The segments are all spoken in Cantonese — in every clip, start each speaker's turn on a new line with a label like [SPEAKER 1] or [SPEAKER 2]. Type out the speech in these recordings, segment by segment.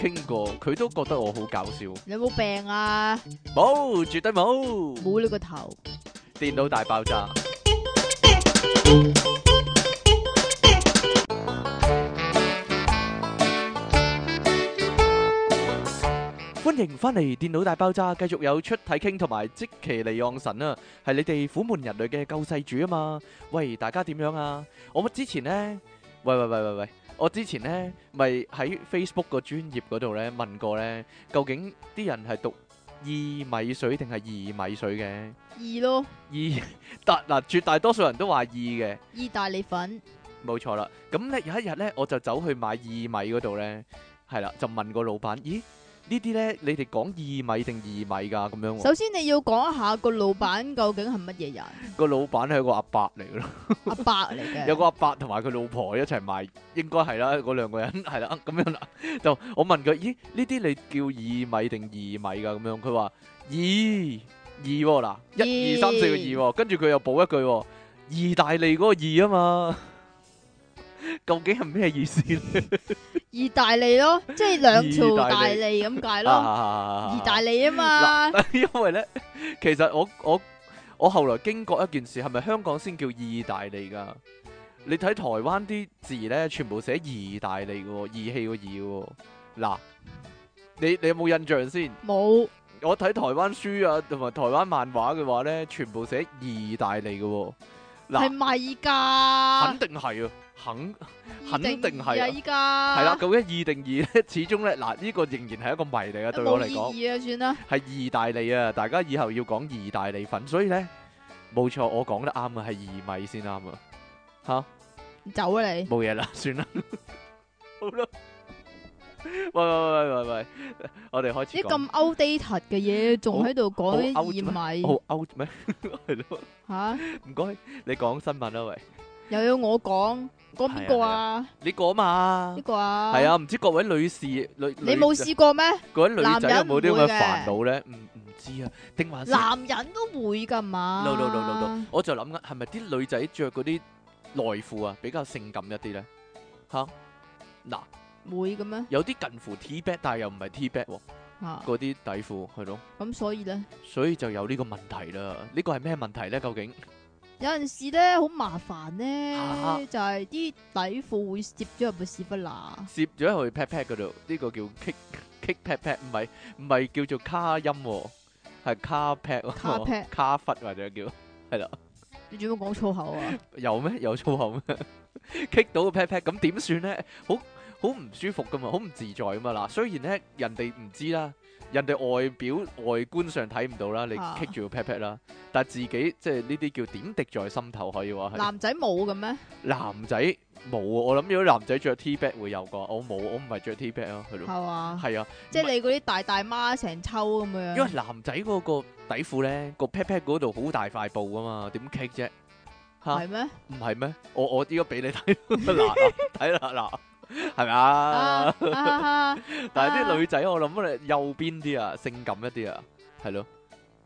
[SPEAKER 1] 傾過，佢都覺得我好搞笑。
[SPEAKER 2] 你有冇病啊？
[SPEAKER 1] 冇，絕對冇。
[SPEAKER 2] 冇你個頭。
[SPEAKER 1] 電腦大爆炸。歡迎翻嚟《電腦大爆炸》，繼續有出體 king 同埋積淇離岸神啊，係你哋苦悶人類嘅救世主啊嘛！喂，大家點樣啊？我之前呢，喂喂喂喂喂，我之前呢咪喺 Facebook 個專頁嗰度呢問過呢，究竟啲人係讀薏米水定係薏米水嘅？
[SPEAKER 2] 二咯，
[SPEAKER 1] 意但嗱，絕大多數人都話意嘅，
[SPEAKER 2] 意大利粉，
[SPEAKER 1] 冇錯啦。咁咧有一日咧，我就走去買意米嗰度咧，係啦，就問個老闆：咦，呢啲咧你哋講意米定薏米㗎？咁樣喎，
[SPEAKER 2] 首先你要講一下個老闆究竟係 乜嘢人，
[SPEAKER 1] 個老闆係個阿伯嚟嘅咯，
[SPEAKER 2] 阿伯嚟嘅，
[SPEAKER 1] 有個阿伯同埋佢老婆一齊賣，應該係啦，嗰兩個人係啦，咁樣啦。 就我問佢：咦，呢啲你叫意米定薏米㗎？咁樣佢話：咦，二喎嗱，一二三四個二喎，跟住佢又補一句喎：意大利嗰個二啊嘛。 究竟係咩意思咧？
[SPEAKER 2] 意大利咯，即係兩條
[SPEAKER 1] 意大利
[SPEAKER 2] 大利咁解咯，
[SPEAKER 1] 啊
[SPEAKER 2] 意大利啊嘛，
[SPEAKER 1] 嗱，因為咧，其實我我我後來經過一件事，係咪香港先叫意大利㗎？你睇台灣啲字咧，全部寫意大利嘅喎，義氣個義喎。嗱，你你有冇印象先？
[SPEAKER 2] 冇
[SPEAKER 1] 我睇台灣書啊，同埋台灣漫畫嘅話咧，全部寫意大利嘅喎。
[SPEAKER 2] 係
[SPEAKER 1] 嗱，
[SPEAKER 2] 咪噶？
[SPEAKER 1] 肯定係啊，肯肯定係啊
[SPEAKER 2] 啊，依家
[SPEAKER 1] 係啦。究竟意定義咧，始終咧，嗱呢個仍然係一個謎嚟嘅，啊對我
[SPEAKER 2] 冇
[SPEAKER 1] 嚟講。
[SPEAKER 2] 意義啊，算啦，
[SPEAKER 1] 係意大利啊！大家以後要講意大利粉，所以咧冇錯，我講得啱啊，係薏米先啱啊！吓，
[SPEAKER 2] 走啊你，
[SPEAKER 1] 冇嘢啦，算啦，好啦。喂喂喂喂喂，我哋開始
[SPEAKER 2] 啲
[SPEAKER 1] 講
[SPEAKER 2] 咁 outdated 嘅嘢仲喺度講
[SPEAKER 1] 好
[SPEAKER 2] 啲
[SPEAKER 1] out
[SPEAKER 2] 薏米
[SPEAKER 1] 好 out 咩？係咯，
[SPEAKER 2] 吓，
[SPEAKER 1] 唔該，你講新聞啦喂，
[SPEAKER 2] 又要我講講邊個啊？
[SPEAKER 1] 你講嘛
[SPEAKER 2] 呢？個啊？
[SPEAKER 1] 係啊，唔知各位女士女
[SPEAKER 2] 你冇試過咩？
[SPEAKER 1] 各位女仔有冇啲咁嘅
[SPEAKER 2] 男人唔會嘅
[SPEAKER 1] 煩惱咧？唔唔知啊，定還是？
[SPEAKER 2] 男人都會噶嘛啊
[SPEAKER 1] no no no no no，我就諗緊係咪啲女仔着嗰啲內褲啊比較性感一啲咧？吓嗱，
[SPEAKER 2] 會嘅咩？
[SPEAKER 1] 有啲近乎 T back，但係又唔係 T back 喎，
[SPEAKER 2] 啊，
[SPEAKER 1] 嗰啲底褲係咯，
[SPEAKER 2] 咁所以咧，
[SPEAKER 1] 所以就有呢個問題啦。呢個係咩問題咧？究竟
[SPEAKER 2] 有陣時咧好麻煩咧，
[SPEAKER 1] 啊
[SPEAKER 2] 就係啲底褲會攝咗入個屎忽罅。
[SPEAKER 1] 攝咗去 pat pat 嗰度，呢個叫 kick kick pat pat，唔係唔係叫做卡音喎，係卡 pat 喎
[SPEAKER 2] 卡 pat
[SPEAKER 1] 卡忽或者叫係啦，
[SPEAKER 2] 你做乜講粗口啊？
[SPEAKER 1] 有咩有粗口咩 kick 到個 pat pat 咁點算咧？好好唔舒服噶嘛，好唔自在噶嘛。嗱，雖然咧人哋唔知啦，人哋外表外觀上睇唔到啦，你
[SPEAKER 2] 啊
[SPEAKER 1] kick 住個 pat pat 啦，但係自己即係呢啲叫點滴在心頭，可以話係。
[SPEAKER 2] 男仔冇嘅咩？
[SPEAKER 1] 男仔冇啊，我諗如果男仔着 T back 會有啩，我冇，我唔係着 T back 啊，係咯，
[SPEAKER 2] 係嘛？
[SPEAKER 1] 係啊，
[SPEAKER 2] 即係你嗰啲大大媽成抽咁樣。
[SPEAKER 1] 因為男仔嗰個底褲咧個 pat pat 嗰度好大塊布噶嘛，點 kick 啫？嚇
[SPEAKER 2] 係咩？
[SPEAKER 1] 唔係咩？我我依家俾你睇 嗱嗱睇啦嗱，係咪啊？
[SPEAKER 2] 啊啊！
[SPEAKER 1] 但係啲
[SPEAKER 2] 啊
[SPEAKER 1] 女仔我諗咧右邊啲啊，性感一啲啊，係咯，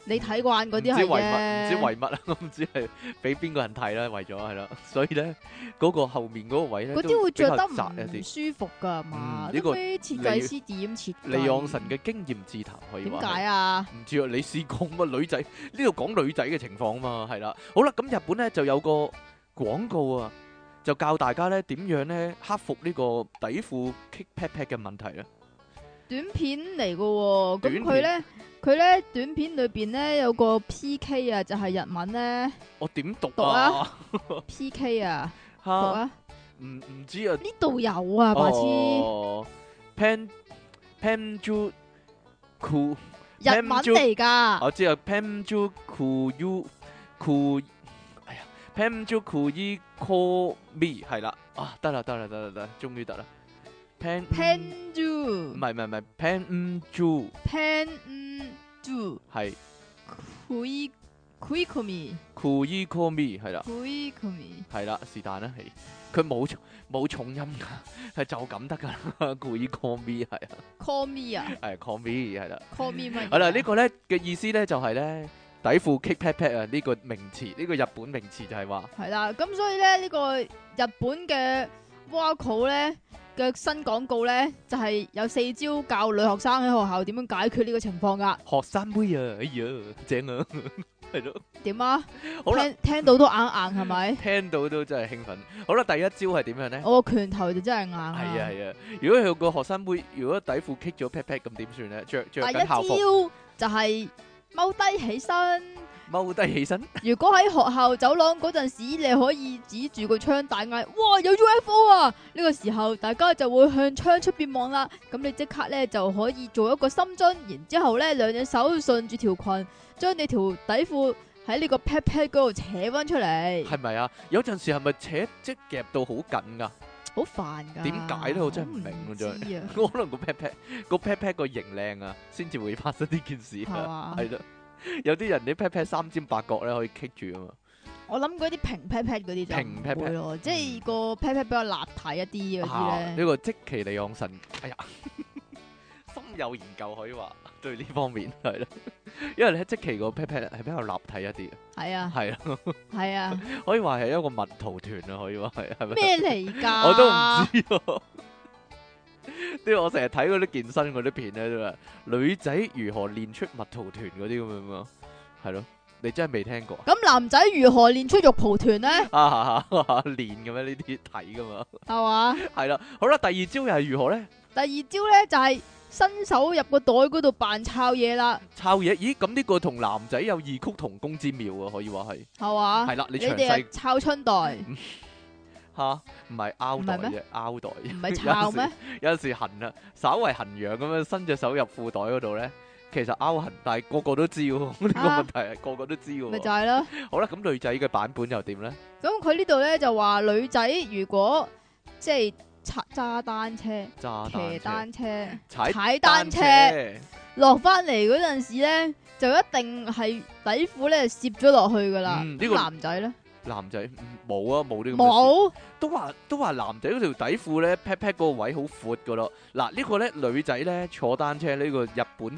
[SPEAKER 2] 你睇慣嗰
[SPEAKER 1] 唔知
[SPEAKER 2] 啲
[SPEAKER 1] 為乜，唔
[SPEAKER 2] 係
[SPEAKER 1] 知
[SPEAKER 2] 啫。
[SPEAKER 1] 為乜 啊，我唔知係俾邊個人睇啦，為咗係啦，所以咧嗰個後面嗰個位咧，
[SPEAKER 2] 嗰啲會着得
[SPEAKER 1] 比較窄一
[SPEAKER 2] 唔
[SPEAKER 1] 啲。
[SPEAKER 2] 舒服㗎嘛？
[SPEAKER 1] 嗯呢個
[SPEAKER 2] 都俾設計師點設計？
[SPEAKER 1] 利昂神嘅經驗之談可以
[SPEAKER 2] 點
[SPEAKER 1] 話
[SPEAKER 2] 解
[SPEAKER 1] 係。
[SPEAKER 2] 啊？
[SPEAKER 1] 唔知啊，你試過乜女仔？呢度講女仔嘅情況啊嘛，係啦。好啦，咁日本咧就有個廣告啊，就教大家咧點樣咧克服呢個底褲 kick pat pat 嘅問題啦。
[SPEAKER 2] 短片嚟嘅喎，
[SPEAKER 1] 短
[SPEAKER 2] 咁
[SPEAKER 1] 片
[SPEAKER 2] 佢咧佢咧短片裏邊咧有個 P K 啊，就係、日文咧
[SPEAKER 1] 我點讀
[SPEAKER 2] 讀
[SPEAKER 1] 啊
[SPEAKER 2] 啊？P K 啊，讀
[SPEAKER 1] 嚇，
[SPEAKER 2] 啊，
[SPEAKER 1] 唔唔知啊。
[SPEAKER 2] 呢度有啊，白痴，
[SPEAKER 1] 哦，pan panju ku，
[SPEAKER 2] 日文嚟噶，
[SPEAKER 1] 我知啊，panju ku u ku，哎呀，panju ku i call me 係啦，啊得啦得啦得啦得啦，終於得啦，pan
[SPEAKER 2] pen
[SPEAKER 1] 唔
[SPEAKER 2] do
[SPEAKER 1] 係唔係唔係 panju
[SPEAKER 2] pen do
[SPEAKER 1] 係
[SPEAKER 2] kui kui kumi
[SPEAKER 1] ku i call me 係啦
[SPEAKER 2] kui kumi
[SPEAKER 1] 係啦，是但啦係，佢冇重冇重音㗎， 係就咁得㗎啦，ku i call me 係啊
[SPEAKER 2] call me 啊
[SPEAKER 1] 係 call me 係啦。
[SPEAKER 2] call me 乜嘢啊？
[SPEAKER 1] 好啦，呢個咧嘅意思咧就係咧底褲 kick pat pat 啊，呢個名詞，呢個日本名詞就係話
[SPEAKER 2] 係啦，咁所以咧呢、個日本嘅 Waco 咧嘅新廣告咧，就係有四招教女學生喺學校點樣解決呢個情況噶。
[SPEAKER 1] 學生妹啊，哎呀，正啊，係咯，
[SPEAKER 2] 點啊？
[SPEAKER 1] 好啦
[SPEAKER 2] 聽聽到都硬硬係咪？
[SPEAKER 1] 聽到都 真係興奮。好啦，第一招係點樣咧？
[SPEAKER 2] 我個拳頭就真係硬
[SPEAKER 1] 係
[SPEAKER 2] 啊！
[SPEAKER 1] 啊係啊，如果有個學生妹，如果底褲棘咗 pat pat 咁點算咧？着
[SPEAKER 2] 第
[SPEAKER 1] 着
[SPEAKER 2] 一
[SPEAKER 1] 緊校
[SPEAKER 2] 招
[SPEAKER 1] 服，
[SPEAKER 2] 就係踎低起身。
[SPEAKER 1] 踎低起身，
[SPEAKER 2] 如果喺學校走廊嗰陣時，你可以指住個窗大嗌：哇，有 UFO 啊！呢個時候大家就會向窗出邊望啦。咁你即刻咧就可以做一個深蹲，然之後咧兩隻手順住條裙，將你條底褲喺呢個 pat pat 嗰度扯翻出嚟，
[SPEAKER 1] 係咪啊？有陣時係咪扯即夾到好緊㗎？
[SPEAKER 2] 好煩㗎。
[SPEAKER 1] 點解咧我真係唔明啊真係
[SPEAKER 2] 係。啊，
[SPEAKER 1] 可能個 pat pat 個 pat pat 個型靚啊，先至會發生呢件事
[SPEAKER 2] 係
[SPEAKER 1] 啊。
[SPEAKER 2] 嘛？
[SPEAKER 1] 係咯，有啲人啲 pat pat 三尖八角咧可以棘住啊嘛。
[SPEAKER 2] 我諗嗰啲平 pat pat 嗰啲就
[SPEAKER 1] 平嗯 pat pat
[SPEAKER 2] 唔會咯，即係個 pat pat 比較立體一啲嗰啲
[SPEAKER 1] 啊
[SPEAKER 2] 咧。
[SPEAKER 1] 呢個即其利昂神，哎呀， 深有研究可以話 對呢方面係啦，因為咧即其個 pat pat 係比較立體一啲嘅，
[SPEAKER 2] 系啊，
[SPEAKER 1] 係啦，
[SPEAKER 2] 系啊，
[SPEAKER 1] 可以話係一個蜜桃團啊，可以話係係咪？
[SPEAKER 2] 咩嚟噶？
[SPEAKER 1] 我都唔知喎。因為我成日睇嗰啲健身嗰啲片咧，都話女仔如何練出蜜桃團嗰啲咁樣啊，係咯，你真係未聽過啊
[SPEAKER 2] 咁男仔如何練出肉蒲團呢？
[SPEAKER 1] 啊？練嘅咩？呢啲睇噶嘛，
[SPEAKER 2] 係嘛？
[SPEAKER 1] 係啦。好啦，第二招又係如何咧？
[SPEAKER 2] 第二招呢，就係伸手入個袋嗰度扮抄嘢啦，
[SPEAKER 1] 抄嘢，咦？咁呢個同男仔有異曲同工之妙啊，可以話係。
[SPEAKER 2] 係嘛？
[SPEAKER 1] 係啦，你
[SPEAKER 2] 你
[SPEAKER 1] 詳
[SPEAKER 2] 哋
[SPEAKER 1] 細
[SPEAKER 2] 係抄 春袋，
[SPEAKER 1] 吓，唔係拗袋
[SPEAKER 2] 唔係
[SPEAKER 1] 啫，拗袋。
[SPEAKER 2] 唔係抄咩？
[SPEAKER 1] 有陣時痕啊，稍為痕癢咁樣伸隻手入褲袋嗰度咧，其實拗痕，但係個個都知喎。呢個問題係個個都知
[SPEAKER 2] 啊
[SPEAKER 1] 喎
[SPEAKER 2] 咪就。係咯。
[SPEAKER 1] 好啦，咁女仔嘅版本又點咧？
[SPEAKER 2] 咁佢呢度呢，就話女仔如果即係踩揸單車、
[SPEAKER 1] 揸
[SPEAKER 2] 騎
[SPEAKER 1] 單
[SPEAKER 2] 單車、
[SPEAKER 1] 車、踩
[SPEAKER 2] 踩單
[SPEAKER 1] 單
[SPEAKER 2] 車
[SPEAKER 1] 車，
[SPEAKER 2] 落翻嚟嗰陣時呢，就一定係底褲呢攝咗落去噶啦。
[SPEAKER 1] 嗯呢
[SPEAKER 2] 咁
[SPEAKER 1] 個
[SPEAKER 2] 男仔呢？
[SPEAKER 1] 男仔嗯冇啊，冇呢咁嘅事。
[SPEAKER 2] 冇
[SPEAKER 1] 都話都話男仔嗰條底褲咧 pat pat 嗰個位好闊噶咯。嗱呢個咧女仔咧坐單車呢個日本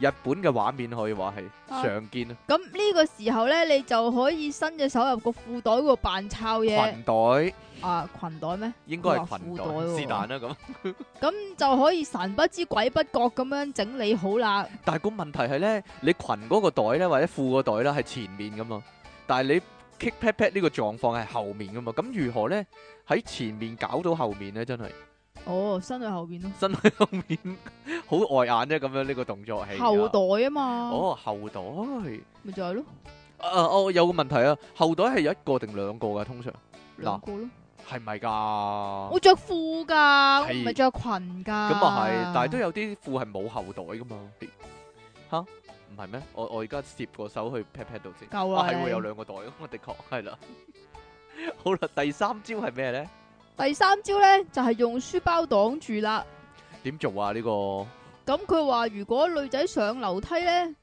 [SPEAKER 1] 日本嘅畫面可以話係
[SPEAKER 2] 啊
[SPEAKER 1] 常見啊。
[SPEAKER 2] 咁呢個時候呢，你就可以伸隻手入個褲袋嗰度扮抄嘢。
[SPEAKER 1] 裙袋
[SPEAKER 2] 啊裙袋咩？
[SPEAKER 1] 應該係
[SPEAKER 2] 哇
[SPEAKER 1] 裙
[SPEAKER 2] 褲
[SPEAKER 1] 袋，
[SPEAKER 2] 袋喎
[SPEAKER 1] 是但啦咁。
[SPEAKER 2] 咁就可以神不知鬼不覺咁樣整理好啦。
[SPEAKER 1] 但係個問題係咧，你裙嗰個袋咧或者褲個袋啦係前面噶嘛，但係你 kick pat pat 呢個狀況係後面噶嘛，咁如何咧喺前面搞到後面咧？真係
[SPEAKER 2] 哦，伸去後邊咯，
[SPEAKER 1] 真係後面好礙眼啫，咁樣呢個動作係啊
[SPEAKER 2] 後袋啊嘛，
[SPEAKER 1] 哦後袋。
[SPEAKER 2] 咪就係咯，
[SPEAKER 1] 啊啊我有個問題啊，後袋係一個定兩個噶？通常
[SPEAKER 2] 兩
[SPEAKER 1] 嗱
[SPEAKER 2] 個咯。
[SPEAKER 1] 係咪噶？
[SPEAKER 2] 我着褲㗎，我
[SPEAKER 1] 係
[SPEAKER 2] 唔係着裙㗎。咁
[SPEAKER 1] 咁啊係，但係都有啲褲係冇後袋噶嘛？吓唔係咩？我我而家攝個手去 pat pat 度先，
[SPEAKER 2] 夠啦
[SPEAKER 1] 啊係
[SPEAKER 2] 你
[SPEAKER 1] 會有兩個袋咁啊，的確係啦。 好啦，第三招係咩咧？
[SPEAKER 2] 第三招呢，就係用書包擋住啦。
[SPEAKER 1] 點做啊？呢個
[SPEAKER 2] 咁佢話如果女仔上樓梯呢，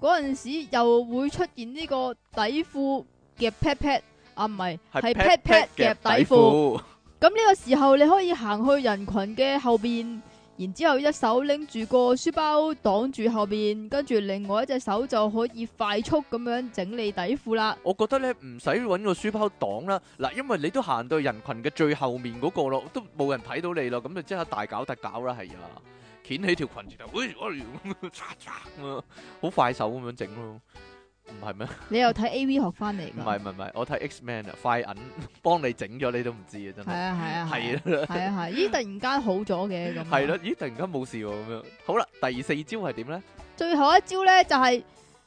[SPEAKER 2] 嗰陣時又會出現呢個底褲夾 pat pat 啊，唔係係 pat pat 夾底褲。
[SPEAKER 1] 褲，
[SPEAKER 2] 咁呢個時候你可以行去人群嘅後邊，然之後一手拎住個書包擋住後邊，跟住另外一隻手就可以快速咁樣整理底褲啦。
[SPEAKER 1] 我覺得咧唔使揾個書包擋啦，嗱，因為你都行到人群嘅最後面嗰個咯，都冇人睇到你咯，咁就即刻大搞特搞啦，係啊，掀起條裙住頭，喂， 我咁樣好快手咁樣整咯，唔係咩？
[SPEAKER 2] 你又睇 A V 學翻嚟
[SPEAKER 1] 唔
[SPEAKER 2] 噶？
[SPEAKER 1] 係唔係唔係，我睇 X Man 啊，快銀 幫你整咗你都唔知啊，真
[SPEAKER 2] 係
[SPEAKER 1] 係
[SPEAKER 2] 啊係啊係啊
[SPEAKER 1] 係啦，
[SPEAKER 2] 係啊係，咦突然間好咗嘅咁。啊
[SPEAKER 1] 係啦，。咦，突然間冇事喎咁樣，好啦，第四招係點咧？
[SPEAKER 2] 最後一招呢，就係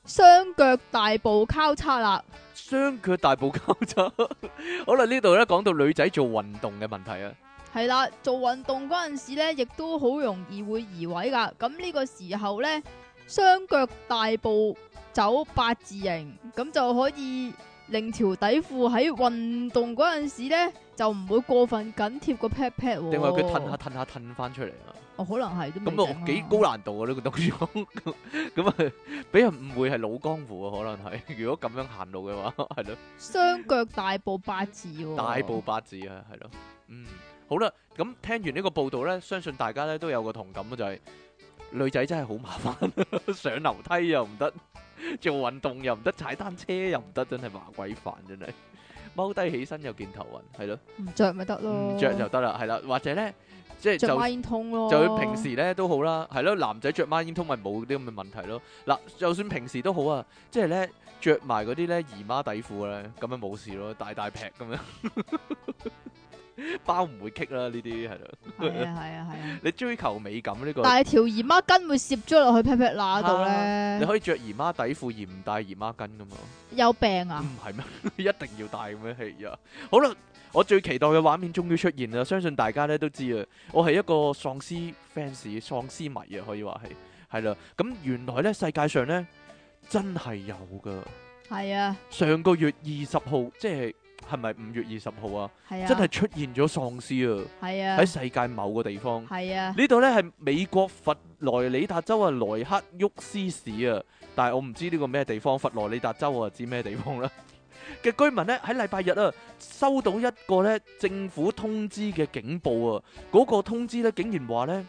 [SPEAKER 2] 雙腳大步交叉啦。
[SPEAKER 1] 雙腳大步交叉， 好啦，呢度咧講到女仔做運動嘅問題啊。
[SPEAKER 2] 係啦，做運動嗰陣時咧，亦都好容易會移位噶。咁呢個時候咧，雙腳大步走八字形，咁就可以令條底褲喺運動嗰陣時咧，就唔會過分緊貼個 pat pat 喎。
[SPEAKER 1] 定話佢褪下褪下褪翻出嚟啊？
[SPEAKER 2] 哦，可能係都
[SPEAKER 1] 咁
[SPEAKER 2] 未定
[SPEAKER 1] 啊
[SPEAKER 2] 啊
[SPEAKER 1] 幾高難度啊呢個動作， 咁啊俾人誤會係老江湖啊，可能係。如果咁樣行路嘅話，係咯，
[SPEAKER 2] 雙腳大步八字喎，
[SPEAKER 1] 大步八字啊，係咯，嗯，好啦，咁聽完呢個報道咧，相信大家咧都有個同感啊，就係女仔真係好麻煩，上樓梯又唔得，做運動又唔得，踩單車又唔得，真係麻鬼煩，真係踎低起身又見頭暈，係咯，
[SPEAKER 2] 唔着咪得咯，
[SPEAKER 1] 唔着就得啦，係啦，或者咧即係
[SPEAKER 2] 着
[SPEAKER 1] 就
[SPEAKER 2] 孖煙通咯，
[SPEAKER 1] 就佢平時咧都好啦，係咯，男仔着孖煙通咪冇啲咁嘅問題咯。嗱，就算平時都好啊，即係咧着埋嗰啲咧姨媽底褲咧，咁樣冇事咯，大大劈咁樣， 包唔會棘啦呢啲係咯。
[SPEAKER 2] 係啊係啊 係啊，
[SPEAKER 1] 你追求美感呢個，
[SPEAKER 2] 但係條姨媽巾會攝咗落去 pat pat 罅度
[SPEAKER 1] 啊你
[SPEAKER 2] 咧，
[SPEAKER 1] 可以着姨媽底褲而唔帶姨媽巾噶嘛？
[SPEAKER 2] 有病啊！
[SPEAKER 1] 唔係咩？ 一定要帶嘅咩？係啊！好啦，我最期待嘅畫面終於出現啦！相信大家咧都知啊，我係一個喪屍 fans、喪屍迷啊，可以話係係啦。咁原來咧世界上咧真係有噶。
[SPEAKER 2] 係啊
[SPEAKER 1] 上個月二十號，即係係咪五月二十號啊？
[SPEAKER 2] 係啊，
[SPEAKER 1] 真係出現咗喪屍啊！
[SPEAKER 2] 係啊
[SPEAKER 1] 喺世界某個地方。
[SPEAKER 2] 係啊，
[SPEAKER 1] 呢度呢係美國佛羅里達州啊，萊克沃斯市啊，但係我唔知呢個咩地方，佛羅里達州我就知咩地方啦。 嘅居民呢，喺禮拜日啊，收到一個呢政府通知嘅警報啊，嗰、個通知呢，竟然話呢，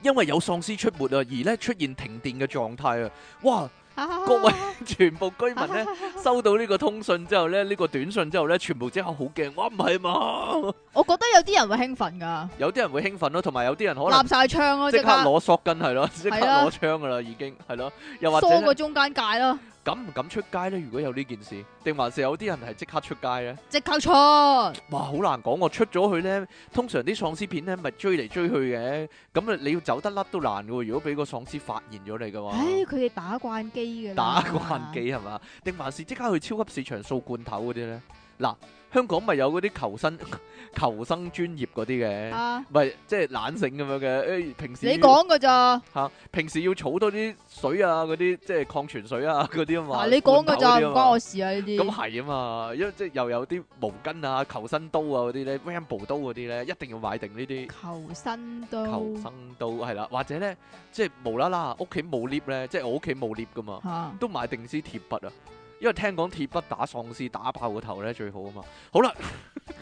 [SPEAKER 1] 因為有喪屍出沒啊，而呢出現停電嘅狀態啊，哇！ 各位全部居民呢，收到呢個通訊之後呢，呢、個短信之後呢，全部即刻好驚，哇唔係嘛？
[SPEAKER 2] 我覺得有啲人會興奮㗎，
[SPEAKER 1] 有啲人會興奮咯，同埋有啲人可能
[SPEAKER 2] 立。晒槍咯，
[SPEAKER 1] 即
[SPEAKER 2] 即
[SPEAKER 1] 刻
[SPEAKER 2] 刻
[SPEAKER 1] 攞索巾係咯，即刻
[SPEAKER 2] 係啊
[SPEAKER 1] 攞槍噶啦，已經係咯，又或者
[SPEAKER 2] 梳
[SPEAKER 1] 呢
[SPEAKER 2] 個中間界咯，
[SPEAKER 1] 敢唔敢出街咧？如果有呢件事，定還是有啲人係即刻出街咧？
[SPEAKER 2] 即刻錯。
[SPEAKER 1] 哇，好難講喎！出咗去咧，通常啲喪屍片咧咪追嚟追去嘅，咁啊你要走得甩都難嘅喎。如果俾個喪屍發現咗你嘅話
[SPEAKER 2] 唉，，啊佢哋打慣機㗎啦，
[SPEAKER 1] 打慣機係嘛？定還是即刻去超級市場掃罐頭嗰啲咧？嗱，香港咪有嗰啲求生 求生專業嗰啲嘅，
[SPEAKER 2] 啊！
[SPEAKER 1] 咪即係懶醒咁樣嘅。誒，平時
[SPEAKER 2] 你講㗎咋？
[SPEAKER 1] 吓、平時要儲多啲水啊，嗰啲即係礦泉水啊， 嗰啲啊嘛。
[SPEAKER 2] 嗱，你
[SPEAKER 1] 罐
[SPEAKER 2] 講㗎
[SPEAKER 1] 頭
[SPEAKER 2] 咋？
[SPEAKER 1] 嗰啲
[SPEAKER 2] 唔
[SPEAKER 1] 啊嘛
[SPEAKER 2] 關我事啊！呢
[SPEAKER 1] 咁
[SPEAKER 2] 啲
[SPEAKER 1] 係啊嘛，因為即係又有啲毛巾啊、求生刀啊嗰啲咧、Rambo 刀嗰啲咧，一定要買定呢啲
[SPEAKER 2] 求生都
[SPEAKER 1] 求生刀係啦，或者咧即係無啦啦屋企冇 lift 咧，即係我屋企冇 lift 噶嘛，
[SPEAKER 2] 嚇
[SPEAKER 1] 都買定支鐵筆啊，因為聽講鐵筆打喪屍打爆個頭咧最好啊嘛。好啦，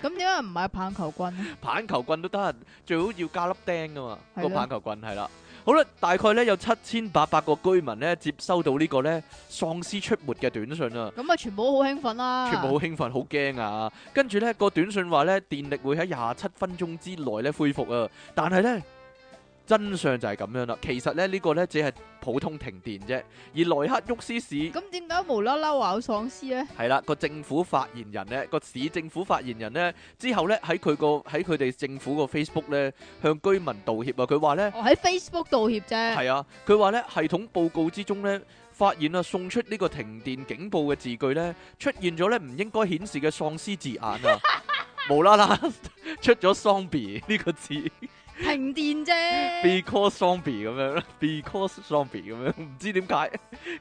[SPEAKER 2] 咁點解唔買棒球棍咧？
[SPEAKER 1] 棒球棍都得，最好要加粒釘噶嘛，
[SPEAKER 2] 係
[SPEAKER 1] 個
[SPEAKER 2] 咯
[SPEAKER 1] 棒球棍係啦。好啦，大概咧有七千八百個居民咧接收到呢個咧喪屍出沒嘅短信啊，
[SPEAKER 2] 咁啊，全部都好興奮啦！
[SPEAKER 1] 全部好興奮，好驚啊！跟住咧個短信話咧電力會喺廿七分鐘之內咧恢復啊，但係咧。真相就係咁樣啦，其實咧呢、個呢只係普通停電啫，而萊克沃斯市
[SPEAKER 2] 咁點解無啦啦話有喪屍咧？
[SPEAKER 1] 係啦，個政府發言人呢，個市政府發言人呢，之後呢，喺佢個喺佢哋政府個 Facebook 呢，向居民道歉啊。佢話呢，
[SPEAKER 2] 我喺 Facebook 道歉啫。
[SPEAKER 1] 係啊，佢話呢，系統報告之中呢，發現啊送出呢個停電警報嘅字句呢，出現咗呢唔應該顯示嘅喪屍字眼啊，無啦啦出咗 zombie 呢個字
[SPEAKER 2] 停電啫，
[SPEAKER 1] ，because zombie 咁 樣啦，because zombie 咁樣，唔知點解。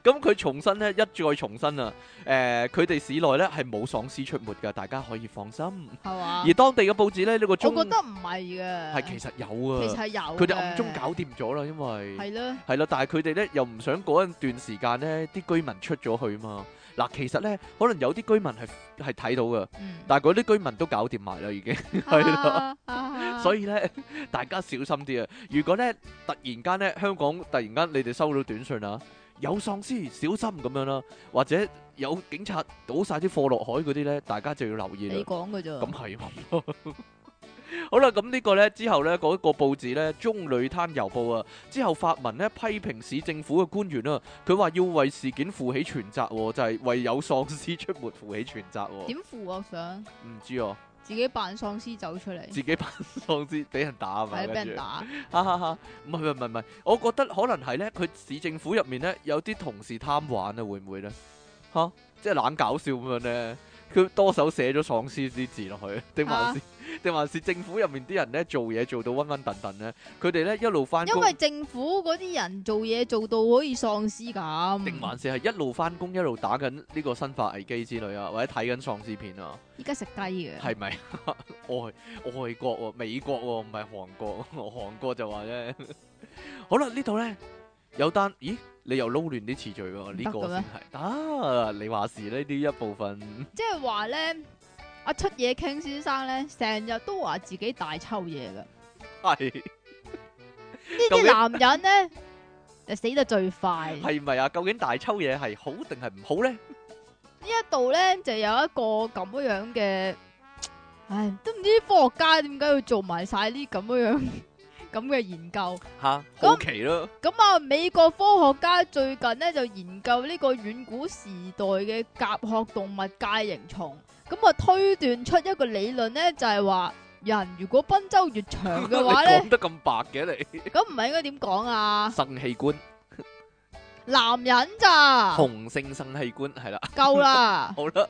[SPEAKER 1] 咁佢重新呢，一再重申啊，誒、佢哋市內呢係冇喪屍出沒㗎，大家可以放心。
[SPEAKER 2] 係嘛？
[SPEAKER 1] 而當地嘅報紙咧，呢、個中
[SPEAKER 2] 我覺得唔係嘅，
[SPEAKER 1] 係其實有
[SPEAKER 2] 其實
[SPEAKER 1] 啊，
[SPEAKER 2] 係有嘅。
[SPEAKER 1] 佢哋暗中搞掂咗啦，因為
[SPEAKER 2] 係咯，
[SPEAKER 1] 係啦，但係佢哋咧又唔想嗰一段時間咧啲居民出咗去嘛。嗱，其實咧可能有啲居民係係睇到噶，
[SPEAKER 2] 嗯，
[SPEAKER 1] 但係嗰啲居民都搞掂埋啦已經， 係啦
[SPEAKER 2] 啦
[SPEAKER 1] 所
[SPEAKER 2] 以
[SPEAKER 1] 以咧 大家小心啲啊！如果咧突然間咧香港突然間你哋收到短信啊，有喪屍小心咁樣啦，或者有警察倒晒啲貨落海嗰啲咧，大家就要留意啦
[SPEAKER 2] 你。啊講嘅咋？
[SPEAKER 1] 咁係喎 好啦，咁呢個呢，之後呢，嗰、個報紙呢，《中旅灘郵報》啊，之後發文呢，批評市政府嘅官員啊，佢話要為事件負起全責、喎，就係、為有喪屍出沒負起全責、喎。
[SPEAKER 2] 點扶我想
[SPEAKER 1] 唔知啊，
[SPEAKER 2] 自己扮喪屍走出嚟，
[SPEAKER 1] 自己扮喪屍俾人打啊嘛，
[SPEAKER 2] 係俾
[SPEAKER 1] 跟
[SPEAKER 2] 人
[SPEAKER 1] 住
[SPEAKER 2] 打。
[SPEAKER 1] 哈哈哈，唔係唔係唔係，我覺得可能係呢，佢市政府入面呢，有啲同事貪玩啊，會唔會呢？吓，即係懶搞笑咁樣呢，佢多手寫咗喪屍啲字落去，定還是定、還是政府入面啲人呢，做嘢做到温温頓頓呢？佢哋呢一路翻
[SPEAKER 2] 因
[SPEAKER 1] 工，
[SPEAKER 2] 為政府嗰啲人做嘢做到好似喪屍咁，
[SPEAKER 1] 定還是係一路翻工一路打緊呢個生化危機之類啊，或者睇緊喪屍片啊，
[SPEAKER 2] 依家食雞嘅，
[SPEAKER 1] 係咪 外外國喎、美國喎、唔係韓國喎， 韓國就話啫。 好啦，呢度呢，有單，咦？你又撈亂啲次序喎，呢個
[SPEAKER 2] 得嘅咩
[SPEAKER 1] 先係啊！你話事呢啲一部分
[SPEAKER 2] 即係話咧，阿出嘢傾先生咧，成日都話自己大抽嘢嘅。呢
[SPEAKER 1] 係
[SPEAKER 2] 啲男人咧就死得最快。呢
[SPEAKER 1] 係咪啊？究竟大抽嘢係好定係唔好咧？
[SPEAKER 2] 一度咧就有一個咁樣样嘅，唉，都唔知啲科學家點解要做埋晒呢咁樣 样咁嘅研究。
[SPEAKER 1] 吓，
[SPEAKER 2] 咁
[SPEAKER 1] 好奇咯，
[SPEAKER 2] 咁啊，美國科學家最近咧就研究呢個遠古時代嘅甲殼動物界形蟲，咁啊推斷出一個理論咧，就係話人如果賓周越長 嘅話咧
[SPEAKER 1] 你講，得咁白嘅你，
[SPEAKER 2] 咁唔係應該點講啊？
[SPEAKER 1] 腎器官，
[SPEAKER 2] 男人咋，
[SPEAKER 1] 雄性腎器官係啦，。
[SPEAKER 2] 夠啦
[SPEAKER 1] 好啦，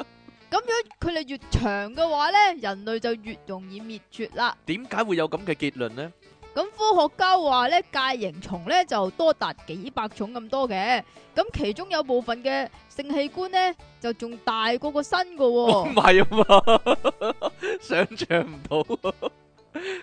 [SPEAKER 2] 咁樣佢哋越長嘅話咧，人類就越容易滅絕啦。
[SPEAKER 1] 點解會有咁嘅結論咧？
[SPEAKER 2] 咁科學家話咧，介形蟲咧就多達幾百種咁多嘅，咁其中有部分嘅性器官咧就仲大過個身 噶、
[SPEAKER 1] 唔係啊 嘛，想象唔 到啊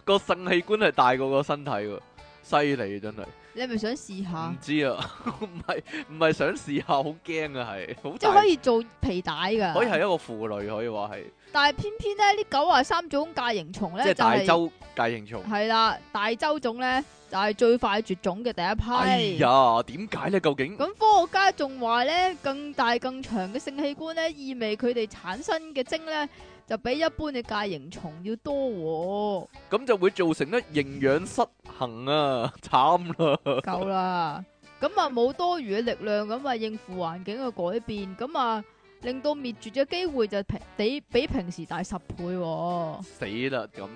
[SPEAKER 1] 個腎器官係大過個身體喎，犀利啊真係。
[SPEAKER 2] 你係咪想試下
[SPEAKER 1] 唔？知 啊，唔係唔係想試下，好驚啊，係好
[SPEAKER 2] 即係
[SPEAKER 1] 大
[SPEAKER 2] 可以做皮帶㗎。
[SPEAKER 1] 可以係一個負累，可以話係
[SPEAKER 2] 但係偏偏咧呢九啊三種介形蟲
[SPEAKER 1] 即係
[SPEAKER 2] 咧就
[SPEAKER 1] 大
[SPEAKER 2] 係
[SPEAKER 1] 洲介形蟲。
[SPEAKER 2] 係啦，大洲種咧就係最快絕種嘅第一批。
[SPEAKER 1] 哎呀，點解咧？究竟
[SPEAKER 2] 咁科學家仲話咧，更大更長嘅性器官咧，意味佢哋產生嘅精咧，就比一般嘅介形蟲要多喎、
[SPEAKER 1] 咁就會造成咧營養失衡啊，慘啦！
[SPEAKER 2] 夠啦。咁啊冇多餘嘅力量，咁啊應付環境嘅改變，咁啊令到滅絕嘅機會就平比比平時大十倍、喎。
[SPEAKER 1] 死啦！咁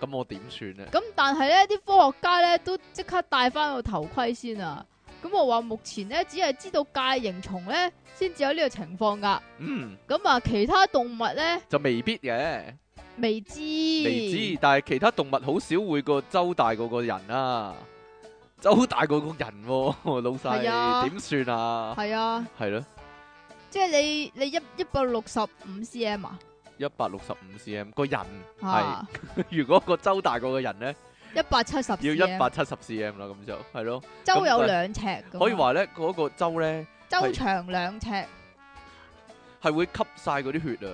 [SPEAKER 1] 咁我點算咧？
[SPEAKER 2] 咁但係咧，啲科學家咧都即刻戴翻個頭盔先啊。咁我話目前咧只係知道介形蟲咧先至有呢個情況㗎。
[SPEAKER 1] 嗯，
[SPEAKER 2] 咁啊其他動物咧
[SPEAKER 1] 就未必嘅，
[SPEAKER 2] 未知，
[SPEAKER 1] 未知。但係其他動物好少會個周大過個人啊，周大過個人喎、 老
[SPEAKER 2] 係啊
[SPEAKER 1] 細點算啊？
[SPEAKER 2] 系啊，
[SPEAKER 1] 係咯。
[SPEAKER 2] 即係你你一一百六十五 cm 啊，
[SPEAKER 1] 一百六十五 cm 個人係，
[SPEAKER 2] 啊
[SPEAKER 1] 如果個周大過個人咧，
[SPEAKER 2] 一百七十
[SPEAKER 1] 要一
[SPEAKER 2] cm，
[SPEAKER 1] 百七十 cm 啦，咁就係咯，
[SPEAKER 2] 周有
[SPEAKER 1] 咁
[SPEAKER 2] 兩尺咁啊，
[SPEAKER 1] 可以話咧嗰個周咧
[SPEAKER 2] 周
[SPEAKER 1] 係
[SPEAKER 2] 長兩尺，
[SPEAKER 1] 係會吸晒嗰啲血啊，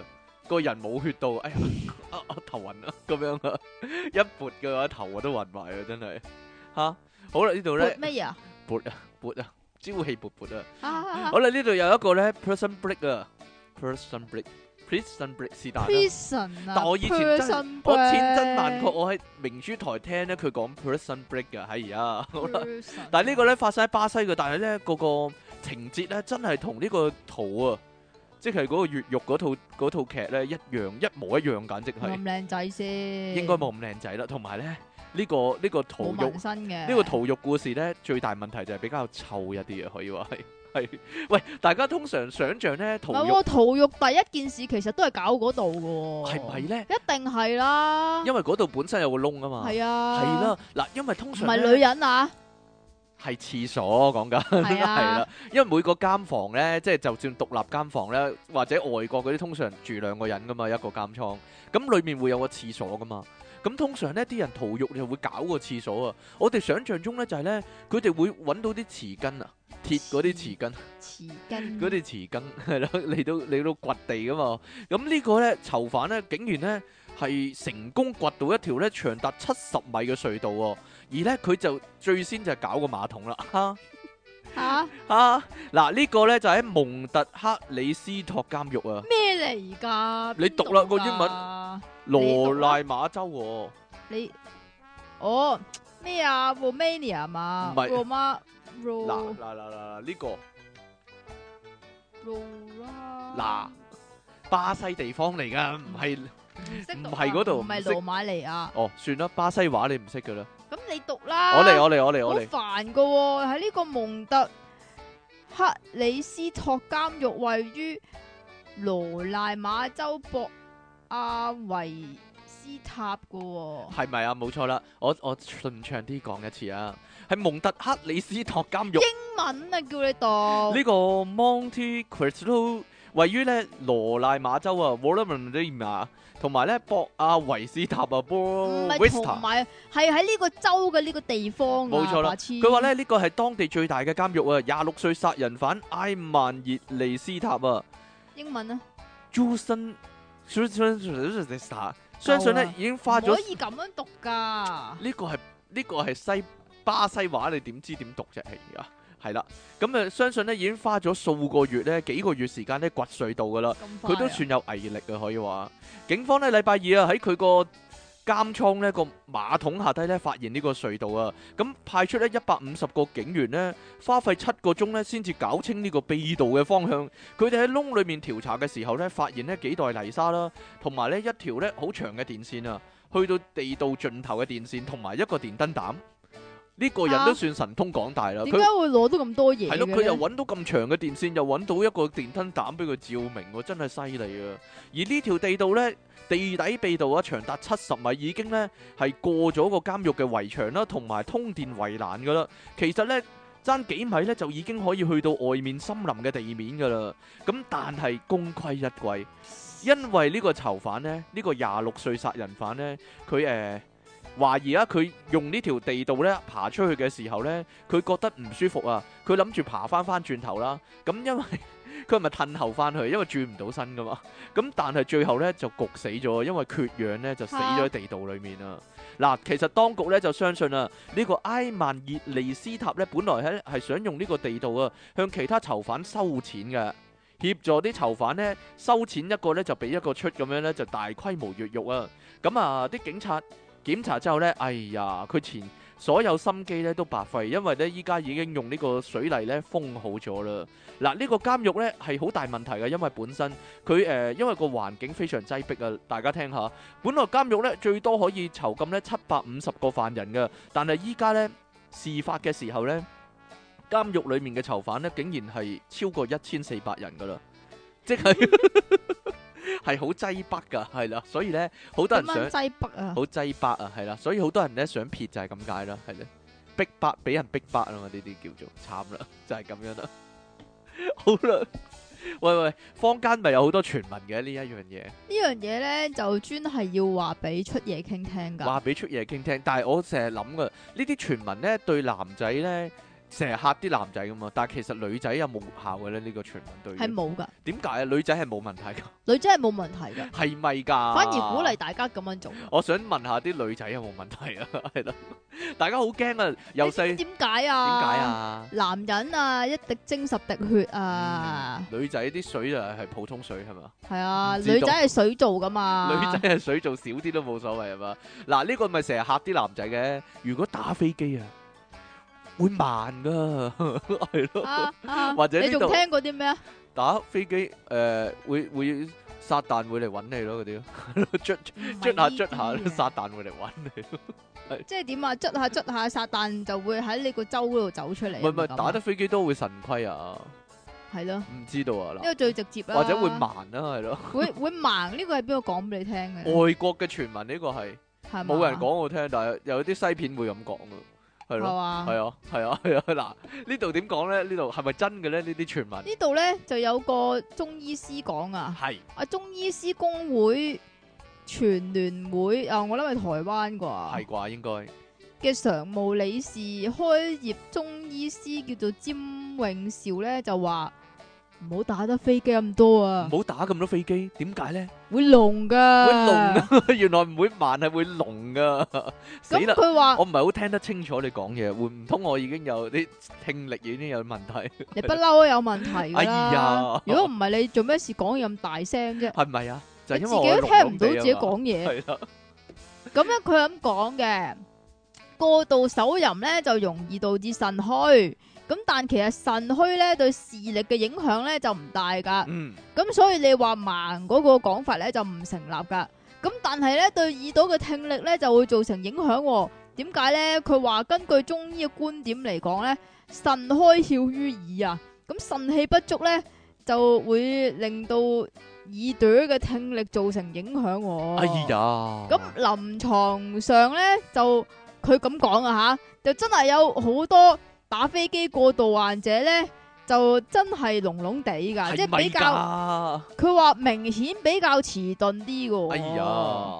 [SPEAKER 1] 個人冇血到，哎呀，啊啊頭暈啊，咁樣啊， 一撥嘅話頭我都暈埋啊，真係吓，好啦，呢度
[SPEAKER 2] 撥
[SPEAKER 1] 咧
[SPEAKER 2] 乜嘢啊？
[SPEAKER 1] 撥啊撥啊，朝氣勃勃啊，
[SPEAKER 2] 啊
[SPEAKER 1] 好啦，呢度有一個咧 person break 啊，person break，person break 是但啦。
[SPEAKER 2] prison 啊，
[SPEAKER 1] 但我以前真係
[SPEAKER 2] prison
[SPEAKER 1] 我千真萬確，
[SPEAKER 2] break
[SPEAKER 1] 我喺明珠台聽咧，佢講 person break 嘅，係啊，好啦。
[SPEAKER 2] prison
[SPEAKER 1] 但係呢個咧發生喺巴西嘅，但係咧個個情節咧真係同呢個圖啊，即係嗰個越獄嗰套嗰套劇咧一樣一模一樣，簡直係
[SPEAKER 2] 咁靚仔先，
[SPEAKER 1] 應該冇咁靚仔啦。同埋咧呢個呢個
[SPEAKER 2] 冇
[SPEAKER 1] 屠獄
[SPEAKER 2] 紋身嘅
[SPEAKER 1] 呢個屠獄故事咧最大問題就係比較臭一啲啊，可以話係。係，喂，大家通常想象咧
[SPEAKER 2] 唔
[SPEAKER 1] 屠
[SPEAKER 2] 係
[SPEAKER 1] 獄
[SPEAKER 2] 喎，屠肉第一件事其實都係搞嗰度嘅喎，
[SPEAKER 1] 係咪咧？
[SPEAKER 2] 一定係啦，
[SPEAKER 1] 因為嗰度本身有個窿啊嘛，
[SPEAKER 2] 係啊，
[SPEAKER 1] 係，啦，嗱，因為通
[SPEAKER 2] 唔
[SPEAKER 1] 常
[SPEAKER 2] 係
[SPEAKER 1] 咧
[SPEAKER 2] 女人啊，
[SPEAKER 1] 係廁所講緊， 係
[SPEAKER 2] 係啊
[SPEAKER 1] 啦，因為每個間房咧，即係就算獨立間房咧，或者外國嗰啲通常住兩個人噶嘛，一個監倉，咁裏面會有個廁所噶嘛。咁通常呢啲人逃獄就會搞個廁所啊。我哋想象中咧就係咧，佢哋會揾到啲匙羹啊，鐵嗰啲匙羹，
[SPEAKER 2] 匙羹
[SPEAKER 1] 嗰啲匙羹 係啦，嚟到嚟到掘地噶嘛。咁呢個咧囚犯咧，竟然咧係成功掘到一條咧長達七十米嘅隧道喎，而咧佢就最先就係搞個馬桶啦， 哈、
[SPEAKER 2] 嚇
[SPEAKER 1] 啊！嗱，呢個呢就喺蒙特克里斯托監獄啊，
[SPEAKER 2] 咩嚟㗎？
[SPEAKER 1] 你讀啦個英文
[SPEAKER 2] 文，
[SPEAKER 1] 羅賴馬州喎，
[SPEAKER 2] 你哦咩啊？Romania 嘛，
[SPEAKER 1] 唔係
[SPEAKER 2] 羅馬
[SPEAKER 1] 嗱嗱嗱
[SPEAKER 2] 羅
[SPEAKER 1] 嗱呢個
[SPEAKER 2] 羅
[SPEAKER 1] 嗱巴西地方嚟噶，唔係唔係嗰度
[SPEAKER 2] 唔係
[SPEAKER 1] 唔識
[SPEAKER 2] 羅馬尼亞。
[SPEAKER 1] 哦，算啦，巴西話你唔識噶啦，
[SPEAKER 2] 咁你讀啦，
[SPEAKER 1] 我嚟我嚟我嚟
[SPEAKER 2] 好
[SPEAKER 1] 我嚟，
[SPEAKER 2] 煩噶喎！喺呢個蒙特克里斯托監獄，位於羅賴馬州博阿維斯塔噶喎。
[SPEAKER 1] 係咪啊？冇錯啦，我我順暢啲講一次啊，係蒙特克里斯托監獄。
[SPEAKER 2] 英文啊，叫你讀
[SPEAKER 1] 呢個 Monte Cristo 位於咧羅賴馬州啊 w a l l a m a n a 同埋咧博阿維斯塔啊 b o
[SPEAKER 2] 唔
[SPEAKER 1] v i
[SPEAKER 2] 係
[SPEAKER 1] s t
[SPEAKER 2] 同
[SPEAKER 1] a
[SPEAKER 2] 埋係喺呢個州嘅呢個地方啊
[SPEAKER 1] 冇錯啦
[SPEAKER 2] 白痴
[SPEAKER 1] 佢話咧呢個係當地最大嘅監獄啊！廿六歲殺人犯埃曼熱利斯塔啊
[SPEAKER 2] 英文啊，
[SPEAKER 1] ，Juson 相信咧已經花
[SPEAKER 2] 唔
[SPEAKER 1] 咗
[SPEAKER 2] 可以咁樣讀㗎。
[SPEAKER 1] 呢個係呢個係西巴西話，你點知點讀啫？係啊，係啦，咁啊相信咧已經花咗數個月咧幾個月時間咧掘隧道噶啦。
[SPEAKER 2] 咁快啊
[SPEAKER 1] 佢都算有毅力啊，可以話。警方咧禮拜二啊喺佢個監倉呢個馬桶下低咧發現呢個隧道啊，咁派出呢一百五十個警員呢，花費七個鐘呢先至搞清呢個秘道嘅方向。佢哋喺窿裏面調查嘅時候呢，發現呢幾袋泥沙啦，同埋呢一條呢好長嘅電線啊，去到地道盡頭嘅電線，同埋一個電燈膽。呢、個人都
[SPEAKER 2] 啊
[SPEAKER 1] 算神通廣大啦，
[SPEAKER 2] 點
[SPEAKER 1] 佢
[SPEAKER 2] 解會攞到咁多嘢
[SPEAKER 1] 係
[SPEAKER 2] 嘅
[SPEAKER 1] 咯，佢又
[SPEAKER 2] 咧？
[SPEAKER 1] 揾到咁長嘅電線，又揾到一個電燈膽俾佢照明喎，真係犀利啊！而呢條地道呢，地底秘道啊，長達七十米，已經呢係過咗個監獄嘅圍牆啦，同埋通電圍欄噶啦。其實呢，爭幾米呢，就已經可以去到外面森林嘅地面噶啦。咁但係功虧一簣，因為呢個囚犯呢，呢、個廿六歲殺人犯呢，佢誒。呃懷疑啊，佢用呢條地道呢爬出去嘅時候呢，佢覺得唔舒服啊，佢諗住爬翻翻轉頭啦。咁因為 佢係咪褪後翻去？因為轉唔到身噶嘛。咁但係最後呢，就焗死咗，因為缺氧呢，就死咗喺地道裏面啊。嗱，其實當局呢就相信啊，呢個埃曼熱利斯塔呢，本來係係想用呢個地道啊，向其他囚犯收錢嘅。協助啲囚犯呢，收錢一個呢就俾一個出咁樣呢，就大規模越獄啊！咁啊，啲警察 檢查之後呢，哎呀，佢前所有心機呢都白費，因為呢依家已經用呢個水泥呢封好咗啦。嗱，呢個監獄呢係好大問題嘅，因為本身佢誒、呃因為個環境非常擠迫啊，大家聽下。本來監獄呢最多可以囚禁呢七百五十個犯人嘅，但係依家呢，事發嘅時候呢，監獄裡面嘅囚犯呢竟然係超過一千四百人噶啦，即係係好擠迫噶，係啦，所以呢，好多人
[SPEAKER 2] 咁
[SPEAKER 1] 想
[SPEAKER 2] 啱。西北啊，
[SPEAKER 1] 好擠迫啊，係啦，所以好多人咧想撇就係咁解啦，係咧，逼迫俾人逼迫啊嘛，呢啲叫做慘啦， 就係、咁樣啦。好啦，喂喂，坊間咪有好多傳聞嘅呢一樣嘢，
[SPEAKER 2] 呢樣嘢咧就專係要話俾出嘢傾聽㗎。
[SPEAKER 1] 話俾出嘢傾聽，但係我成日諗噶，呢啲傳聞咧對男仔咧成日嚇啲男仔噶嘛，但係其實女仔有冇效嘅咧？呢、個傳聞對於
[SPEAKER 2] 係冇㗎，
[SPEAKER 1] 點解啊？女仔係冇問題㗎，
[SPEAKER 2] 女仔係冇問題㗎，
[SPEAKER 1] 係咪㗎？
[SPEAKER 2] 反而鼓勵大家咁樣做。
[SPEAKER 1] 我想問下啲女仔有冇問題啊？ 係咯，大家好驚啊！由
[SPEAKER 2] 你知唔知
[SPEAKER 1] 細點
[SPEAKER 2] 點解啊？
[SPEAKER 1] 解？啊？
[SPEAKER 2] 男人啊，一滴精十滴血啊，
[SPEAKER 1] 嗯女仔啲水就係普通水係嘛？
[SPEAKER 2] 係啊，
[SPEAKER 1] 嗯唔
[SPEAKER 2] 女
[SPEAKER 1] 知道
[SPEAKER 2] 仔係水做㗎嘛，
[SPEAKER 1] 女仔嘅水做少啲都冇所謂係嘛？嗱呢個咪成日嚇啲男仔嘅，如果打飛機啊，會慢噶， 係咯，
[SPEAKER 2] 啊 啊
[SPEAKER 1] 或者呢
[SPEAKER 2] 你
[SPEAKER 1] 度
[SPEAKER 2] 仲聽過啲咩啊？
[SPEAKER 1] 打飛機誒、呃、會會撒旦會嚟揾你咯嗰啲 咯，捽捽下
[SPEAKER 2] 嗯
[SPEAKER 1] 捽下，撒旦會嚟揾你咯。
[SPEAKER 2] 即係點啊？捽下捽下，撒旦就會喺你個周嗰度走出嚟。
[SPEAKER 1] 唔係唔係，
[SPEAKER 2] 咁啊
[SPEAKER 1] 打得飛機都會腎虧啊，
[SPEAKER 2] 係咯，
[SPEAKER 1] 唔知道啊
[SPEAKER 2] 呢
[SPEAKER 1] 嗱，
[SPEAKER 2] 個最直接啦。
[SPEAKER 1] 或者會盲啦係咯，
[SPEAKER 2] 會會盲呢個係邊個講俾你聽嘅？
[SPEAKER 1] 外國嘅傳聞呢個係
[SPEAKER 2] 嗯係嘛
[SPEAKER 1] 冇人講我聽，但係有啲西片會咁講啊噶，係咯
[SPEAKER 2] 係。嘛？
[SPEAKER 1] 係啊， 係啊，係啊！嗱，呢度點講咧？呢度係咪真嘅咧？呢啲傳聞
[SPEAKER 2] 呢度咧就有個中醫師講啊，
[SPEAKER 1] 係
[SPEAKER 2] 啊中醫師工會全聯會啊，我諗係台灣
[SPEAKER 1] 係
[SPEAKER 2] 啩
[SPEAKER 1] 啩？應該
[SPEAKER 2] 嘅常務理事開業中醫師叫做詹永兆咧就話唔好打得飛機咁多啊，
[SPEAKER 1] 唔好打咁多飛機，點解咧？
[SPEAKER 2] 會聾噶，
[SPEAKER 1] 會聾啊！ 原來唔會慢係會聾噶，死
[SPEAKER 2] 咁
[SPEAKER 1] 啦！
[SPEAKER 2] 佢話
[SPEAKER 1] 我唔係好聽得清楚你講嘢，會唔通我已經有啲聽力已經有問題，
[SPEAKER 2] 你不嬲啊都有問題㗎啦
[SPEAKER 1] 哎呀
[SPEAKER 2] 如果唔係你做咩事講嘢咁大聲啫？
[SPEAKER 1] 係咪啊？就係
[SPEAKER 2] 你
[SPEAKER 1] 因
[SPEAKER 2] 自
[SPEAKER 1] 為
[SPEAKER 2] 己
[SPEAKER 1] 我
[SPEAKER 2] 都聽唔到
[SPEAKER 1] 聾聾地啊
[SPEAKER 2] 自己
[SPEAKER 1] 嘛
[SPEAKER 2] 講嘢。
[SPEAKER 1] 係啦，
[SPEAKER 2] 咁咧佢咁講嘅，過度手淫咧就容易導致腎虛。咁但其實腎虛咧對視力嘅影響咧就唔大㗎。
[SPEAKER 1] 嗯，
[SPEAKER 2] 咁所以你話盲嗰個講法咧就唔成立㗎。咁但係咧對耳朵嘅聽力咧就會造成影響、喎。點解咧？佢話根據中醫嘅觀點嚟講咧，腎開竅於耳啊，咁腎氣不足咧就會令到耳朵嘅聽力造成影響、喎。
[SPEAKER 1] 哎呀，
[SPEAKER 2] 咁臨床上咧就佢咁講啊吓，就真係有好多打飛機過度患者咧，就真係聾聾地噶，即
[SPEAKER 1] 係
[SPEAKER 2] 係
[SPEAKER 1] 咪
[SPEAKER 2] 比較
[SPEAKER 1] 㗎？
[SPEAKER 2] 佢話明顯比較遲鈍啲噶。
[SPEAKER 1] 哎呀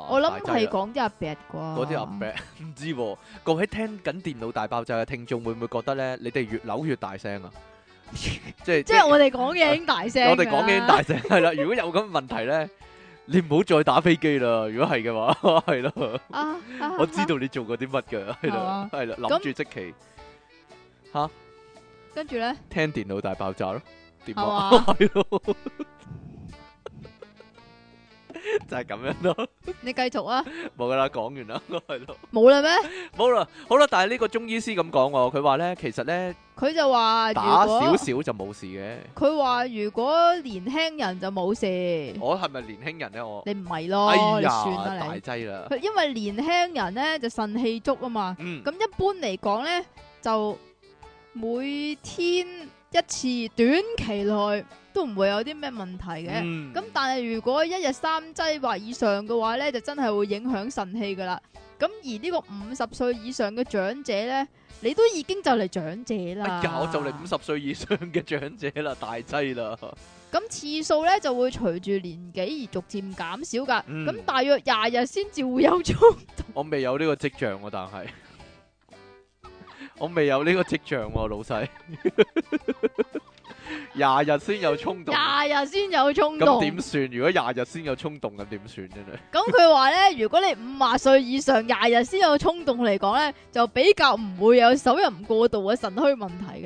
[SPEAKER 2] 我諗係講啲阿伯啩，
[SPEAKER 1] 嗰啲阿伯唔知喎，各位聽緊電腦大爆炸嘅聽眾會唔會覺得咧？你哋越扭越大 聲啊！即係
[SPEAKER 2] 即係我哋講嘢 已經大聲㗎啦，
[SPEAKER 1] 我哋講嘅已經大聲係啦。如果有咁嘅問題咧，你唔好再打飛機啦。如果係嘅 話，係咯，
[SPEAKER 2] 啊，啊
[SPEAKER 1] 我知。道你做過啲乜嘅，係
[SPEAKER 2] 係
[SPEAKER 1] 啦
[SPEAKER 2] 嘛，
[SPEAKER 1] 係啦，
[SPEAKER 2] 咁
[SPEAKER 1] 諗住即期
[SPEAKER 2] 跟住咧
[SPEAKER 1] 聽電腦大爆炸咯，點
[SPEAKER 2] 係
[SPEAKER 1] 啊？
[SPEAKER 2] 嘛？
[SPEAKER 1] 係咯，就係咁樣咯，
[SPEAKER 2] 你繼續啊，
[SPEAKER 1] 冇噶啦，講完啦，係咯，
[SPEAKER 2] 冇啦咩？
[SPEAKER 1] 冇啦，好啦，但係呢個中醫師咁講喎，佢話咧，其實咧
[SPEAKER 2] 佢就話如
[SPEAKER 1] 打少
[SPEAKER 2] 果
[SPEAKER 1] 少就冇事嘅，
[SPEAKER 2] 佢話如果年輕人就冇事，你
[SPEAKER 1] 我係咪年輕人咧？我
[SPEAKER 2] 唔係咯，
[SPEAKER 1] 哎
[SPEAKER 2] 你
[SPEAKER 1] 呀
[SPEAKER 2] 算啦
[SPEAKER 1] 大
[SPEAKER 2] 你。
[SPEAKER 1] 劑啦，
[SPEAKER 2] 佢因為年輕人咧就腎氣足啊嘛，
[SPEAKER 1] 嗯，
[SPEAKER 2] 咁一般嚟講咧就每天一次，短期內都唔會有啲咩問題嘅。
[SPEAKER 1] 嗯
[SPEAKER 2] 咁但係如果一日三劑或以上嘅話咧，就真係會影響腎氣噶啦。咁而呢個五十歲以上嘅長者咧，你都已經就嚟長者啦。
[SPEAKER 1] 哎呀，我就嚟五。十歲以上嘅長者啦，大劑 啦，
[SPEAKER 2] 咁次數咧就會隨住年紀而逐漸減少噶。
[SPEAKER 1] 嗯
[SPEAKER 2] 咁大約廿日先至會有足。
[SPEAKER 1] 我未有呢個跡象喎，但係 我未有呢個跡象喎，老細， 廿日先有衝動。
[SPEAKER 2] 廿日先有衝
[SPEAKER 1] 咁
[SPEAKER 2] 動。
[SPEAKER 1] 點算？如果廿日先有衝動，咁點算真係？
[SPEAKER 2] 咁佢話咧，如果你五十歲以上廿日先有衝動嚟講咧，就比較唔會有手淫過度嘅腎虛問題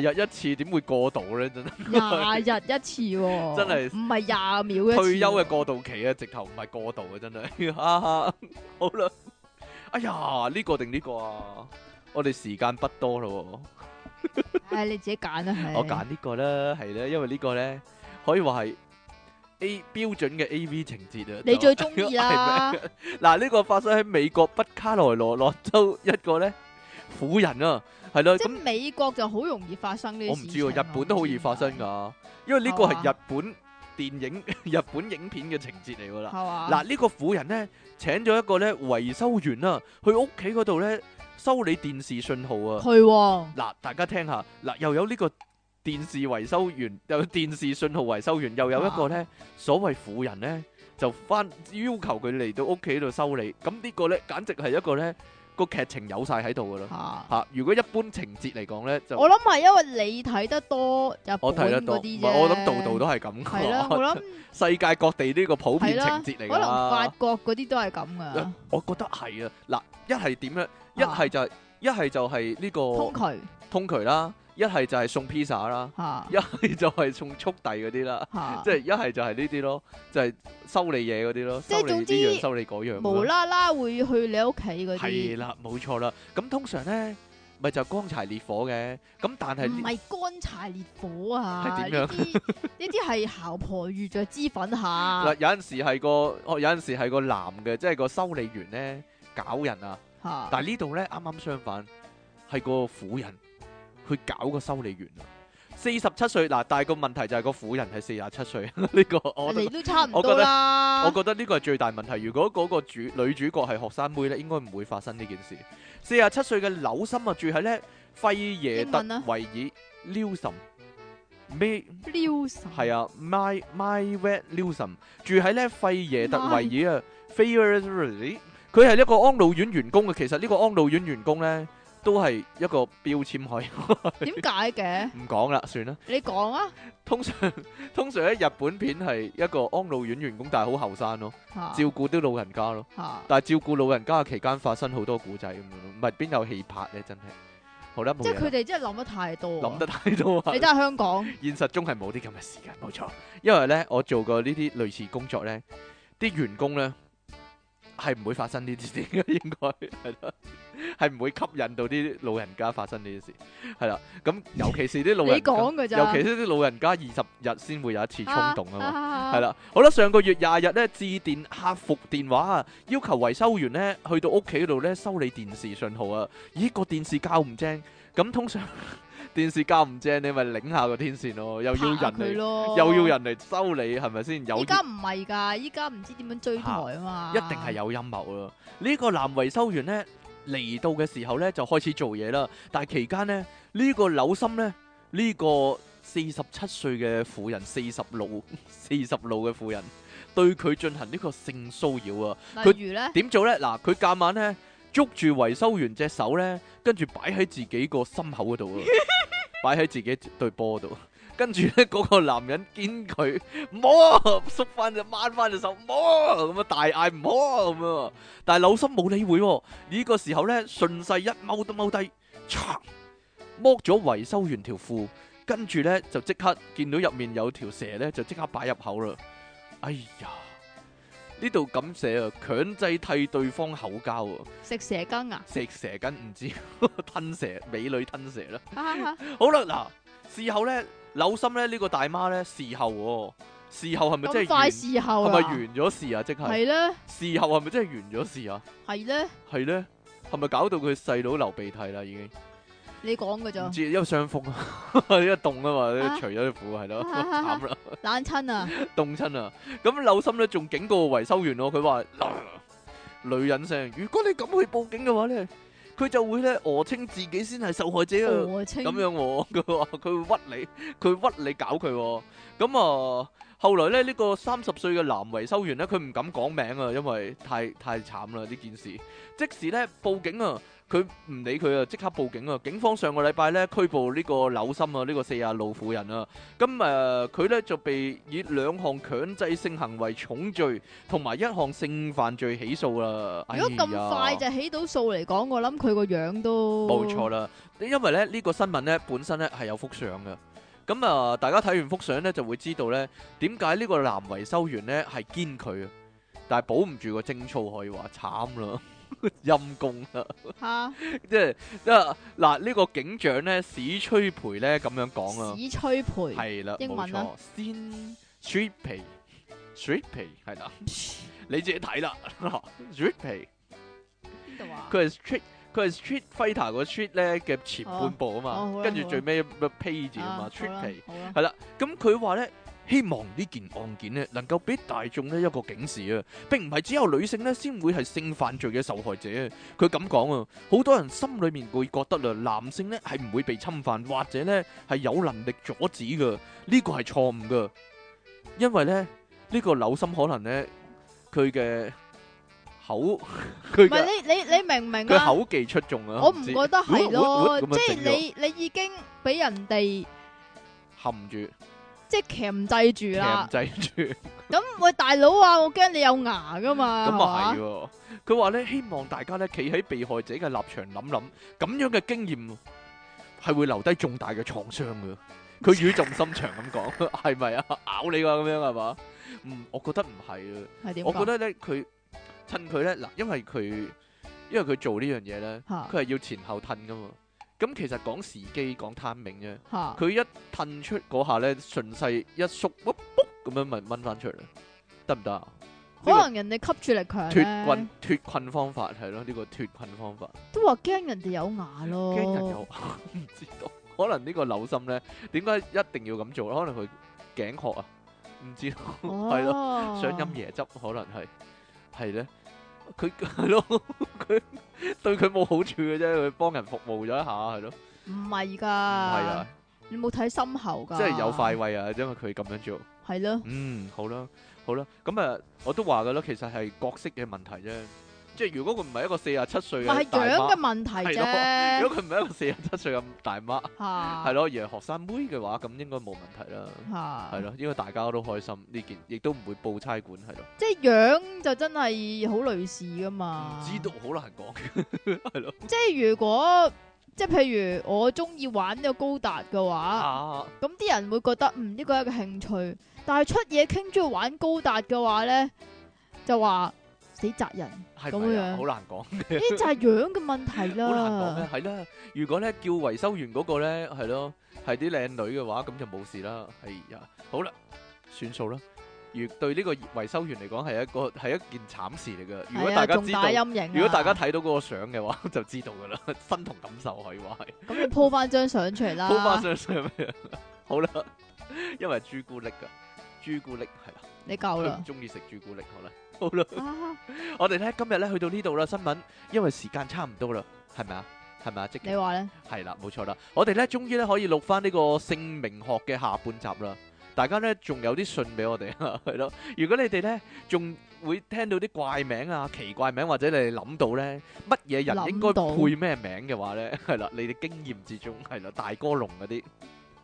[SPEAKER 1] 廿日一次點會過度咧？真係
[SPEAKER 2] 廿日一次喎、
[SPEAKER 1] 真係
[SPEAKER 2] 唔係廿秒一次
[SPEAKER 1] 退休嘅過渡期啊，直頭唔係過度啊，真係。 哈哈好啦，哎呀，呢個定呢個啊？我哋時間不多咯
[SPEAKER 2] 唉，你自己揀啦，
[SPEAKER 1] 喎，
[SPEAKER 2] 係
[SPEAKER 1] 我揀呢個啦，係啦，因為呢個咧可以話係 A 標準嘅 A V 情節啊。
[SPEAKER 2] 你
[SPEAKER 1] 就
[SPEAKER 2] 最中
[SPEAKER 1] 係
[SPEAKER 2] 意 啦
[SPEAKER 1] 咩。嗱，呢個發生喺美國北卡羅來州一個咧婦人啊，係咯
[SPEAKER 2] 即係
[SPEAKER 1] 咁。
[SPEAKER 2] 美國就好容易發生呢
[SPEAKER 1] 我
[SPEAKER 2] 啲
[SPEAKER 1] 唔
[SPEAKER 2] 事
[SPEAKER 1] 知
[SPEAKER 2] 情啊啊
[SPEAKER 1] 喎，日本都好易發生，㗎，因為呢個係日本電影、 日本影片嘅情節嚟㗎啦。
[SPEAKER 2] 係嘛？
[SPEAKER 1] 嗱，呢個婦人呢，請咗一個呢維修員啦，去屋企嗰度呢修理電視信號啊。
[SPEAKER 2] 佢喎
[SPEAKER 1] 嗱，大家聽下，嗱又有呢個電視維修員，又有電視信號維修員，又有一個呢所謂婦人呢，就翻要求佢嚟到屋企度修理。咁呢個呢，簡直係一個呢個劇情有晒喺度㗎啦。
[SPEAKER 2] 嚇
[SPEAKER 1] 嚇，如果一般情節嚟講呢，就
[SPEAKER 2] 我諗係因為你睇得多日本
[SPEAKER 1] 我睇得
[SPEAKER 2] 嗰
[SPEAKER 1] 多，
[SPEAKER 2] 啲
[SPEAKER 1] 唔
[SPEAKER 2] 啫。
[SPEAKER 1] 係我諗度度都係咁
[SPEAKER 2] 係啦，我
[SPEAKER 1] 㗎。
[SPEAKER 2] 諗
[SPEAKER 1] 世界各地呢個普遍
[SPEAKER 2] 係啦，
[SPEAKER 1] 情節嚟
[SPEAKER 2] 可
[SPEAKER 1] 㗎
[SPEAKER 2] 能法
[SPEAKER 1] 啦。
[SPEAKER 2] 國嗰啲都係咁噶，
[SPEAKER 1] 我覺得係啊，嗱，一係點咧？一係就係一係就係呢
[SPEAKER 2] 通
[SPEAKER 1] 個
[SPEAKER 2] 渠
[SPEAKER 1] 通渠啦，一係就係送 pizza 啦，
[SPEAKER 2] 嚇
[SPEAKER 1] 一係就係送速遞嗰啲啦，
[SPEAKER 2] 嚇
[SPEAKER 1] 即，係一係就係呢啲咯，就係修理嘢嗰啲咯，
[SPEAKER 2] 即係
[SPEAKER 1] 修理呢
[SPEAKER 2] 總之
[SPEAKER 1] 樣修理嗰樣
[SPEAKER 2] 無
[SPEAKER 1] 啦。
[SPEAKER 2] 啦啦會去你屋企
[SPEAKER 1] 係
[SPEAKER 2] 嗰啲，
[SPEAKER 1] 啦，冇錯啦。咁通常咧，咪就乾柴烈火嘅。咁但係
[SPEAKER 2] 唔係乾柴烈火啊！
[SPEAKER 1] 係點
[SPEAKER 2] 呢
[SPEAKER 1] 樣
[SPEAKER 2] 啲呢啲係姣婆遇着脂粉下
[SPEAKER 1] 嗱，有陣時係個，哦有陣時係個男嘅，即係個修理員咧搞人啊。
[SPEAKER 2] 嚇，
[SPEAKER 1] 但係呢度咧啱啱相反，係個婦人去搞個修理員啊。四十七歲嗱，但係個問題就係個婦人係四十七歲，呢個我覺
[SPEAKER 2] 你
[SPEAKER 1] 得
[SPEAKER 2] 都差唔
[SPEAKER 1] 我覺
[SPEAKER 2] 多
[SPEAKER 1] 得
[SPEAKER 2] 啦
[SPEAKER 1] 我。覺得呢個係最大問題。如果嗰個主女主角係學生妹咧，應該唔會發生呢件事。四十七歲嘅柳森啊，住喺咧費耶特
[SPEAKER 2] 英文啊
[SPEAKER 1] 維爾 Newsom 咩？
[SPEAKER 2] 撩神
[SPEAKER 1] 係啊，My My Wet Newsom 住喺咧費耶特維爾啊 f a r e r 佢係一個安老院員工嘅。其實呢個安老院員工咧，都係一個標籤可以
[SPEAKER 2] 點解嘅？
[SPEAKER 1] 唔講啦，算啦。
[SPEAKER 2] 你講啊
[SPEAKER 1] 通常通常喺日本片係一個安老院員工，但係好後生咯，
[SPEAKER 2] 嚇
[SPEAKER 1] 照顧啲老人家咯。
[SPEAKER 2] 嚇，
[SPEAKER 1] 但係照顧老人家嘅期間發生好多古仔咁樣咯，唔係邊有戲拍咧？真係好啦，冇
[SPEAKER 2] 即係
[SPEAKER 1] 嘢
[SPEAKER 2] 佢
[SPEAKER 1] 啦。
[SPEAKER 2] 哋真係諗得太多啊。
[SPEAKER 1] 諗得太多啊
[SPEAKER 2] 你！真係香港
[SPEAKER 1] 現實中係冇啲咁嘅時間，冇錯。因為咧，我做過呢啲類似工作咧，啲員 工咧係唔會發生呢啲事嘅，應該係咯，係唔會吸引到啲老人家發生呢啲事，係啦。咁尤其是啲老
[SPEAKER 2] 你
[SPEAKER 1] 人
[SPEAKER 2] 講㗎
[SPEAKER 1] 家，
[SPEAKER 2] 咋？
[SPEAKER 1] 尤其是啲老人家二十日先會有一次衝動啊嘛。
[SPEAKER 2] 嘛
[SPEAKER 1] 係，啦，好啦，上個月廿日咧，致電客服電話啊，要求維修員咧去到屋企度咧修理電視信號啊。咦，個電視校唔正，咁通常 電視校唔正，你咪擰下個天線咯，又要人
[SPEAKER 2] 拍佢
[SPEAKER 1] 嚟，
[SPEAKER 2] 咯，
[SPEAKER 1] 又要人嚟修理，係咪先？有
[SPEAKER 2] 依家唔係㗎，依家唔知點樣追台啊嘛。
[SPEAKER 1] 一定係有陰謀咯。呢、個男維修員呢，嚟到嘅時候呢，就開始做嘢啦，但係期間呢，呢、個柳心呢，呢、個四十七歲嘅婦人，四十路四十路嘅婦人，對佢進行呢個性騷擾啊！佢
[SPEAKER 2] 例如 咧，
[SPEAKER 1] 點做呢？嗱，佢夾硬呢，捉住維修員隻手呢，跟住擺喺自己個心口嗰度啊，擺喺自己對波度。跟住呢，嗰、個男人堅佢唔好啊，縮翻隻掹翻隻手，唔好啊咁啊，大嗌唔好啊咁樣啊。但係柳心冇理會喎、呢、個時候呢，順勢一踎都踎低，嚓剝咗維修員條褲，跟住咧就即刻見到入面有條蛇咧，就即刻擺入口啦。哎呀，呢度咁寫啊，強制替對方口交啊，
[SPEAKER 2] 食蛇羹啊，
[SPEAKER 1] 食蛇羹唔知 吞蛇，美女吞蛇啦。
[SPEAKER 2] 哈哈哈
[SPEAKER 1] 好啦，嗱，事後咧，柳心咧呢、呢個大媽咧，事後喎、事後係咪真
[SPEAKER 2] 咁
[SPEAKER 1] 係完
[SPEAKER 2] 快？事後
[SPEAKER 1] 係咪
[SPEAKER 2] 啦，
[SPEAKER 1] 完咗事啊？即係
[SPEAKER 2] 係咧
[SPEAKER 1] 事後係咪真係完咗事啊？
[SPEAKER 2] 係咧，
[SPEAKER 1] 係咧，係咪搞到佢細佬流鼻涕啦？已經
[SPEAKER 2] 你講噶咋
[SPEAKER 1] 唔，知，因為傷風啊， 因為凍啊嘛，
[SPEAKER 2] 啊
[SPEAKER 1] 除咗啲褲係 咯，
[SPEAKER 2] 啊啊啊
[SPEAKER 1] 慘啦，
[SPEAKER 2] 冷親啊，
[SPEAKER 1] 凍親啊！咁柳心咧仲警告維修員咯，佢話嗱女人聲，如果你咁去報警嘅話咧，佢就會咧訛稱自己先係受害者啊！
[SPEAKER 2] 我清
[SPEAKER 1] 咁樣喎，佢話佢會屈你，佢屈你搞佢喎。咁啊，後來咧呢個三十歲嘅男維修員咧，佢唔敢講名啊，因為太太慘啦呢件事。即時咧報警啊，佢唔理佢啊，即刻報警啊。警方上個禮拜咧拘捕呢個柳心啊，呢個四廿路婦人啊。咁誒佢咧就被以兩項強制性行為重罪同埋一項性犯罪起訴啦。
[SPEAKER 2] 如果咁快
[SPEAKER 1] 哎呀
[SPEAKER 2] 就起到數嚟講，我諗佢個樣都
[SPEAKER 1] 冇錯啦，因為咧呢、個新聞咧本身咧係有幅相嘅，咁啊大家睇完幅相咧就會知道咧點解呢個男維修員咧係堅佢啊，但係保唔住個貞操可以話慘啦， 陰公啦，
[SPEAKER 2] 嚇，
[SPEAKER 1] 即係即係嗱呢個警長咧史吹培咧咁樣講啊，
[SPEAKER 2] 史吹培
[SPEAKER 1] 係啦，
[SPEAKER 2] 英
[SPEAKER 1] 冇
[SPEAKER 2] 文啊
[SPEAKER 1] 錯，先吹皮，吹皮係啦，你自己睇啦， 吹皮。
[SPEAKER 2] 邊度啊？
[SPEAKER 1] 佢係 street 佢係 street fighter 個 street 咧嘅前半部啊
[SPEAKER 2] 哦好
[SPEAKER 1] 嘛，
[SPEAKER 2] 啦
[SPEAKER 1] 跟
[SPEAKER 2] 好
[SPEAKER 1] 住
[SPEAKER 2] 啦
[SPEAKER 1] 最尾咩 page 啊嘛
[SPEAKER 2] 啊好
[SPEAKER 1] ，street
[SPEAKER 2] 啦
[SPEAKER 1] 皮
[SPEAKER 2] 好啦，
[SPEAKER 1] 係啦。咁佢話咧，希望呢件案件咧能夠俾大眾咧一個警示啊，並唔係只有女性咧先會係性犯罪嘅受害者啊。佢咁講啊，好多人心裏面會覺得啊，男性咧係唔會被侵犯，或者咧係有能力阻止嘅，呢個係錯誤嘅，因為咧呢個柳心可能咧佢嘅口佢嘅
[SPEAKER 2] 唔係。你你你明唔明
[SPEAKER 1] 佢
[SPEAKER 2] 啊？
[SPEAKER 1] 口技出眾啊！
[SPEAKER 2] 我唔
[SPEAKER 1] 知
[SPEAKER 2] 覺得係咯，
[SPEAKER 1] 咁樣
[SPEAKER 2] 即係
[SPEAKER 1] 整咗
[SPEAKER 2] 你你已經俾人哋
[SPEAKER 1] 含住
[SPEAKER 2] 即係鉗制住啦
[SPEAKER 1] 鉗。制住，
[SPEAKER 2] 咁喂大佬啊，我驚你有牙噶嘛，
[SPEAKER 1] 咁啊係
[SPEAKER 2] 係嘛
[SPEAKER 1] 喎。佢話咧，希望大家咧企喺被害者嘅立場諗諗，咁樣嘅經驗係會留低重大嘅創傷嘅。佢語重心長咁講， 係咪啊？咬你啊，咁樣係嘛？嗯，我覺得唔係啊。
[SPEAKER 2] 係點㗎？
[SPEAKER 1] 我覺得咧，佢趁佢咧嗱，因為佢因為佢做呢樣嘢咧，
[SPEAKER 2] 嚇
[SPEAKER 1] 佢係要前後褪噶嘛。咁其實講時機講 timing 啫。
[SPEAKER 2] 嚇
[SPEAKER 1] 佢一褪出嗰下咧，順勢一縮，卜卜咁樣咪掹翻出嚟，得唔得啊？
[SPEAKER 2] 可能人哋吸住力強
[SPEAKER 1] 脱
[SPEAKER 2] 咧
[SPEAKER 1] 困，脱困方法係咯，呢個脱困方法，
[SPEAKER 2] 都話驚人哋有牙咯。
[SPEAKER 1] 驚人有 唔知道，可能呢個扭心咧，點解一定要咁做？可能佢頸渴啊，唔知道，
[SPEAKER 2] 哦
[SPEAKER 1] 係咯，
[SPEAKER 2] 咯
[SPEAKER 1] 想飲椰汁，可能係係咧。佢 係咯，佢對佢冇好處嘅啫，佢幫人服務咗一下係咯，
[SPEAKER 2] 唔係
[SPEAKER 1] 唔
[SPEAKER 2] 㗎，係
[SPEAKER 1] 係啊，，
[SPEAKER 2] 你冇睇心喉㗎，
[SPEAKER 1] 即係有快慰啊，因為佢咁樣做。
[SPEAKER 2] 係咯。
[SPEAKER 1] 嗯，好啦，好啦，咁啊，我都話噶啦，其實係角色嘅問題啫。即係如果佢唔係一個四廿七歲
[SPEAKER 2] 咪係
[SPEAKER 1] 嘅大
[SPEAKER 2] 樣嘅
[SPEAKER 1] 媽，
[SPEAKER 2] 問題
[SPEAKER 1] 係
[SPEAKER 2] 啫
[SPEAKER 1] 如，果佢唔係一個四廿七歲咁大媽，
[SPEAKER 2] 啊嚇
[SPEAKER 1] 係咯，而係學生妹嘅話，咁應該冇問題啦。
[SPEAKER 2] 嚇
[SPEAKER 1] 係咯，應該大家都開心呢件，亦都唔會報差館係咯。
[SPEAKER 2] 即係樣就真係好類似噶
[SPEAKER 1] 唔
[SPEAKER 2] 嘛。
[SPEAKER 1] 知道好難講，係咯。
[SPEAKER 2] 即係如果即係譬如我中意玩呢個高達嘅話，
[SPEAKER 1] 啊，
[SPEAKER 2] 咁啲、人會覺得嗯呢個係一個興趣，但係出嘢傾中意玩高達嘅話咧，就話死宅 人，呢
[SPEAKER 1] 係
[SPEAKER 2] 咁
[SPEAKER 1] 咪啊？
[SPEAKER 2] 樣
[SPEAKER 1] 好難講，
[SPEAKER 2] 就係樣嘅問題
[SPEAKER 1] 好難講
[SPEAKER 2] 啦
[SPEAKER 1] 咧。。係啦，如果咧叫維修員嗰個咧，係咯，係啲靚女嘅話，咁就冇事啦。係啊，好啦，算數啦。如對呢個維修員嚟講係一個係一件慘事嚟噶。如果
[SPEAKER 2] 係
[SPEAKER 1] 大
[SPEAKER 2] 啊，
[SPEAKER 1] 家
[SPEAKER 2] 重
[SPEAKER 1] 知
[SPEAKER 2] 大
[SPEAKER 1] 道，
[SPEAKER 2] 陰影啊。
[SPEAKER 1] 如果大家睇到嗰個相嘅話， 就知道噶啦，身同感受可以話係。
[SPEAKER 2] 咁，你 po 翻張相出嚟啦。
[SPEAKER 1] 好花相相咩？ 好啦，因為朱古力噶，朱古力係啦，
[SPEAKER 2] 你夠
[SPEAKER 1] 佢
[SPEAKER 2] 啦
[SPEAKER 1] 唔。中意食朱古力，好啦，好啦。
[SPEAKER 2] 啊
[SPEAKER 1] 我哋咧今日咧去到呢度啦，新聞，因為時間差唔多啦，係咪啊？係咪啊？即
[SPEAKER 2] 你話咧？
[SPEAKER 1] 係啦，冇錯啦。我哋咧，終於咧可以錄翻呢個姓名學嘅下半集啦。大家咧仲有啲信俾我哋， 係咯。如果你哋咧仲會聽到啲怪名啊、奇怪名，或者你哋諗到咧乜嘢人應該
[SPEAKER 2] 諗到
[SPEAKER 1] 配咩名嘅話咧， 係啦，你哋經驗之中係啦，大哥龍嗰啲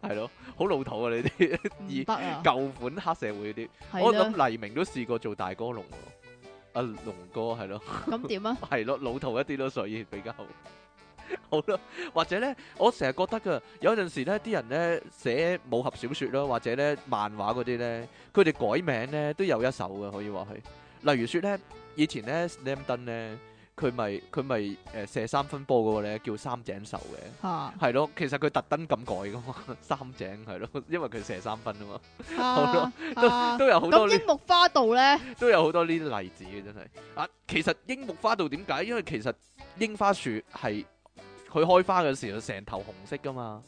[SPEAKER 1] 係咯，好老土啊！你 啲
[SPEAKER 2] 唔得啊，
[SPEAKER 1] 舊款黑社會嗰啲，
[SPEAKER 2] 係
[SPEAKER 1] 我
[SPEAKER 2] 啦。
[SPEAKER 1] 諗黎明都試過做大哥龍喎，阿龍哥係咯。
[SPEAKER 2] 咁點啊？
[SPEAKER 1] 係咯，老土一啲咯，所以比較 好啦，或者咧，我成日覺得噶，有陣時咧，啲人咧寫武俠小説啦，或者咧漫畫嗰啲咧，佢哋改名咧都有一手嘅，可以話係。例如説咧，以前咧 Slam Dunk 咧，佢咪佢咪誒射三分波嗰個咧叫三井壽嘅。
[SPEAKER 2] 吓
[SPEAKER 1] 係咯，其實佢特登咁改噶嘛， 三井係咯，因為佢射三分啊嘛，
[SPEAKER 2] 吓
[SPEAKER 1] 啦
[SPEAKER 2] 吓。
[SPEAKER 1] 都有好多
[SPEAKER 2] 咁
[SPEAKER 1] 呢
[SPEAKER 2] 櫻木花道咧，
[SPEAKER 1] 都有好多呢啲例子嘅真係。啊，其實櫻木花道點解？因為其實櫻花樹係佢開花嘅時候成頭紅色噶嘛，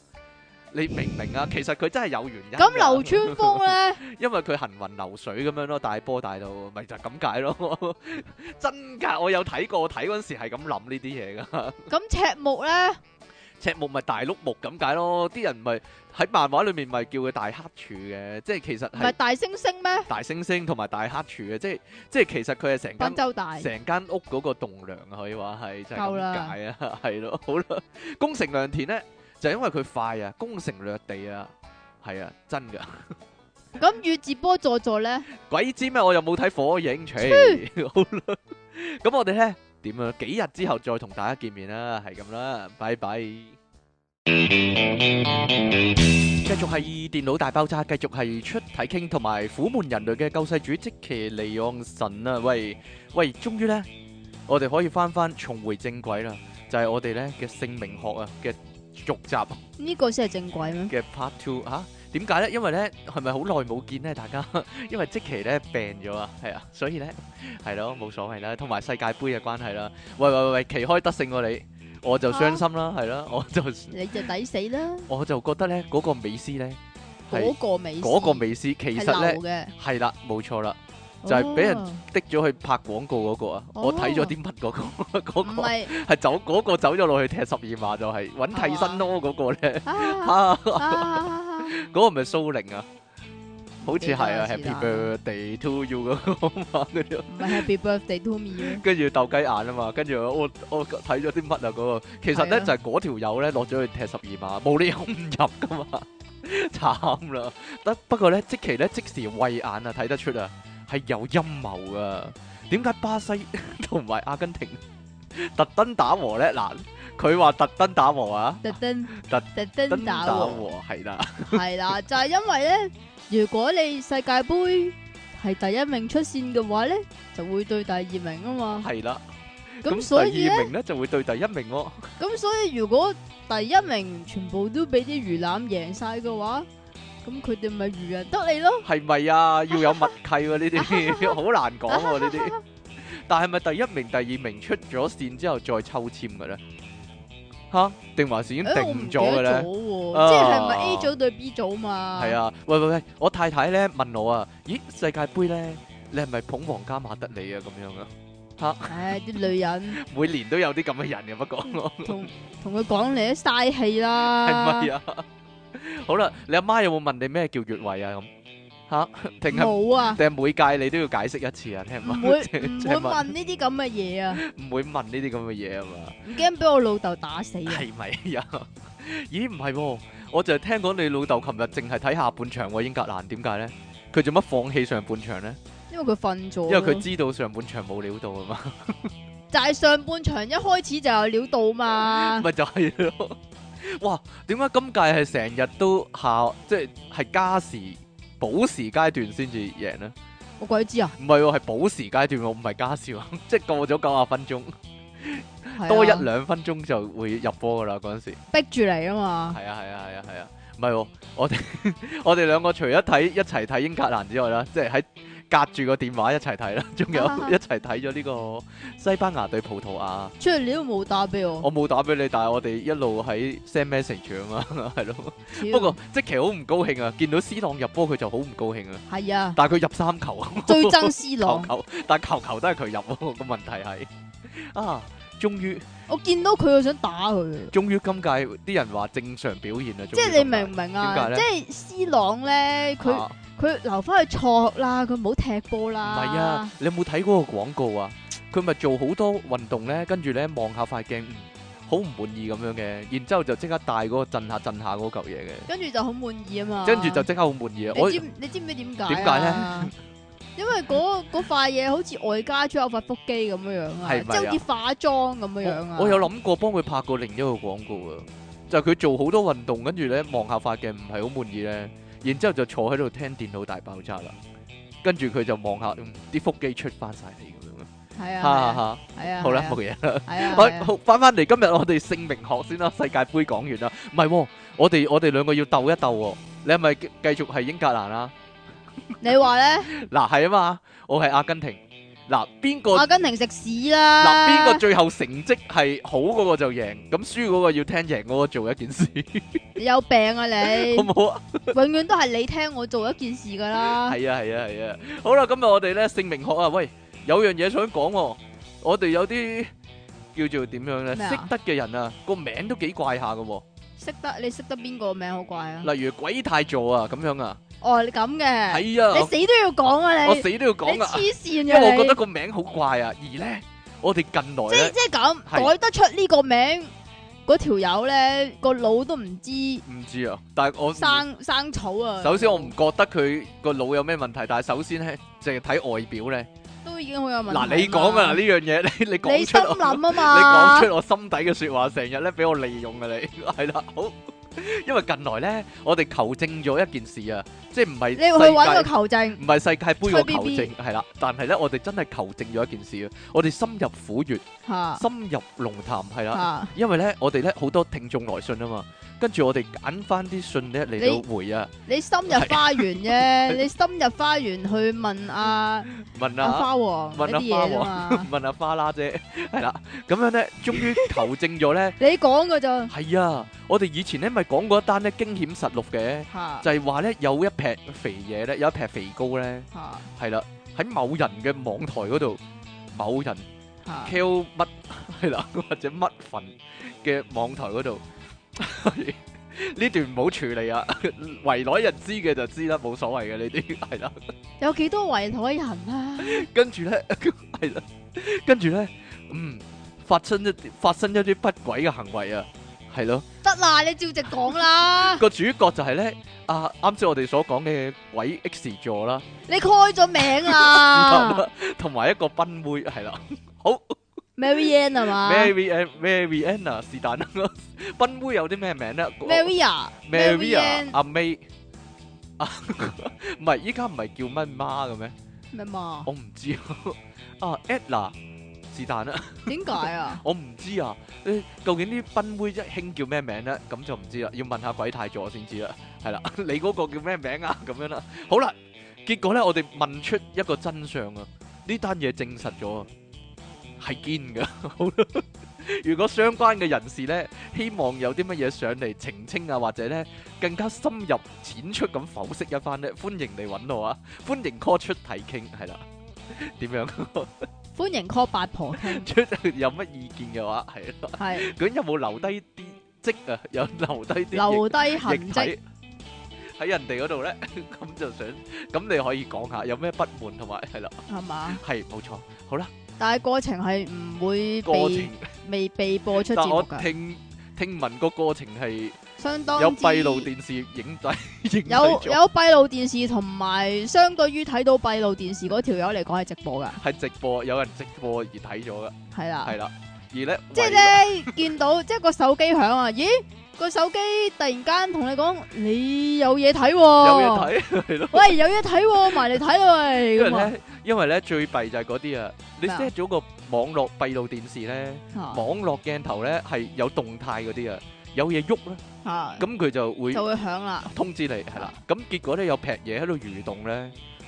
[SPEAKER 1] 你明唔 明啊？其實佢真係有原因㗎。
[SPEAKER 2] 咁流川啊枫咧，
[SPEAKER 1] 因為佢行雲流水咁樣咯，大波大到，咪就係咁解咯。 真㗎，我有睇過，我睇嗰陣時係咁諗呢啲嘢㗎。
[SPEAKER 2] 咁赤木咧，
[SPEAKER 1] 赤木咪大碌木咁解咯，啲人咪喺漫畫裏面咪叫佢大黑柱嘅，即係其實
[SPEAKER 2] 唔係
[SPEAKER 1] 係
[SPEAKER 2] 大猩猩咩？
[SPEAKER 1] 大猩猩同埋大黑柱嘅，即係即係其實佢係成
[SPEAKER 2] 賓
[SPEAKER 1] 間
[SPEAKER 2] 州大
[SPEAKER 1] 成間屋嗰個棟梁啊可以話係就係
[SPEAKER 2] 夠啦
[SPEAKER 1] 咁解啊，係咯， 好啦，攻城良田咧就因為佢快啊，攻城略地啊，係啊，真㗎。
[SPEAKER 2] 咁宇智波佐助咧，
[SPEAKER 1] 鬼知咩？我又冇睇火影，切好啦。咁我哋咧點啊？幾日之後再同大家見面啦，係咁啦，拜拜。繼續係電腦大爆炸，繼續係出體傾同埋苦悶人類嘅救世主即其利昂神啊！喂喂，終於咧，我哋可以翻翻重回正軌啦，就係、我哋咧嘅姓名學啊嘅續集。
[SPEAKER 2] 呢個先係正軌咩？
[SPEAKER 1] 嘅 part two 嚇、點解咧？因為咧係咪好耐冇見咧？大家 因為即期咧病咗啊，係啊，所以咧係咯冇所謂啦，同埋世界盃嘅關係啦。喂喂喂，旗開得勝喎、你，我就傷心啦，係啦、我就
[SPEAKER 2] 你就抵死啦！
[SPEAKER 1] 我就覺得咧嗰、個美斯咧係
[SPEAKER 2] 嗰個美斯
[SPEAKER 1] 嗰個美斯，其
[SPEAKER 2] 係
[SPEAKER 1] 實咧
[SPEAKER 2] 流嘅，
[SPEAKER 1] 係啦，冇錯啦，就係俾人
[SPEAKER 2] 哦
[SPEAKER 1] 滴咗去拍廣告嗰、個啊，
[SPEAKER 2] 哦
[SPEAKER 1] 我睇咗啲乜嗰個 嗰、
[SPEAKER 2] 唔
[SPEAKER 1] 個
[SPEAKER 2] 係
[SPEAKER 1] 係走嗰、個走咗落去踢十二碼就係、揾替身咯嗰個咧。
[SPEAKER 2] 啊啊！
[SPEAKER 1] 嗰個咪蘇寧啊，好似係啊
[SPEAKER 2] 幾
[SPEAKER 1] ，Happy
[SPEAKER 2] 多啊
[SPEAKER 1] Birthday to you 嗰個嘛，跟住
[SPEAKER 2] 唔係 Happy Birthday to me 啊
[SPEAKER 1] 跟住鬥雞眼啊嘛，跟住我我睇咗啲乜啊嗰個，其實咧
[SPEAKER 2] 係啊
[SPEAKER 1] 就係嗰條友咧落咗去踢十二碼，冇理由唔入噶嘛， 慘啦！得不過咧，即期咧即時慧眼啊，睇得出啊，係有陰謀噶。點解巴西 同埋阿根廷 特登打和咧？嗱，佢話特登打和啊，
[SPEAKER 2] 特登
[SPEAKER 1] 特
[SPEAKER 2] 特
[SPEAKER 1] 特
[SPEAKER 2] 登
[SPEAKER 1] 登打
[SPEAKER 2] 打喎，
[SPEAKER 1] 和係啦。
[SPEAKER 2] 係啦，就係因為咧，如果你世界盃係第一名出線嘅話咧，就會對第二名啊嘛。
[SPEAKER 1] 係啦，
[SPEAKER 2] 咁
[SPEAKER 1] 咁
[SPEAKER 2] 所
[SPEAKER 1] 第
[SPEAKER 2] 以
[SPEAKER 1] 二
[SPEAKER 2] 咧，
[SPEAKER 1] 名咧就會對第一名咯。
[SPEAKER 2] 咁所以如果第一名全部都俾啲魚腩贏晒嘅話，咁佢哋咪漁人得利 咯。
[SPEAKER 1] 係咪啊？要有默契喎呢啲，好難講喎呢啲。但係咪第一名、第二名出咗線之後再抽籤嘅咧？吓，定還是已經
[SPEAKER 2] 誒我唔
[SPEAKER 1] 定
[SPEAKER 2] 記
[SPEAKER 1] 咗
[SPEAKER 2] 得
[SPEAKER 1] 嘅咧
[SPEAKER 2] 咗？喎，
[SPEAKER 1] 啊
[SPEAKER 2] 即係咪 A 組對 B 組嘛？
[SPEAKER 1] 係，啊，喂喂喂，我太太咧問我啊，咦世界盃咧，你係咪捧皇家馬德里啊咁樣啊？
[SPEAKER 2] 唉，啲女人
[SPEAKER 1] 每年都有啲咁嘅人嘅，不過
[SPEAKER 2] 同同佢講你都嘥氣
[SPEAKER 1] 係
[SPEAKER 2] 啦。
[SPEAKER 1] 咪啊？好啦，你阿媽有冇問你咩叫越位啊？咁吓，定係
[SPEAKER 2] 冇啊，
[SPEAKER 1] 定係每屆你都要解釋一次啊？聽
[SPEAKER 2] 唔
[SPEAKER 1] 唔
[SPEAKER 2] 會
[SPEAKER 1] 聽
[SPEAKER 2] 唔
[SPEAKER 1] 聽
[SPEAKER 2] 會
[SPEAKER 1] 聞
[SPEAKER 2] 問呢啲咁嘅嘢啊，
[SPEAKER 1] 唔會問呢啲咁嘅嘢啊嘛？
[SPEAKER 2] 唔驚俾我老豆打死啊！
[SPEAKER 1] 係咪呀？ 咦，唔係喎，我就係聽講你老豆琴日淨係睇下半場喎，英格蘭點解咧？佢做乜放棄上半場咧？
[SPEAKER 2] 因為佢瞓咗
[SPEAKER 1] 因為
[SPEAKER 2] 咯，
[SPEAKER 1] 佢知道上半場冇料到啊嘛，
[SPEAKER 2] 就係上半場一開始就有料到嘛，
[SPEAKER 1] 咪就係咯。 哇，點解今屆係成日都下即係係加時補時階段先至贏咧？
[SPEAKER 2] 我鬼知啊，
[SPEAKER 1] 唔係喎，係補時階段喎，唔係加時喎， 即係過咗九啊分鐘，
[SPEAKER 2] 係啊
[SPEAKER 1] 多一兩分鐘就會入波噶啦嗰陣時。
[SPEAKER 2] 逼住嚟啊嘛，
[SPEAKER 1] 係啊係啊係啊係啊，唔係喎，我哋 我哋兩個除咗睇一齊睇英格蘭之外啦，即係喺隔住個電話一齊睇啦， 仲有
[SPEAKER 2] 啊
[SPEAKER 1] 一齊睇咗呢個西班牙對葡萄牙。
[SPEAKER 2] 出嚟你都冇打俾我，
[SPEAKER 1] 我冇打俾你，但係我哋一路喺 send message 啊嘛， 係咯。
[SPEAKER 2] 超
[SPEAKER 1] 不過即其好唔高興啊，見到 C 朗入波佢就好唔高興啊，
[SPEAKER 2] 係啊，
[SPEAKER 1] 但係佢入三球啊，
[SPEAKER 2] 最憎 C
[SPEAKER 1] 球
[SPEAKER 2] 朗，
[SPEAKER 1] 球，但係球球都係佢入喎，個問題係啊，終於
[SPEAKER 2] 我見到佢我想打佢，
[SPEAKER 1] 終於今屆啲人話正常表現啦，終於
[SPEAKER 2] 即係
[SPEAKER 1] 今
[SPEAKER 2] 你
[SPEAKER 1] 屆
[SPEAKER 2] 明唔明啊？
[SPEAKER 1] 點
[SPEAKER 2] 即係 C 朗咧，佢
[SPEAKER 1] 啊
[SPEAKER 2] 佢留翻去錯啦，佢唔好踢波
[SPEAKER 1] 唔
[SPEAKER 2] 啦，
[SPEAKER 1] 係啊，，你有冇睇嗰個廣告啊？佢咪做好多運動咧，跟住咧望下塊鏡，嗯好唔滿意咁樣嘅，然之後就即刻戴嗰個震下震下嗰嚿嘢嘅，
[SPEAKER 2] 跟住就好滿意啊嘛，
[SPEAKER 1] 跟住就即刻好滿意啊！我
[SPEAKER 2] 你知唔你知唔知點解？
[SPEAKER 1] 點解？
[SPEAKER 2] 因為嗰嗰塊嘢好似外加咗有塊腹肌咁樣樣啊，
[SPEAKER 1] 係
[SPEAKER 2] 即
[SPEAKER 1] 咪啊
[SPEAKER 2] 係好似化妝咁樣樣啊。
[SPEAKER 1] 我我有諗過幫佢拍過另一個廣告啊，就係佢做好多運動，跟住咧望下塊鏡唔係好滿意咧，然之後就坐喺度聽電腦大爆炸啦，跟住佢就望下，嗯啲腹肌出翻晒嚟咁樣，
[SPEAKER 2] 係
[SPEAKER 1] 哈
[SPEAKER 2] 啊，
[SPEAKER 1] 哈
[SPEAKER 2] 係啊
[SPEAKER 1] 哈，
[SPEAKER 2] 係啊，
[SPEAKER 1] 好啦
[SPEAKER 2] 係啊
[SPEAKER 1] 冇嘢啦。
[SPEAKER 2] 係啊，係啊
[SPEAKER 1] 好，翻翻嚟今日我哋姓名學先啦，世界盃講完啦，唔係喎，我哋我哋兩個要鬥一鬥喎，你係咪繼繼續係英格蘭啊？
[SPEAKER 2] 你話咧，
[SPEAKER 1] 嗱係啊嘛，我係阿根廷，嗱邊個
[SPEAKER 2] 阿根廷食屎
[SPEAKER 1] 嗱邊
[SPEAKER 2] 啦，
[SPEAKER 1] 個最後成績係好嗰個就贏，咁輸嗰個要聽贏嗰個做一件事，
[SPEAKER 2] 你有病 啊 你
[SPEAKER 1] 好，唔好啊？
[SPEAKER 2] 永遠都係你聽我做一件事噶啦，
[SPEAKER 1] 係啊係啊係啊！好啦，今日我哋咧姓名學啊，喂，有樣嘢想講喎，我哋有啲叫做點樣咧？
[SPEAKER 2] 咩啊
[SPEAKER 1] 識得嘅人啊，個名都幾怪下嘅喎，
[SPEAKER 2] 識得你識得邊個名好怪啊？
[SPEAKER 1] 例如鬼太座啊咁樣啊，
[SPEAKER 2] 哦，你咁嘅，
[SPEAKER 1] 係啊，
[SPEAKER 2] 你
[SPEAKER 1] 我
[SPEAKER 2] 死都要講啊
[SPEAKER 1] 我
[SPEAKER 2] 你，
[SPEAKER 1] 死都要
[SPEAKER 2] 你
[SPEAKER 1] 講啊，
[SPEAKER 2] 黐線
[SPEAKER 1] 因為我覺得
[SPEAKER 2] 嘅
[SPEAKER 1] 個名好怪啊。而咧，我哋近來
[SPEAKER 2] 你，即
[SPEAKER 1] 咧
[SPEAKER 2] 即係咁
[SPEAKER 1] 係
[SPEAKER 2] 改得出呢個名，嗰條友咧個腦都唔知
[SPEAKER 1] 唔知啊，但係我唔
[SPEAKER 2] 生生草啊！
[SPEAKER 1] 首先我唔覺得佢個腦有咩問題，但係首先咧，淨係睇外表咧。
[SPEAKER 2] 都已經好有問題嘛。
[SPEAKER 1] 嗱，你講啊呢樣嘢，你你
[SPEAKER 2] 你
[SPEAKER 1] 講出
[SPEAKER 2] 心
[SPEAKER 1] 我
[SPEAKER 2] 諗啊
[SPEAKER 1] 你
[SPEAKER 2] 嘛，
[SPEAKER 1] 講出我心底嘅説話，成日咧俾我利用啊！ 你係啦，好，因為近來咧，我哋求證咗一件事啊，即係唔係
[SPEAKER 2] 你要去揾個
[SPEAKER 1] 世界
[SPEAKER 2] 求證。
[SPEAKER 1] 唔係世界盃個
[SPEAKER 2] 吹
[SPEAKER 1] 求
[SPEAKER 2] BB
[SPEAKER 1] 證係啦，但係咧我哋真係求證咗一件事啊，我哋深入虎穴，
[SPEAKER 2] 吓
[SPEAKER 1] 深入龍潭係啊啦，
[SPEAKER 2] 吓，
[SPEAKER 1] 因為咧我哋咧好多聽眾來信啊嘛，跟住我哋揀翻啲信咧嚟到回啊，
[SPEAKER 2] 你深入花園啫，你深入花園去問阿
[SPEAKER 1] 啊問
[SPEAKER 2] 阿
[SPEAKER 1] 啊。
[SPEAKER 2] 花王
[SPEAKER 1] 問
[SPEAKER 2] 一
[SPEAKER 1] 阿
[SPEAKER 2] 啲嘢啫嘛，，
[SPEAKER 1] 問阿花啦姐， 係啦，咁樣咧，終於求證咗咧
[SPEAKER 2] 你講噶咋
[SPEAKER 1] 係啊，我哋以前咧咪講過一單咧驚險實錄嘅，
[SPEAKER 2] 吓
[SPEAKER 1] 就係話咧有一劈肥嘢咧，有一劈肥膏咧，
[SPEAKER 2] 吓
[SPEAKER 1] 係啦，喺某人嘅網台嗰度，某人
[SPEAKER 2] 吓
[SPEAKER 1] kill 乜 係啦，或者乜份嘅網台嗰度， 呢段唔好處理啊， 圍內人知嘅就知啦，冇所謂嘅呢啲 係啦，
[SPEAKER 2] 有幾多圍台人啊？
[SPEAKER 1] 跟住咧 係啦，跟住咧，嗯，發生一啲發生一啲不軌嘅行為啊，係咯。
[SPEAKER 2] 得啦，你照直講啦，
[SPEAKER 1] 個主角就係咧，啊啱先我哋所講嘅鬼 X 座啦。
[SPEAKER 2] 你開咗名啊啦
[SPEAKER 1] 同啊埋一個賓妹係啦，好
[SPEAKER 2] ，Mary Ann 係嘛
[SPEAKER 1] Mary Ann Mary Ann 啊，是但啦， 賓妹有啲咩名咧
[SPEAKER 2] Maria
[SPEAKER 1] Mary 啊
[SPEAKER 2] Ann，
[SPEAKER 1] 阿 May 啊，唔係依家唔係叫乜媽嘅咩？
[SPEAKER 2] 咩嘛？
[SPEAKER 1] 我唔知啊啊 Ella 是但啦，
[SPEAKER 2] 點 解啊？
[SPEAKER 1] 我唔知啊，誒究竟啲賓妹一興叫咩名咧？咁就唔知啦，要問下鬼太座先知啦，係啦，你嗰個叫咩名啊？咁樣啦，好啦，結果咧我哋問出一個真相啊，呢單嘢證實咗啊，係堅噶。 好啦，如果相關嘅人士咧，希望有啲乜嘢上嚟澄清啊，或者咧更加深入淺出咁剖析一番咧，歡迎嚟揾我啊，歡迎 call 出體傾，係啦，點樣
[SPEAKER 2] 歡迎 call 八婆傾，
[SPEAKER 1] 出有乜意見嘅話，係啦。
[SPEAKER 2] 係
[SPEAKER 1] 究竟有冇留低啲跡啊？有留低啲
[SPEAKER 2] 留低
[SPEAKER 1] 液
[SPEAKER 2] 痕跡。
[SPEAKER 1] 體喺人哋嗰度咧， 咁就想咁你可以講下有咩不滿同埋係啦，
[SPEAKER 2] 係嘛？
[SPEAKER 1] 係冇錯，
[SPEAKER 2] 但係過程係唔會
[SPEAKER 1] 過程
[SPEAKER 2] 被。未被播出節
[SPEAKER 1] 但
[SPEAKER 2] 目
[SPEAKER 1] 我
[SPEAKER 2] 㗎，
[SPEAKER 1] 聽聽聞個過程係
[SPEAKER 2] 相當
[SPEAKER 1] 有
[SPEAKER 2] 之
[SPEAKER 1] 閉路電視影低 影低
[SPEAKER 2] 有
[SPEAKER 1] 咗，
[SPEAKER 2] 有閉路電視同埋相對於睇到閉路電視嗰條友嚟講係直播㗎，
[SPEAKER 1] 係直播，有人直播而睇咗噶，
[SPEAKER 2] 係啦
[SPEAKER 1] 係，啦，而咧
[SPEAKER 2] 即係咧見到 即係個手機響啊，咦個手機突然間同你講你有嘢睇喎，
[SPEAKER 1] 為有嘢睇， 係咯。
[SPEAKER 2] 喂有嘢睇喎，埋嚟睇啦喂，
[SPEAKER 1] 因為
[SPEAKER 2] 咁啊
[SPEAKER 1] 咧，因為咧最弊就係嗰啲啊，你
[SPEAKER 2] 咩啊
[SPEAKER 1] set 咗個網絡閉路電視咧，
[SPEAKER 2] 嚇
[SPEAKER 1] 網絡鏡頭咧係有動態嗰啲啊，有嘢喐咧。
[SPEAKER 2] 嚇
[SPEAKER 1] 咁佢就會
[SPEAKER 2] 就會響啦，
[SPEAKER 1] 通知你係啦。咁結果咧有劈嘢喺度蠕動咧，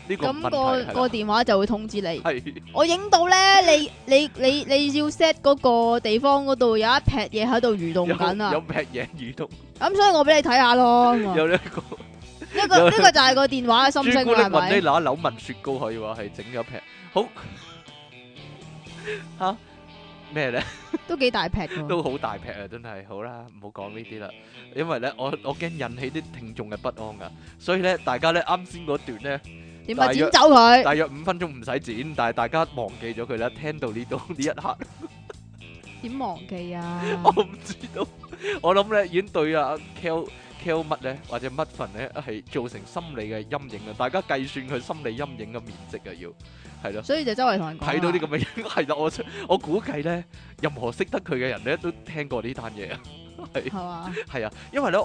[SPEAKER 1] 呢個
[SPEAKER 2] 咁
[SPEAKER 1] 問
[SPEAKER 2] 個
[SPEAKER 1] 題係啦
[SPEAKER 2] 個電話就會通知你。
[SPEAKER 1] 係
[SPEAKER 2] 我影到咧，你你你你要 set 嗰個地方嗰度有一劈嘢喺度蠕動緊
[SPEAKER 1] 有有
[SPEAKER 2] 啊，
[SPEAKER 1] 劈嘢蠕動，
[SPEAKER 2] 咁所以我俾你睇下咯。咁啊
[SPEAKER 1] 有呢個
[SPEAKER 2] 呢個
[SPEAKER 1] 有
[SPEAKER 2] 呢個就係個電話嘅心
[SPEAKER 1] 朱
[SPEAKER 2] 聲
[SPEAKER 1] 古力
[SPEAKER 2] 啦，係
[SPEAKER 1] 雲呢
[SPEAKER 2] 咪？
[SPEAKER 1] 拿扭紋雪糕可以話係整咗劈好 吓咩咧？
[SPEAKER 2] 都幾大劈㗎。
[SPEAKER 1] 都好大劈啊！真係好啦，唔好講呢啲啦，因為咧我我驚引起啲聽眾嘅不安㗎，所以咧大家咧啱先嗰段咧。
[SPEAKER 2] 點啊？
[SPEAKER 1] 大約
[SPEAKER 2] 剪走 佢，
[SPEAKER 1] 大約五分鐘唔使剪，但係大家忘記咗佢啦。聽到呢度呢一刻，
[SPEAKER 2] 點忘記啊？
[SPEAKER 1] 我唔知道。我諗咧已經對啊 Kel Kel 乜咧，或者乜份咧，係造成心理嘅陰影啊！大家計算佢心理陰影嘅面積啊，要係咯。
[SPEAKER 2] 所以就周圍同人講啦
[SPEAKER 1] 睇到啲咁嘅嘢，係啦，我想我估計咧，任何識得佢嘅人咧都聽過呢單嘢 啊，
[SPEAKER 2] 係嘛？
[SPEAKER 1] 係啊，因為咧，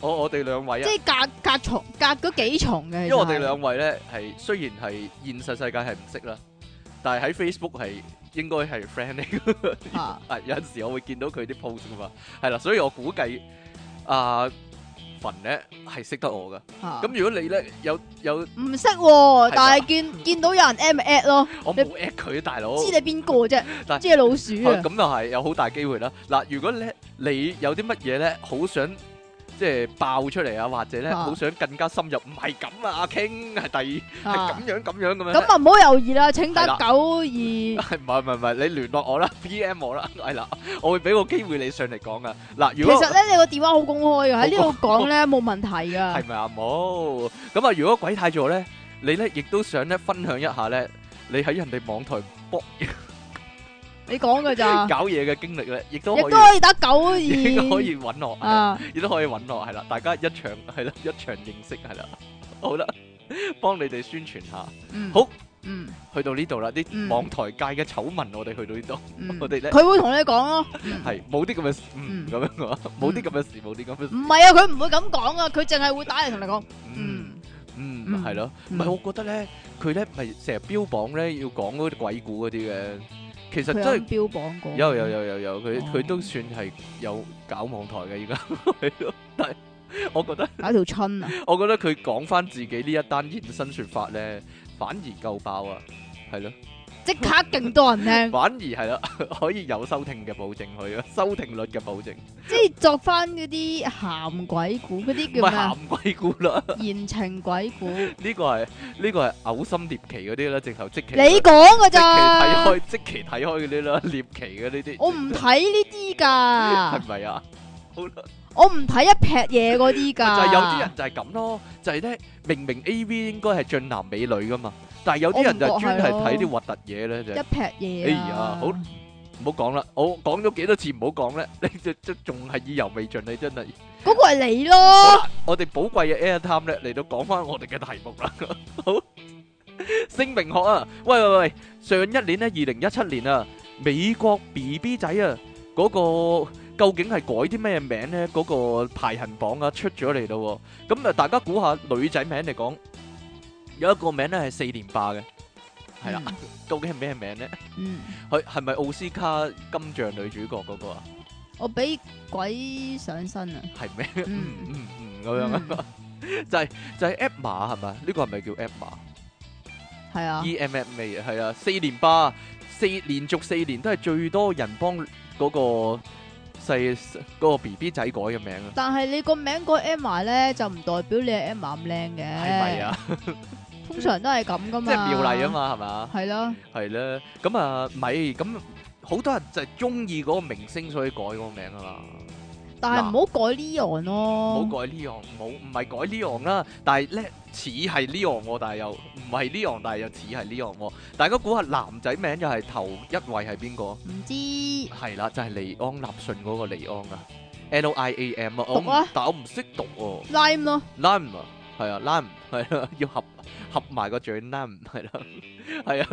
[SPEAKER 1] 我我哋兩位
[SPEAKER 2] 即
[SPEAKER 1] 啊，
[SPEAKER 2] 係隔隔重隔嗰幾重嘅，
[SPEAKER 1] 因為我哋兩位咧係雖然係現實世界係唔識啦，但係喺 Facebook 係應該係 friend 嚟嘅，
[SPEAKER 2] 嚇
[SPEAKER 1] 係 有陣時我會見到佢啲 post 噶嘛，係啦，所以我估計阿凡咧係識得我噶，
[SPEAKER 2] 嚇
[SPEAKER 1] 咁如果你咧有有
[SPEAKER 2] 唔識喎
[SPEAKER 1] 係，
[SPEAKER 2] 但係見見到有人 M at 咯，
[SPEAKER 1] 我冇 at 佢大佬。
[SPEAKER 2] 知你邊個啫
[SPEAKER 1] 但？
[SPEAKER 2] 知你老鼠
[SPEAKER 1] 啊
[SPEAKER 2] 啊！
[SPEAKER 1] 咁又係有好大機會啦。嗱，如果咧你有啲乜嘢咧，好想即係爆出嚟啊，或者咧
[SPEAKER 2] 啊
[SPEAKER 1] 好想更加深入，唔係咁啊，阿 King 係第二係
[SPEAKER 2] 嚇
[SPEAKER 1] 咁樣咁樣咁樣咧。
[SPEAKER 2] 咁啊唔好猶豫啦，請打
[SPEAKER 1] 係
[SPEAKER 2] 九
[SPEAKER 1] 啦
[SPEAKER 2] 二
[SPEAKER 1] 係唔係唔係唔係，你聯絡我啦，PM 我啦， 係啦，我會俾個機會你上嚟講噶。嗱，
[SPEAKER 2] 其
[SPEAKER 1] 如果
[SPEAKER 2] 實咧，你個電話好公開嘅，喺呢度講咧冇問 題
[SPEAKER 1] 係
[SPEAKER 2] 㗎。
[SPEAKER 1] 咪啊冇？咁啊，如果鬼太座咧，你咧亦都想咧分享一下咧，你喺人哋網台搏
[SPEAKER 2] 你講㗎咋？
[SPEAKER 1] 搞嘢嘅經歷咧，亦都
[SPEAKER 2] 亦
[SPEAKER 1] 可
[SPEAKER 2] 都
[SPEAKER 1] 以
[SPEAKER 2] 可以打九二，
[SPEAKER 1] 亦都可以揾我。係啊
[SPEAKER 2] 啊！
[SPEAKER 1] 亦都可以揾我，係啦，大家一場係啦， 一場認識係啦，好啦，幫你哋宣傳下。
[SPEAKER 2] 嗯
[SPEAKER 1] 好，
[SPEAKER 2] 嗯
[SPEAKER 1] 去到呢度啦，啲
[SPEAKER 2] 嗯
[SPEAKER 1] 網台界嘅醜聞，我哋去到呢度，
[SPEAKER 2] 嗯，
[SPEAKER 1] 我哋咧
[SPEAKER 2] 佢會同你講咯，嗯
[SPEAKER 1] 係冇啲咁嘅事，嗯
[SPEAKER 2] 嗯
[SPEAKER 1] 咁樣啊，冇啲咁嘅事，冇啲咁嘅事
[SPEAKER 2] 唔，係啊，佢唔會咁講啊，佢淨係會打嚟同你講，
[SPEAKER 1] 嗯嗯
[SPEAKER 2] 嗯，嗯
[SPEAKER 1] 係咯，唔
[SPEAKER 2] 嗯
[SPEAKER 1] 係我覺得咧，佢咧咪成日標榜咧要講嗰啲鬼故嗰啲嘅，其實真
[SPEAKER 2] 佢有
[SPEAKER 1] 係。
[SPEAKER 2] 標榜過，
[SPEAKER 1] 有有有有有，佢佢
[SPEAKER 2] 哦
[SPEAKER 1] 都算係有搞網台嘅而家， 係咯，但係我覺得。
[SPEAKER 2] 搞條 春啊，
[SPEAKER 1] 我覺得佢講翻自己呢一單現身説法咧，反而夠爆啊，係咯，
[SPEAKER 2] 即刻勁多 人聽，
[SPEAKER 1] 反而係啦，可以有收聽嘅保證佢啊，收聽率嘅保證，
[SPEAKER 2] 即係作翻嗰啲鹹鬼故，嗰
[SPEAKER 1] 唔
[SPEAKER 2] 啲
[SPEAKER 1] 係
[SPEAKER 2] 叫咩啊
[SPEAKER 1] 鹹鬼故啦，
[SPEAKER 2] 言情鬼故，你
[SPEAKER 1] 呢個係呢個係嘔心獵奇嗰啲啦，直頭即期
[SPEAKER 2] 講㗎
[SPEAKER 1] 即期睇
[SPEAKER 2] 咋，
[SPEAKER 1] 開即期睇開嗰啲啦，獵奇嘅呢啲
[SPEAKER 2] 我唔睇呢啲㗎
[SPEAKER 1] 係，咪啊？好啦，
[SPEAKER 2] 我唔睇一劈嘢嗰啲
[SPEAKER 1] 就
[SPEAKER 2] 㗎，
[SPEAKER 1] 係有啲人就係咁咯，就係咧明明 A.V. 應該係俊男美女噶嘛，但係有啲人就
[SPEAKER 2] 我唔覺
[SPEAKER 1] 專
[SPEAKER 2] 係
[SPEAKER 1] 係
[SPEAKER 2] 咯
[SPEAKER 1] 睇啲核突嘢咧就係。
[SPEAKER 2] 一
[SPEAKER 1] 哎
[SPEAKER 2] 劈嘢
[SPEAKER 1] 呀
[SPEAKER 2] 啊，
[SPEAKER 1] 好唔好講啦，我講咗幾多次唔好講咧，你就即仲係意猶未盡，你真係。
[SPEAKER 2] 嗰個係你咯。
[SPEAKER 1] 我哋寶貴嘅 airtime 咧，嚟到講翻我哋嘅題目啦。好，姓名學啊，喂喂喂，上一年咧，二零一七年啊，美國 BB 仔啊，嗰、個究竟係改啲咩名咧？嗰、個排行榜啊出咗嚟咯喎，咁啊大家估下女仔名嚟講，有一個名咧係四連霸嘅，係啦，
[SPEAKER 2] 嗯
[SPEAKER 1] 究竟係咩名咧？
[SPEAKER 2] 嗯，
[SPEAKER 1] 佢係咪奧斯卡金像女主角嗰個啊？
[SPEAKER 2] 我俾鬼上身 啊！
[SPEAKER 1] 係咩？嗯
[SPEAKER 2] 嗯，
[SPEAKER 1] 嗯嗯咁樣啊，就係 就係 Emma 係咪？呢個係咪叫 Emma？E
[SPEAKER 2] 系啊，
[SPEAKER 1] E M M A 係啊，四連霸，四連續四年都係最多人幫嗰個細嗰個 B B 仔改嘅名啊，
[SPEAKER 2] 但系你個名個 Emma 咧，就唔代表你係 Emma 咁靚嘅，系
[SPEAKER 1] 係咪？啊？
[SPEAKER 2] 通常都係咁噶
[SPEAKER 1] 即
[SPEAKER 2] 嘛，
[SPEAKER 1] 係妙麗啊，嘛，係嘛？
[SPEAKER 2] 係咯，
[SPEAKER 1] 係啦，咁啊，咪咁好多人就係中意嗰個明星，所以改嗰個名啊嘛。
[SPEAKER 2] 但係唔好改 Leon 咯，
[SPEAKER 1] 冇改 Leon，冇唔係改 Leon 啦，但係咧似係 Leon 喎，但係又唔係 Leon，但係又似係 Leon 喎。大家估下男仔名又係頭一位係邊個？
[SPEAKER 2] 唔知
[SPEAKER 1] 係啦，就係、利安納信嗰個利安啊，L O I A M 啊，我唔
[SPEAKER 2] 讀啊
[SPEAKER 1] 但我唔識讀喎、
[SPEAKER 2] Lime 咯，
[SPEAKER 1] Lam 啊，係啊，Lam 係啦，要合合埋個嘴 Lam 係啦， 係啊，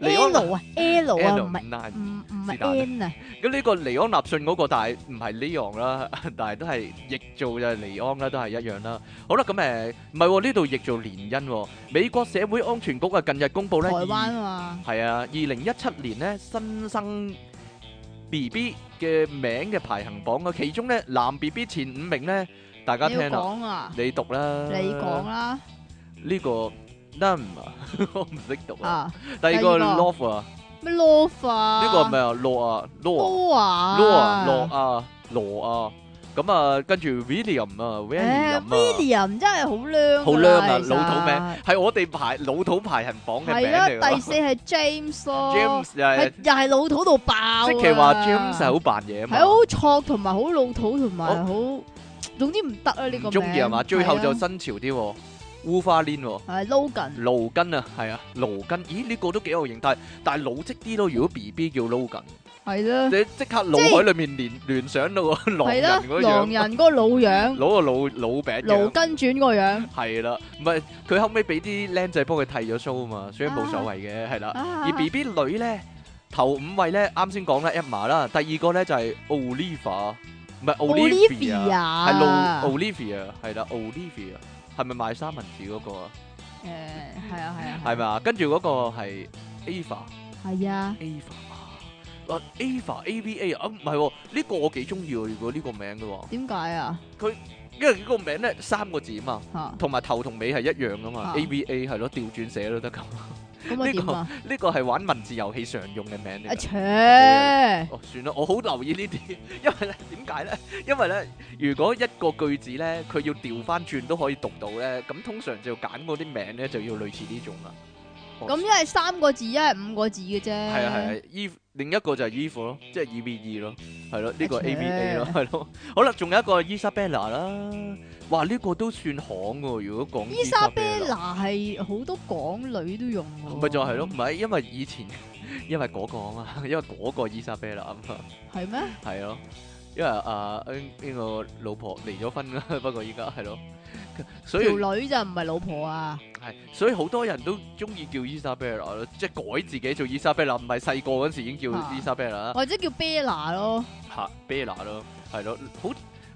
[SPEAKER 1] 喂，利安
[SPEAKER 2] L 啊 L 啊，
[SPEAKER 1] L
[SPEAKER 2] 唔係
[SPEAKER 1] Lam
[SPEAKER 2] 唔唔
[SPEAKER 1] 是但啦
[SPEAKER 2] 係 N 啊，
[SPEAKER 1] 咁呢個尼安納信嗰個，但係唔係呢樣啦，但係都係譯做就係尼安啦，都 係一樣啦。好啦，咁誒唔係喎，呢度譯做連恩喎。美國社會安全局啊，近日公布
[SPEAKER 2] 台
[SPEAKER 1] 咧，
[SPEAKER 2] 灣啊嘛，
[SPEAKER 1] 係啊，二零一七年咧新生 B B 嘅名嘅排行榜啊，其中咧男 B B 前五名咧，大家
[SPEAKER 2] 你要
[SPEAKER 1] 聽呃啦，
[SPEAKER 2] 講啊，
[SPEAKER 1] 你讀啦，
[SPEAKER 2] 你講啦
[SPEAKER 1] 呢個 Num 啊，我唔識讀啊。
[SPEAKER 2] 啊，
[SPEAKER 1] 第二個
[SPEAKER 2] 第二個
[SPEAKER 1] Love 啊，
[SPEAKER 2] 咩 Love 啊，
[SPEAKER 1] 呢個係咪啊 Law 啊 Law 啊。
[SPEAKER 2] Law 啊
[SPEAKER 1] 羅啊，羅啊，羅啊，咁啊，跟住 William 啊
[SPEAKER 2] 誒
[SPEAKER 1] ，William 啊，
[SPEAKER 2] William 真係好靚㗎，
[SPEAKER 1] 好靚啊，
[SPEAKER 2] 其實
[SPEAKER 1] 老土名，係我哋排老土排行榜嘅
[SPEAKER 2] 係
[SPEAKER 1] 名
[SPEAKER 2] 啦，
[SPEAKER 1] 嚟㗎。
[SPEAKER 2] 第四係 James 咯
[SPEAKER 1] James 又
[SPEAKER 2] 係
[SPEAKER 1] 係，
[SPEAKER 2] 又係老土到爆啊。
[SPEAKER 1] 即其話 James 係好扮嘢啊
[SPEAKER 2] 係
[SPEAKER 1] 嘛，
[SPEAKER 2] 好挫同埋好老土同埋好，總之唔得啊呢個
[SPEAKER 1] 唔中意
[SPEAKER 2] 名
[SPEAKER 1] 係嘛，最後就
[SPEAKER 2] 係
[SPEAKER 1] 新潮啲喎，烏花鏈喎。
[SPEAKER 2] 啊係 Logan
[SPEAKER 1] 勞 根啊，係啊，勞根，咦呢、個都幾有型，但係但係老積啲咯。如果 B B 叫 Logan，
[SPEAKER 2] 系啦，
[SPEAKER 1] 你即刻腦海裏面聯聯想到個狼
[SPEAKER 2] 系
[SPEAKER 1] 人
[SPEAKER 2] 啦，
[SPEAKER 1] 嗰
[SPEAKER 2] 狼
[SPEAKER 1] 樣，
[SPEAKER 2] 人嗰個老樣，
[SPEAKER 1] 攞個 老老餅
[SPEAKER 2] 勞
[SPEAKER 1] 樣，
[SPEAKER 2] 根轉個樣，
[SPEAKER 1] 係啦，唔係佢後尾俾啲僆仔幫佢剃咗須啊嘛，所以冇所謂嘅，係啦。
[SPEAKER 2] 啊
[SPEAKER 1] 而 B B 女咧頭五位咧，啱先講啦，Emma 啦，第二個咧就係 Olivia，唔係 Olivia，
[SPEAKER 2] 啊，
[SPEAKER 1] 係路 Olivia，係啦，Olivia 係咪賣三文治嗰個啊？
[SPEAKER 2] 誒係啊係啊，
[SPEAKER 1] 係咪啊？跟住嗰個係 Ava。
[SPEAKER 2] 係啊，
[SPEAKER 1] Ava 啊，Ava A V A 啊，唔係喎，呢個我幾中意喎。如果呢個名嘅喎，
[SPEAKER 2] 點解啊
[SPEAKER 1] 因為呢個名咧三個字啊嘛，
[SPEAKER 2] 嚇？
[SPEAKER 1] 同埋頭同尾係一樣噶嘛
[SPEAKER 2] 啊
[SPEAKER 1] ，A V A 係咯，調轉寫都得噶。
[SPEAKER 2] 咁啊
[SPEAKER 1] 呢個
[SPEAKER 2] 點啊？
[SPEAKER 1] 呢個係玩文字遊戲常用嘅名嚟
[SPEAKER 2] 啊
[SPEAKER 1] 㗎。
[SPEAKER 2] 切，
[SPEAKER 1] 哦，算啦，我好留意呢啲， 因為咧點解咧？因為咧，如果一個句子咧，佢要調翻轉都可以讀到咧，咁通常就揀嗰啲名咧就要類似呢種啦。
[SPEAKER 2] 咁一係三個字，一係五個字嘅啫，
[SPEAKER 1] 係啊係啊，衣另一個就係衣服咯，即係 E V E 咯，係咯，呢個
[SPEAKER 2] 啊
[SPEAKER 1] A V A 咯，係咯。好啦，仲有一個 Isabella 啦，哇呢個都算行喎，如果講 Isabella，
[SPEAKER 2] Isabella 係好多港女都用喎，
[SPEAKER 1] 咪就係咯，唔係因為以前 因為嗰個啊嘛，因為嗰個 Isabella 啊嘛，
[SPEAKER 2] 係咩？
[SPEAKER 1] 係咯，因為啊呢個老婆離咗婚啦， 不過依家係咯，所以
[SPEAKER 2] 條女就唔係老婆啊，
[SPEAKER 1] 係所以好多人都中意叫 Isabella 咯，即係改自己做 Isabella，唔係細個嗰時已經叫
[SPEAKER 2] 啊
[SPEAKER 1] Isabella 啦。
[SPEAKER 2] 或者叫 Bella 咯，
[SPEAKER 1] 嚇 Bella 咯，係咯，好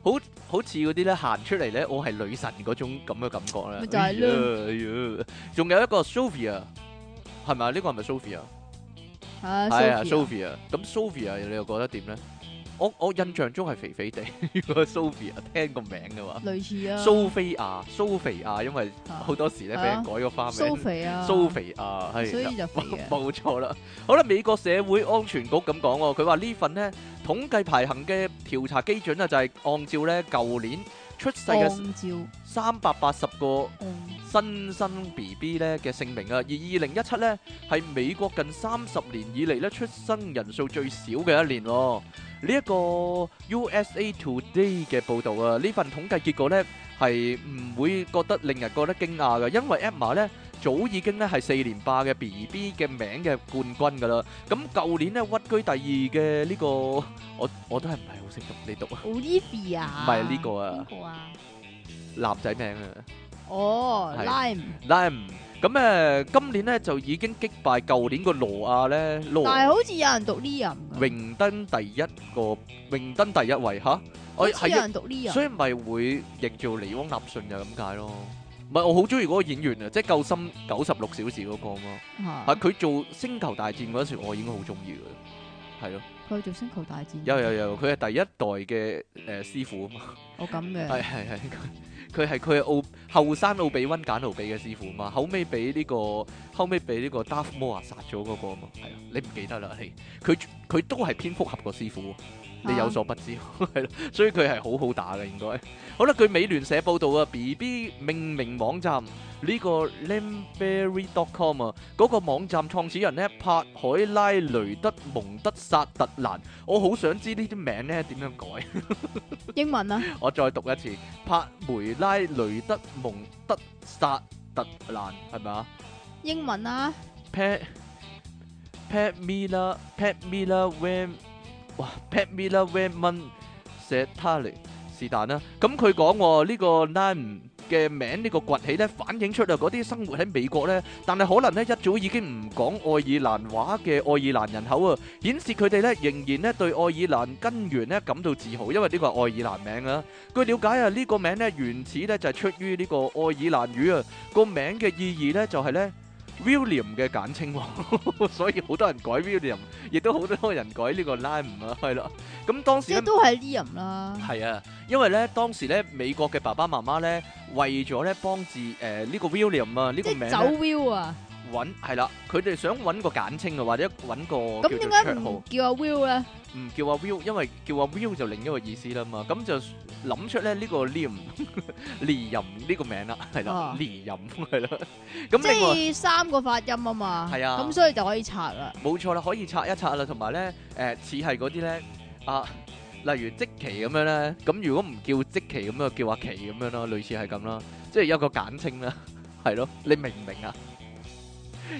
[SPEAKER 1] 好好似嗰啲咧行出嚟咧，我係女神嗰種咁嘅感覺咧。
[SPEAKER 2] 咪就係咯
[SPEAKER 1] 哎呀，哎呀仲有一個 Sophia，係咪啊？呢個係咪 Sophia？
[SPEAKER 2] 啊
[SPEAKER 1] 係啊
[SPEAKER 2] Sophia
[SPEAKER 1] ，Sophia。咁 Sophia 你又覺得點咧？我我印象中係肥肥地， 如果 Sophia 聽個名嘅話，
[SPEAKER 2] 類似啊，
[SPEAKER 1] 蘇菲亞、蘇肥亞，因為
[SPEAKER 2] 啊
[SPEAKER 1] 好多時咧俾
[SPEAKER 2] 啊
[SPEAKER 1] 人改個花
[SPEAKER 2] 蘇
[SPEAKER 1] 名，
[SPEAKER 2] 肥啊，
[SPEAKER 1] 蘇肥亞係
[SPEAKER 2] 所
[SPEAKER 1] 啦
[SPEAKER 2] 以就肥啊。
[SPEAKER 1] 冇錯啦。好啦，美國社會安全局咁講喎，佢話呢份呢統計排行嘅調查基準啊，就係按照呢舊年出 世 嘅
[SPEAKER 2] 按照
[SPEAKER 1] 三百八十個
[SPEAKER 2] 按
[SPEAKER 1] 新生 B B 呢嘅姓名啊。而二零一七呢，係美國近三十年以嚟呢出生人數最少嘅一年喎。呢一個 USA Today 嘅報導啊，呢份統計結果呢係唔會覺得令人覺得驚訝嘅，因為 Emma 呢早已經呢係四連霸嘅 BB 嘅名嘅冠軍㗎啦。咁舊年呢屈居第二嘅呢個，我我都係唔係好識讀，你讀啊
[SPEAKER 2] Olivia，
[SPEAKER 1] 唔係呢個啊
[SPEAKER 2] 邊個啊？
[SPEAKER 1] 男仔名啊。
[SPEAKER 2] 哦
[SPEAKER 1] 係
[SPEAKER 2] ，Lime，
[SPEAKER 1] Lam 咁誒，今年咧就已經擊敗舊年個羅亞咧，羅
[SPEAKER 2] 但係好似有人讀 Liam，㗎
[SPEAKER 1] 榮登第一個，榮登第一位吓，我
[SPEAKER 2] 好似有
[SPEAKER 1] 係啊，
[SPEAKER 2] 人讀 Liam，
[SPEAKER 1] 所以咪會譯做尼翁納信就係咁解咯。唔係我好中意嗰個演員啊，即係救心九十六小時嗰個嘛，
[SPEAKER 2] 嚇
[SPEAKER 1] 係佢做星球大戰嗰時，我已經好中意佢，係咯，
[SPEAKER 2] 佢做星球大戰，
[SPEAKER 1] 有有有，佢係第一代嘅誒師傅啊嘛。
[SPEAKER 2] 我咁
[SPEAKER 1] 係
[SPEAKER 2] 嘅，
[SPEAKER 1] 係係， 佢佢係佢係奧後生奧比温簡奴比嘅師傅嘛，後尾俾呢個後尾俾呢個 Darth Maul 殺咗嗰個啊嘛，係啊，你唔記得啦你，佢佢都係蝙蝠俠個師傅喎，你有所不知 係咯，所以佢係好好打嘅應該。好啦，據美聯社報道啊，BB 命名網站呢個 Lamberry.com 啊，嗰個網站創始人呢，帕海拉雷德蒙德薩特蘭，我好想知呢啲名呢點樣改。
[SPEAKER 2] 英文啊，
[SPEAKER 1] 我再讀一次，帕梅拉雷德蒙德薩特蘭係咪啊
[SPEAKER 2] 英文啊，
[SPEAKER 1] ？Pat Pat Mila Pat Mila Van 哇 Pat Mila Vanman Setali 是但啦。咁佢講喎呢個 Nan 嘅名呢個崛起咧，反映出啊嗰啲生活喺美國咧，但係可能咧一早已經唔講愛爾蘭話嘅愛爾蘭人口啊，顯示佢哋咧仍然咧對愛爾蘭根源咧感到自豪，因為呢個係愛爾蘭名啊。據了解啊，呢、個名咧原始咧就係出於呢個愛爾蘭語啊，個名嘅意義咧就係咧 William 嘅簡稱喎，所以好多人改 William，亦都好多人改呢個 Lime 啊，係啦。咁當時
[SPEAKER 2] 即
[SPEAKER 1] 咧
[SPEAKER 2] 係。都係 Liam 啦，
[SPEAKER 1] 係啊，因為咧當時咧美國嘅爸爸媽媽咧為咗咧幫自誒呢個 William 啊呢
[SPEAKER 2] 即
[SPEAKER 1] 個
[SPEAKER 2] 係
[SPEAKER 1] 名
[SPEAKER 2] 走
[SPEAKER 1] 咧
[SPEAKER 2] Will 啊，
[SPEAKER 1] 揾係啦，佢哋想揾個簡稱啊，或者揾個
[SPEAKER 2] 咁
[SPEAKER 1] 叫做
[SPEAKER 2] 點解
[SPEAKER 1] 綽號，
[SPEAKER 2] 唔叫阿 Will 咧？
[SPEAKER 1] 唔叫阿 Will，因為叫阿 Will 就另一個意思啦嘛，咁就諗出咧呢個 Liam 利任呢個名啦，係啦
[SPEAKER 2] 啊，
[SPEAKER 1] 利任係啦，咁
[SPEAKER 2] 即
[SPEAKER 1] 另外。
[SPEAKER 2] 係三個發音啊嘛，
[SPEAKER 1] 係啊
[SPEAKER 2] 咁所以就可以拆啦，
[SPEAKER 1] 冇錯啦，可以拆一拆啦，同埋咧誒似係嗰啲咧啊，例如即期咁樣咧，咁如果唔叫即期咁啊，叫阿奇咁樣咯，類似係咁啦，即係有個簡稱啦， 係咯，你明唔明啊？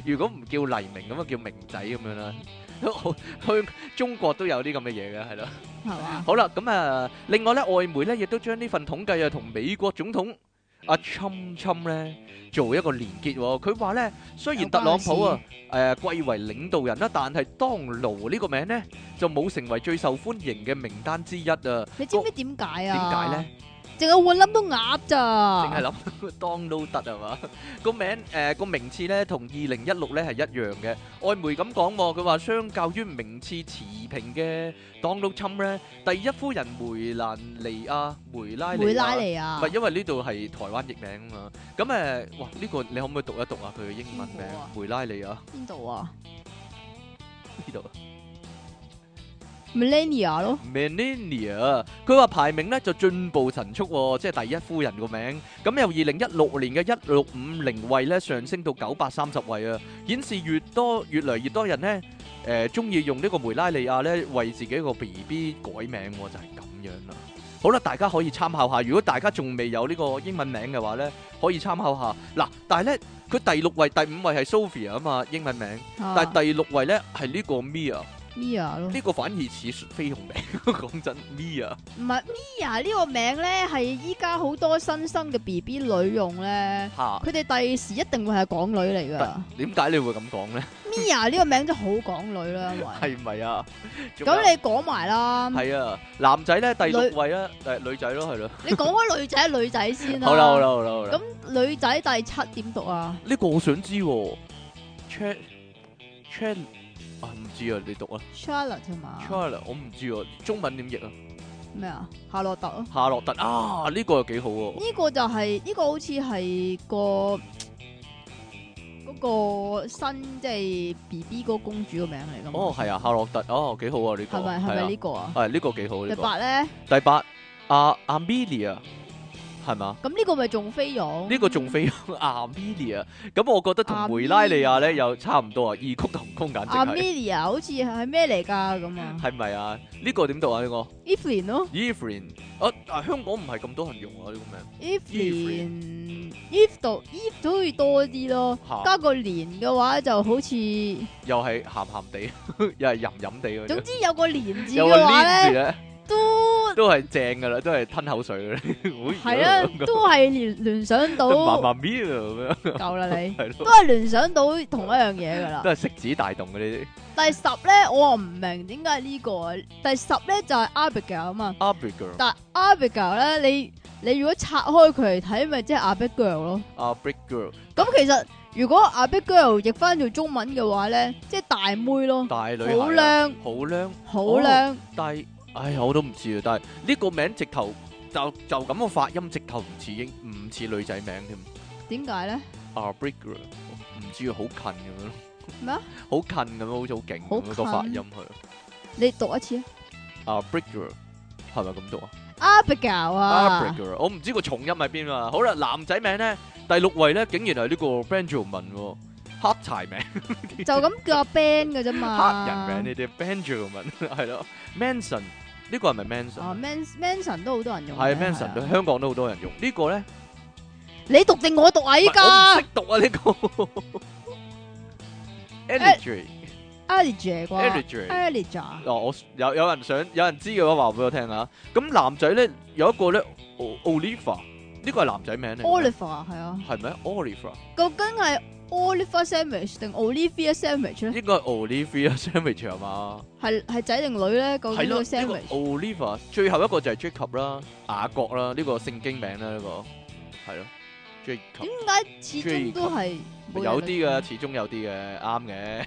[SPEAKER 1] 如果唔叫黎明咁啊，叫明仔咁樣啦，去中國都有啲咁嘅嘢嘅，係咯。
[SPEAKER 2] 系嘛？
[SPEAKER 1] 好啦，咁啊，另外咧，外媒咧亦都將呢份統計啊，同美國總統阿侵侵咧做一個連結喎。佢話咧，雖然特朗普啊誒貴為領導人啦，但係當勞呢個名咧就冇成為最受歡迎嘅名單之一啊。點
[SPEAKER 2] 你知唔知點解啊？
[SPEAKER 1] 哦解咧？
[SPEAKER 2] 咧？淨係會諗到鴨
[SPEAKER 1] 淨係
[SPEAKER 2] 咋？
[SPEAKER 1] 諗 Donald 得係嘛？個名誒個名次咧同二零一六咧係一樣嘅。外媒咁講喎，佢話相較於名次持平嘅 Donald Trump 咧，第一夫人梅蘭尼亞梅拉尼亞
[SPEAKER 2] 梅拉尼啊
[SPEAKER 1] 唔？係因為呢度係台灣譯名啊嘛。咁誒，哇！呢個你可唔可以讀一讀啊？佢嘅英文名
[SPEAKER 2] 邊個啊
[SPEAKER 1] 梅拉尼亞
[SPEAKER 2] 邊度啊
[SPEAKER 1] 呢度。
[SPEAKER 2] ？Millennia 咯，
[SPEAKER 1] Melania，佢話排名咧就進步神速、喎，即係第一夫人個名。咁由二零一六年嘅一六五零位咧上升到九百三十位啊，顯示越多越嚟越多人咧誒中意用呢個梅拉利亞咧為自己個 B B 改名、喎，就係、咁樣啦。好啦，大家可以參考下。如果大家仲未有呢個英文名嘅話咧，可以參考下。嗱，但係咧佢第六位、第五位係 Sophia 啊嘛，英文名。但
[SPEAKER 2] 但
[SPEAKER 1] 係第六位咧係呢個 Mia。
[SPEAKER 2] Mia 咯，
[SPEAKER 1] 呢個反而似飛鴻名，講真，Mia 啊
[SPEAKER 2] 唔係 Mia 呢個名咧，係依家好多新生嘅 B B 女用咧，
[SPEAKER 1] 嚇，
[SPEAKER 2] 佢哋第時一定會係港女嚟噶。
[SPEAKER 1] 點解你會咁講咧？
[SPEAKER 2] Mia 呢個名真係好港女啦，因為
[SPEAKER 1] 係咪啊？仲有
[SPEAKER 2] 咁你講埋啦，
[SPEAKER 1] 係啊，男仔咧第六位啦，誒女仔咯，係咯。
[SPEAKER 2] 你講開女仔女仔先啦。
[SPEAKER 1] 好啦，好啦，好啦，好啦。
[SPEAKER 2] 啊咁女仔第七點讀啊？
[SPEAKER 1] 呢個我想知喎，Chat Chat 啊，唔知啊，你讀啊
[SPEAKER 2] Charlotte 係嘛？
[SPEAKER 1] ，Charlotte 我唔知啊，中文點譯啊？
[SPEAKER 2] 咩啊？夏洛特咯，
[SPEAKER 1] 夏洛特啊，呢個又幾好喎，
[SPEAKER 2] 呢個就係呢個好似係個嗰個新即係 B B 嗰個公主個名嚟噶嘛？
[SPEAKER 1] 哦係啊，夏洛特哦幾好啊呢個，
[SPEAKER 2] 係咪係
[SPEAKER 1] 係
[SPEAKER 2] 咪
[SPEAKER 1] 啊
[SPEAKER 2] 呢，個啊？
[SPEAKER 1] 係呢個幾好
[SPEAKER 2] 第
[SPEAKER 1] 呢個。
[SPEAKER 2] 八咧，
[SPEAKER 1] 第八，阿 Amelia 係嘛？
[SPEAKER 2] 咁呢個咪仲飛揚？
[SPEAKER 1] 呢個仲飛 Amelia，咁我覺得同梅拉利亞咧
[SPEAKER 2] Amelia
[SPEAKER 1] 又差唔多啊，異曲同工簡直係，
[SPEAKER 2] Amelia 好似係咩嚟㗎咁啊
[SPEAKER 1] 係咪啊？呢個點讀啊？呢個
[SPEAKER 2] ？Evelyn 咯
[SPEAKER 1] Evelyn，啊啊香港唔係咁多人用啊呢個名
[SPEAKER 2] ，Evelyn，Eve 度 Eve 都會多啲咯，
[SPEAKER 1] 嚇，
[SPEAKER 2] 加個連嘅話就好似，總
[SPEAKER 1] 又啊係鹹鹹地， 又係淫淫地嗰啲，
[SPEAKER 2] 之有個連字
[SPEAKER 1] 有個
[SPEAKER 2] 嘅話
[SPEAKER 1] 黏字啊
[SPEAKER 2] 咧，
[SPEAKER 1] 咧，
[SPEAKER 2] 都
[SPEAKER 1] 都係正噶啦，都係吞口水嘅咧， 好
[SPEAKER 2] 係啊，都係聯聯想到
[SPEAKER 1] 麻麻咪啊咁樣，
[SPEAKER 2] 夠啦你。
[SPEAKER 1] 係
[SPEAKER 2] 都
[SPEAKER 1] 咯，
[SPEAKER 2] 係聯想到同一樣 嘢噶啦
[SPEAKER 1] 都。係食指大動嘅呢啲。
[SPEAKER 2] 第十咧，我啊唔明點解係呢個啊。第十咧就係 Abigail 啊嘛，
[SPEAKER 1] Abigail，
[SPEAKER 2] 但 Abigail 咧，你你如果拆開佢嚟睇，咪即係 Abigail 咯。
[SPEAKER 1] 啊 b i g Girl，
[SPEAKER 2] 咁其實如果 Abigail 譯翻做中文嘅話咧，即係大妹咯，
[SPEAKER 1] 大女
[SPEAKER 2] 好
[SPEAKER 1] 孩啊，
[SPEAKER 2] 靚
[SPEAKER 1] 好靚。
[SPEAKER 2] 好
[SPEAKER 1] 哦
[SPEAKER 2] 靚，
[SPEAKER 1] 但係，唉，我都唔知啊！但係呢個名直頭就就咁個發音直頭唔似英唔似女仔名添。
[SPEAKER 2] 點解咧？
[SPEAKER 1] 啊 b r i g e r 唔知啊，好近咁樣咯。
[SPEAKER 2] 咩啊？
[SPEAKER 1] 好近咁樣，好似好勁
[SPEAKER 2] 好
[SPEAKER 1] 咁樣個發音
[SPEAKER 2] 近
[SPEAKER 1] 係。
[SPEAKER 2] 你讀一次啊
[SPEAKER 1] 啊 b r i g e r 係咪咁讀啊
[SPEAKER 2] Abigail
[SPEAKER 1] a b r i
[SPEAKER 2] 啊
[SPEAKER 1] g，e r 我唔知個重音喺邊啊。好啦，男仔名咧，第六位咧，竟然係呢個 Benjamin 喎，黑柴名。
[SPEAKER 2] 就咁叫阿 Ben 嘅啫嘛。
[SPEAKER 1] 黑人名呢啲 Benjamin 係咯，Manson 呢個係咪 Manson？
[SPEAKER 2] 啊，Man Manson 都好多人用嘅。
[SPEAKER 1] 係 Manson，
[SPEAKER 2] 係啊
[SPEAKER 1] 香港都好多人用。呢個咧。
[SPEAKER 2] 你讀定我讀啊？依
[SPEAKER 1] 我唔
[SPEAKER 2] 家
[SPEAKER 1] 識讀啊呢個 energy
[SPEAKER 2] Elijah 啩
[SPEAKER 1] energy。
[SPEAKER 2] ，Elijah。
[SPEAKER 1] 哦，我有有人想有人知嘅話，話俾我聽啊。咁男仔咧有一個咧，O- Oliver，呢個係男仔名嚟嘅咩。
[SPEAKER 2] Oliver 係啊，
[SPEAKER 1] 係咪 Oliver？
[SPEAKER 2] 究竟係 Oliver Sandwich 定 Olivia Sandwich 咧？
[SPEAKER 1] 應該係 Olivia Sandwich 係嘛？
[SPEAKER 2] 係係仔定女咧？究竟
[SPEAKER 1] 係咯，呢
[SPEAKER 2] 呢個
[SPEAKER 1] 個
[SPEAKER 2] Sandwich
[SPEAKER 1] Oliver。最後一個就係 Jacob 啦，雅各啦，呢個聖經名啦，呢個係咯，Jacob。
[SPEAKER 2] 點解始終都係冇啊人
[SPEAKER 1] 有啲嘅，始終有啲嘅，啱嘅。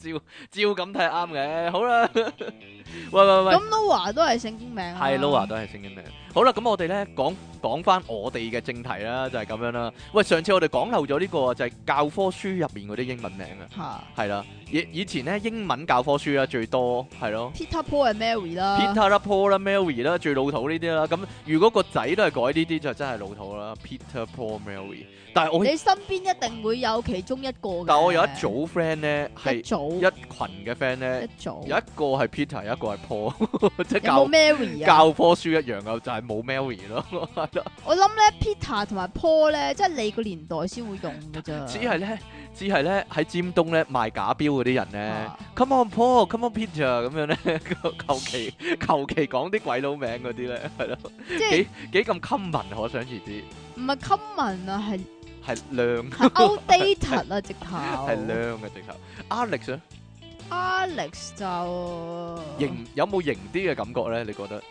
[SPEAKER 1] 照照咁睇係啱嘅。好啦，喂喂喂
[SPEAKER 2] 嗯咁。Noah 啊都係聖經名啊。
[SPEAKER 1] 係 Loa 都係聲音嚟。好啦，咁我哋咧講講翻我哋嘅正題啦，就係、咁樣啦。喂，上次我哋講漏咗呢、個就係教科書入面嗰啲英文名啊，
[SPEAKER 2] 嚇
[SPEAKER 1] 係啦。以以前咧英文教科書啦最多係咯。
[SPEAKER 2] Peter Paul and Mary 啦。
[SPEAKER 1] Peter 啦、Paul 啦、Mary 啦，最老土呢啲啦。咁如果個仔都係改呢啲，就真係老土啦。Peter、Paul、Mary。但係我
[SPEAKER 2] 你身邊一定會有其中一個嘅。
[SPEAKER 1] 但我有一組 friend 咧，
[SPEAKER 2] 一
[SPEAKER 1] 係一
[SPEAKER 2] 組
[SPEAKER 1] 群嘅 friend 咧，
[SPEAKER 2] 一組
[SPEAKER 1] 有一個係 Peter，有一個係 Paul，即 係
[SPEAKER 2] 有
[SPEAKER 1] 教
[SPEAKER 2] 冇 Mary 啊？
[SPEAKER 1] 教科書一樣啊，就係冇 Mary 咯，係咯。
[SPEAKER 2] 我諗咧 Peter 同埋 Paul 咧，即係你個年代先會用嘅咋。
[SPEAKER 1] 只係咧只係咧喺尖東咧賣假表嗰啲人咧。
[SPEAKER 2] 啊
[SPEAKER 1] Come on Paul, come on Peter 咁樣咧， 求 其求其講啲鬼佬名嗰啲咧，係咯，
[SPEAKER 2] 即係
[SPEAKER 1] 幾咁 common 可想而知，
[SPEAKER 2] 唔係 common 啊，係
[SPEAKER 1] 係量
[SPEAKER 2] 係 outdated 啊，直頭
[SPEAKER 1] 係量嘅直頭。Alex 啊，
[SPEAKER 2] Alex 就
[SPEAKER 1] 型有冇型啲嘅感覺咧？你覺得？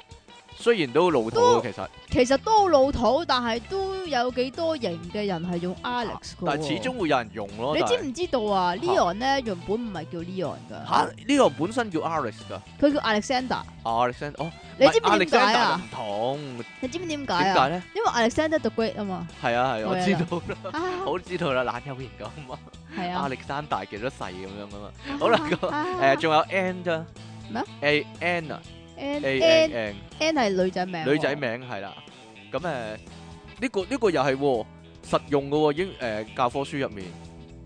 [SPEAKER 1] 雖然都老土啊
[SPEAKER 2] 都
[SPEAKER 1] 其實，
[SPEAKER 2] 其實都好老土，但係都有幾多型嘅人係用 Alex 嘅喎。
[SPEAKER 1] 啊但係始終會有人用咯。
[SPEAKER 2] 你
[SPEAKER 1] 但
[SPEAKER 2] 知
[SPEAKER 1] 係
[SPEAKER 2] 唔知道啊？Leon 咧原本唔係叫 Leon 噶，
[SPEAKER 1] 吓呢個本身叫 Alex 㗎
[SPEAKER 2] 佢叫 Alexander。
[SPEAKER 1] ，Alexander 哦，
[SPEAKER 2] 你
[SPEAKER 1] 唔係
[SPEAKER 2] 知唔知點解
[SPEAKER 1] Alexander
[SPEAKER 2] 啊
[SPEAKER 1] 就唔同，
[SPEAKER 2] 你知唔知點解
[SPEAKER 1] 點
[SPEAKER 2] 啊
[SPEAKER 1] 解？咧？
[SPEAKER 2] 因為 Alexander the Great 啊嘛，
[SPEAKER 1] 係啊係啊，我
[SPEAKER 2] 冇嘢
[SPEAKER 1] 知
[SPEAKER 2] 啦
[SPEAKER 1] 道 啦，
[SPEAKER 2] 係
[SPEAKER 1] 好知道啦，懶有型咁啊，
[SPEAKER 2] 啊
[SPEAKER 1] 亞，
[SPEAKER 2] 啊
[SPEAKER 1] 歷山大幾多世咁樣啊嘛。好啦咁誒，
[SPEAKER 2] 誒
[SPEAKER 1] 仲有 N 啫。
[SPEAKER 2] 咩
[SPEAKER 1] ？A N 啊
[SPEAKER 2] N
[SPEAKER 1] ，A
[SPEAKER 2] N
[SPEAKER 1] N
[SPEAKER 2] N 係女仔名
[SPEAKER 1] N
[SPEAKER 2] 喎，
[SPEAKER 1] 女仔名係啦。咁誒呢個呢個又係喎實用嘅喎，英誒教科書入面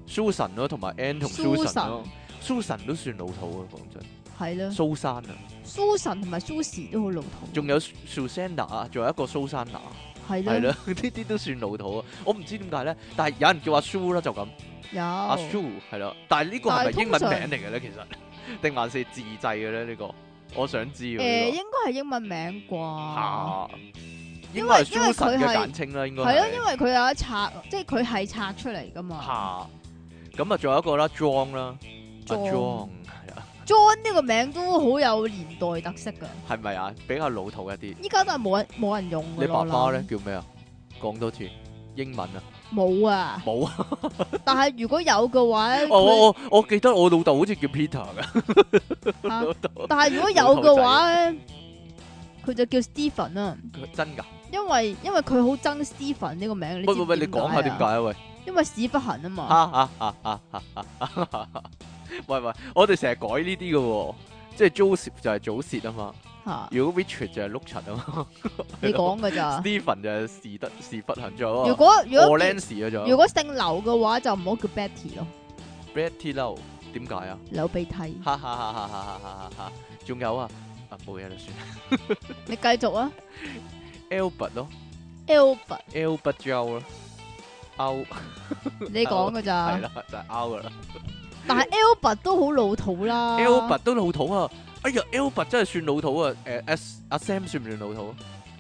[SPEAKER 1] Susan 咯，同埋 N 同 Susan 咯，Susan 都算老土啊，講真。
[SPEAKER 2] 係咯
[SPEAKER 1] 蘇珊啊，
[SPEAKER 2] ，Susan 同埋 Susie 都好老土，
[SPEAKER 1] 仲有 Susanna 啊，仲有一個蘇珊娜，係
[SPEAKER 2] 係咯，
[SPEAKER 1] 咯，呢啲都算老土啊。我唔知點解咧，但係有人叫阿 Sue 啦，就咁
[SPEAKER 2] 有
[SPEAKER 1] 阿 Sue 係啦。但係呢個係咪
[SPEAKER 2] 哦但係
[SPEAKER 1] 英文
[SPEAKER 2] 通常
[SPEAKER 1] 名嚟嘅咧？其實 定還是自製嘅咧？呢個我想知喎呢
[SPEAKER 2] 誒
[SPEAKER 1] 個。
[SPEAKER 2] 應該係英文名啩。
[SPEAKER 1] 啊，應
[SPEAKER 2] 因
[SPEAKER 1] 該
[SPEAKER 2] 為
[SPEAKER 1] 係 Susan
[SPEAKER 2] 因
[SPEAKER 1] 嘅
[SPEAKER 2] 為佢係
[SPEAKER 1] 簡稱啦，應該
[SPEAKER 2] 係咯，因為佢有一拆，即係佢係拆出嚟噶嘛。
[SPEAKER 1] 嚇咁啊，仲有一個啦，John 啦，阿
[SPEAKER 2] John
[SPEAKER 1] John 係啊，
[SPEAKER 2] John 呢個名都好有年代特色噶，
[SPEAKER 1] 係咪啊？比較老土一啲。
[SPEAKER 2] 依家都係冇人冇人用噶
[SPEAKER 1] 你爸爸咧叫咩啊？講多次英文啊，
[SPEAKER 2] 冇啊，
[SPEAKER 1] 冇啊！
[SPEAKER 2] 但係如果有嘅話咧，
[SPEAKER 1] 我
[SPEAKER 2] 佢
[SPEAKER 1] 哦我我記得我老豆好似叫 Peter 噶，
[SPEAKER 2] 啊
[SPEAKER 1] 老豆
[SPEAKER 2] 但係如果有嘅話咧，佢就叫 Stephen 啊，
[SPEAKER 1] 真㗎？
[SPEAKER 2] 因為因為佢好憎 Stephen 呢個名。
[SPEAKER 1] 喂喂喂，你講
[SPEAKER 2] 講
[SPEAKER 1] 下點解？啊？喂，
[SPEAKER 2] 因為屎忽痕啊
[SPEAKER 1] 嚇
[SPEAKER 2] 嘛，
[SPEAKER 1] 嚇嚇嚇嚇嚇嚇嚇！ 喂喂，我哋成日改呢啲嘅喎，即係 Joseph 就係早泄啊嘛，
[SPEAKER 2] 吓
[SPEAKER 1] 如果 Richard 就係碌柒啊嘛
[SPEAKER 2] 你講噶咋？
[SPEAKER 1] ，Stephen 就係是得是不行咗啊
[SPEAKER 2] 如。果如果
[SPEAKER 1] Orleans 啊，仲
[SPEAKER 2] 如果姓劉嘅話，就唔好叫 Betty 咯，
[SPEAKER 1] Betty Lau 點解啊？
[SPEAKER 2] 流鼻涕。
[SPEAKER 1] 哈哈哈哈哈哈哈哈！仲有啊，啊冇嘢啦，算啦。
[SPEAKER 2] 你繼續啊
[SPEAKER 1] Albert 咯
[SPEAKER 2] ，Albert，
[SPEAKER 1] ，Albert Joe 咯，Out
[SPEAKER 2] 啊你講噶咋
[SPEAKER 1] 係？啦，就係 Out 噶啦。
[SPEAKER 2] 但係 Albert 都好老土啦。
[SPEAKER 1] Albert 都老土啊！哎呀，Albert 真係算老土啊！誒，阿阿 Sam 算唔算老土啊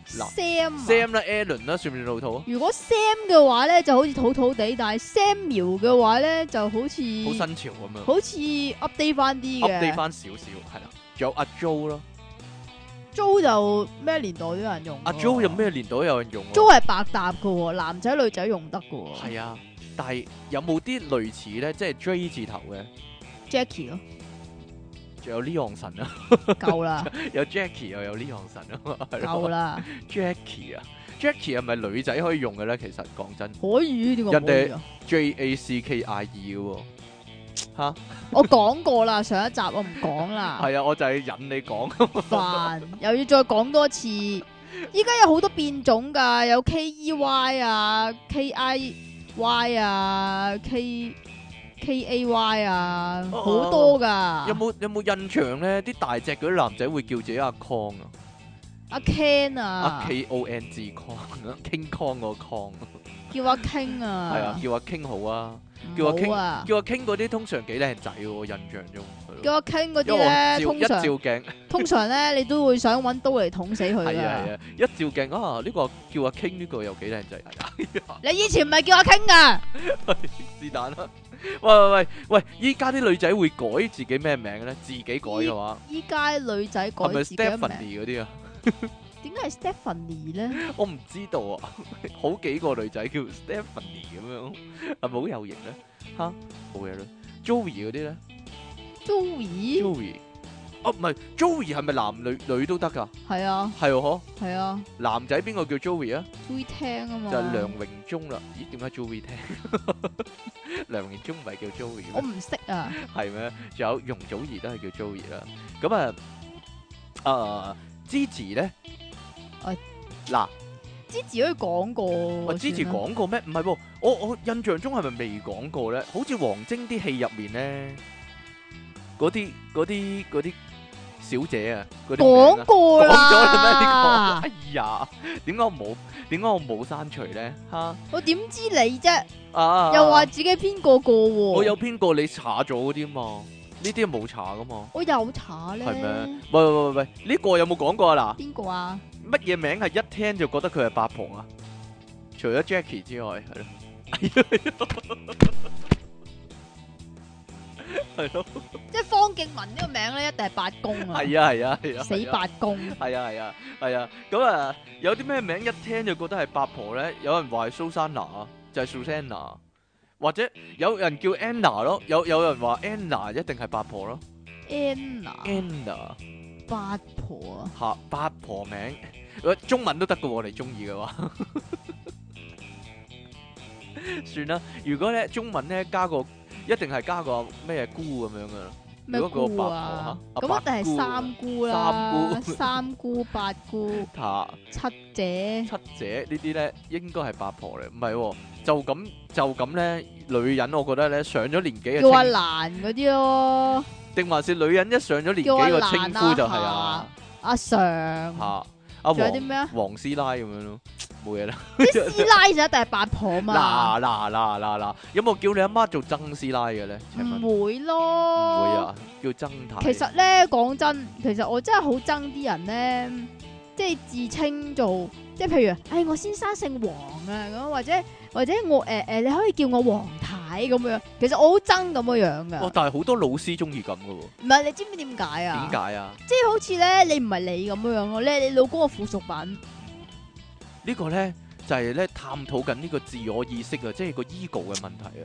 [SPEAKER 2] Sam 啊
[SPEAKER 1] ？Sam 啦，Alan 啦，算唔算老土啊？
[SPEAKER 2] 如果 Sam 嘅話咧，就好似土土地，但係 Samuel 嘅話咧，就好似
[SPEAKER 1] 好新潮咁樣
[SPEAKER 2] 嗯好似 update 翻啲
[SPEAKER 1] ，update
[SPEAKER 2] 嘅。
[SPEAKER 1] 翻少少係啦。仲有阿 Jo 咯，
[SPEAKER 2] Jo 就咩年代都有人用。
[SPEAKER 1] 阿 Jo 有？啊咩年代有人用啊？
[SPEAKER 2] Jo 係百搭嘅喎，男仔女仔用得嘅喎。
[SPEAKER 1] 係啊，但係有冇啲類似咧？即係 J 字頭嘅，
[SPEAKER 2] Jackie 咯，
[SPEAKER 1] 仲有 Leon 神啊。
[SPEAKER 2] 夠啦，
[SPEAKER 1] 有 Jackie 又有呢行神啊嘛，係
[SPEAKER 2] 夠
[SPEAKER 1] 咯
[SPEAKER 2] 啦，
[SPEAKER 1] Jackie 啊，Jackie 係咪女仔可以用嘅咧？其實講真
[SPEAKER 2] 可以點解唔可以啊？
[SPEAKER 1] ，J A C K I E 嘅喎，
[SPEAKER 2] 我講過啦，上一集我唔講啦，
[SPEAKER 1] 係啊，我就係引你講，
[SPEAKER 2] 煩又要再講多次。依家有好多變種㗎，有 K E Y 啊、K I Y 啊、K K A Y 啊，
[SPEAKER 1] 哦
[SPEAKER 2] 好
[SPEAKER 1] 有
[SPEAKER 2] 多㗎。
[SPEAKER 1] 冇有冇印象咧？啲大隻嗰啲男仔會叫自己阿 Kong 啊，
[SPEAKER 2] 阿 Ken
[SPEAKER 1] 阿
[SPEAKER 2] 啊，
[SPEAKER 1] K O N G Kong 啊，King Kong 個 Kong 啊
[SPEAKER 2] 叫阿 King 啊，
[SPEAKER 1] 係啊，叫阿 King 好啊，叫阿
[SPEAKER 2] 唔好啊，
[SPEAKER 1] 叫阿 King 嗰啲通常幾靚仔喎，我印象中係咯
[SPEAKER 2] 叫阿 King 嗰
[SPEAKER 1] 因為
[SPEAKER 2] 啲
[SPEAKER 1] 我
[SPEAKER 2] 咧，
[SPEAKER 1] 照
[SPEAKER 2] 通
[SPEAKER 1] 一照
[SPEAKER 2] 常
[SPEAKER 1] 鏡，
[SPEAKER 2] 通常咧，你都會想揾刀嚟捅死佢
[SPEAKER 1] 係啊係
[SPEAKER 2] 㗎。
[SPEAKER 1] 啊，一照鏡啊，呢個叫阿 King 呢個又幾靚仔， 係啊。
[SPEAKER 2] 你以前唔係叫阿 King 啊㗎，
[SPEAKER 1] 是但啦。喂喂喂喂，依家啲女仔會改自己咩名咧？自己改嘅話，
[SPEAKER 2] 依家女仔改
[SPEAKER 1] 係咪
[SPEAKER 2] 自己嘅名，
[SPEAKER 1] Stephanie 嗰啲啊？
[SPEAKER 2] 點解係 Stephanie 咧？
[SPEAKER 1] 我唔知道啊， 好幾個女仔叫 Stephanie 咁樣，係咪好有型咧？吓，冇嘢啦。Joey 嗰啲咧
[SPEAKER 2] Joey
[SPEAKER 1] ，Joey，哦唔係，Joey 係咪男女女都得㗎？
[SPEAKER 2] 係啊
[SPEAKER 1] 係喎，嗬。
[SPEAKER 2] 係啊
[SPEAKER 1] 男仔邊個叫 Joey 啊？
[SPEAKER 2] ，Joey 聽啊
[SPEAKER 1] 就
[SPEAKER 2] 嘛。
[SPEAKER 1] 係梁榮忠啦。咦？點解 Joey 聽？梁榮忠唔係叫 Joey 咩
[SPEAKER 2] 我？唔識啊，
[SPEAKER 1] 係咩？仲有容祖兒都係叫 Joey 啦。咁啊，啊、芝芝咧，
[SPEAKER 2] 哎
[SPEAKER 1] 嗱，
[SPEAKER 2] 之前都講過。
[SPEAKER 1] 我
[SPEAKER 2] 我
[SPEAKER 1] 芝芝講過咩？唔係喎，我我印象中係咪未講過咧？à? 好似王晶啲戲入面咧，嗰啲嗰啲嗰啲小姐啊，嗰啲名
[SPEAKER 2] 講
[SPEAKER 1] 啊
[SPEAKER 2] 過
[SPEAKER 1] 講咗啦
[SPEAKER 2] 啦，
[SPEAKER 1] 咩呢個？哎呀，點解我冇？點解我冇刪除咧？吓
[SPEAKER 2] 我點知你啫？
[SPEAKER 1] 啊！
[SPEAKER 2] 又話自己編過個喎，
[SPEAKER 1] 我有邊個你查咗嗰啲嘛？呢啲冇查噶嘛？
[SPEAKER 2] 我有查咧
[SPEAKER 1] 係，咩？喂喂喂喂，呢個有冇講過啊？
[SPEAKER 2] 邊個啊？
[SPEAKER 1] 嗱，乜嘢名係一聽就覺得佢係八婆啊？除咗 Jackie 之外，係咯，係咯，
[SPEAKER 2] 即係方敬文呢個名咧，一定係八公啊，
[SPEAKER 1] 係啊，係啊，係啊，
[SPEAKER 2] 死
[SPEAKER 1] 係啊
[SPEAKER 2] 八公，
[SPEAKER 1] 係啊係啊係啊，咁啊有啲咩名一聽就覺得係八婆咧？有人話係蘇珊娜，就係 Susanna，或者有人叫 Anna 咯，有有人話 Anna 一定係八婆咯啊
[SPEAKER 2] Anna
[SPEAKER 1] ，Anna
[SPEAKER 2] 八婆啊，
[SPEAKER 1] 吓八婆名，喂中文都得噶喎，你中意嘅話。 算啦，如果咧中文咧加個一定係加個咩姑咁樣噶啦，
[SPEAKER 2] 咩
[SPEAKER 1] 如果個
[SPEAKER 2] 姑
[SPEAKER 1] 八婆
[SPEAKER 2] 啊？
[SPEAKER 1] 嚇
[SPEAKER 2] 咁
[SPEAKER 1] 啊
[SPEAKER 2] 一定係三姑
[SPEAKER 1] 八
[SPEAKER 2] 啦，
[SPEAKER 1] 姑
[SPEAKER 2] 三姑八姑
[SPEAKER 1] 嚇
[SPEAKER 2] 七姐，
[SPEAKER 1] 七姐呢啲咧應該係八婆嚟，唔係喎，就咁就咁咧，女人我覺得咧上咗年紀嘅
[SPEAKER 2] 叫阿
[SPEAKER 1] 稱，
[SPEAKER 2] 蘭嗰啲咯，
[SPEAKER 1] 定還是女人一上咗年
[SPEAKER 2] 叫阿
[SPEAKER 1] 紀個
[SPEAKER 2] 蘭
[SPEAKER 1] 稱呼就係啊
[SPEAKER 2] 阿
[SPEAKER 1] 嚇
[SPEAKER 2] 常，
[SPEAKER 1] 阿
[SPEAKER 2] 仲有
[SPEAKER 1] 黃
[SPEAKER 2] 啲 咩啊？
[SPEAKER 1] 黃師奶咁樣咯，冇嘢啦。
[SPEAKER 2] 即係師奶就一定係八婆嘛，
[SPEAKER 1] 嗱嗱嗱嗱嗱，有冇叫你阿媽做曾師奶嘅咧？請問唔
[SPEAKER 2] 唔會咯，
[SPEAKER 1] 會啊，叫曾太。
[SPEAKER 2] 其實咧，講真，其實我真係好憎啲人咧，即係自稱做，即係譬如，唉、我先生姓黃啊，咁或者或者我誒誒、呃你可以叫我黃太咁樣。其實我好憎咁樣樣
[SPEAKER 1] 哦，
[SPEAKER 2] 噶，
[SPEAKER 1] 但係好多老師中意咁嘅喎，
[SPEAKER 2] 唔係你知唔知點解啊？
[SPEAKER 1] 點解啊？
[SPEAKER 2] 即係好似咧，你唔係你咁樣樣咯，你係你老公嘅附屬品。
[SPEAKER 1] 呢個咧就係咧探討緊呢個自我意識啊，即係個 ego 嘅問題啊，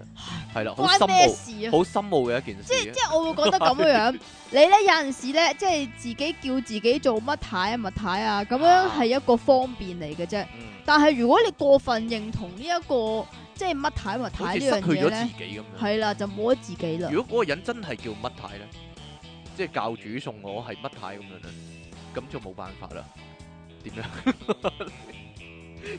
[SPEAKER 1] 係啦，好深
[SPEAKER 2] 關咩
[SPEAKER 1] 奧，
[SPEAKER 2] 事啊？
[SPEAKER 1] 好深奧嘅一件事啊。
[SPEAKER 2] 即係我會覺得咁樣樣， 你咧有陣時咧，即係自己叫自己做乜太啊、乜太啊，咁樣係一個方便嚟嘅啫。
[SPEAKER 1] 嗯
[SPEAKER 2] 但係如果你過分認同呢、一個即係乜太乜
[SPEAKER 1] 好
[SPEAKER 2] 太
[SPEAKER 1] 似
[SPEAKER 2] 呢
[SPEAKER 1] 失
[SPEAKER 2] 樣
[SPEAKER 1] 去
[SPEAKER 2] 嘢
[SPEAKER 1] 咗自
[SPEAKER 2] 咧，
[SPEAKER 1] 己咁樣。
[SPEAKER 2] 係啦就冇咗自己啦。
[SPEAKER 1] 如果嗰個人真係叫乜太咧，即係教主送我係乜太咁樣咧，咁就冇辦法啦。點樣？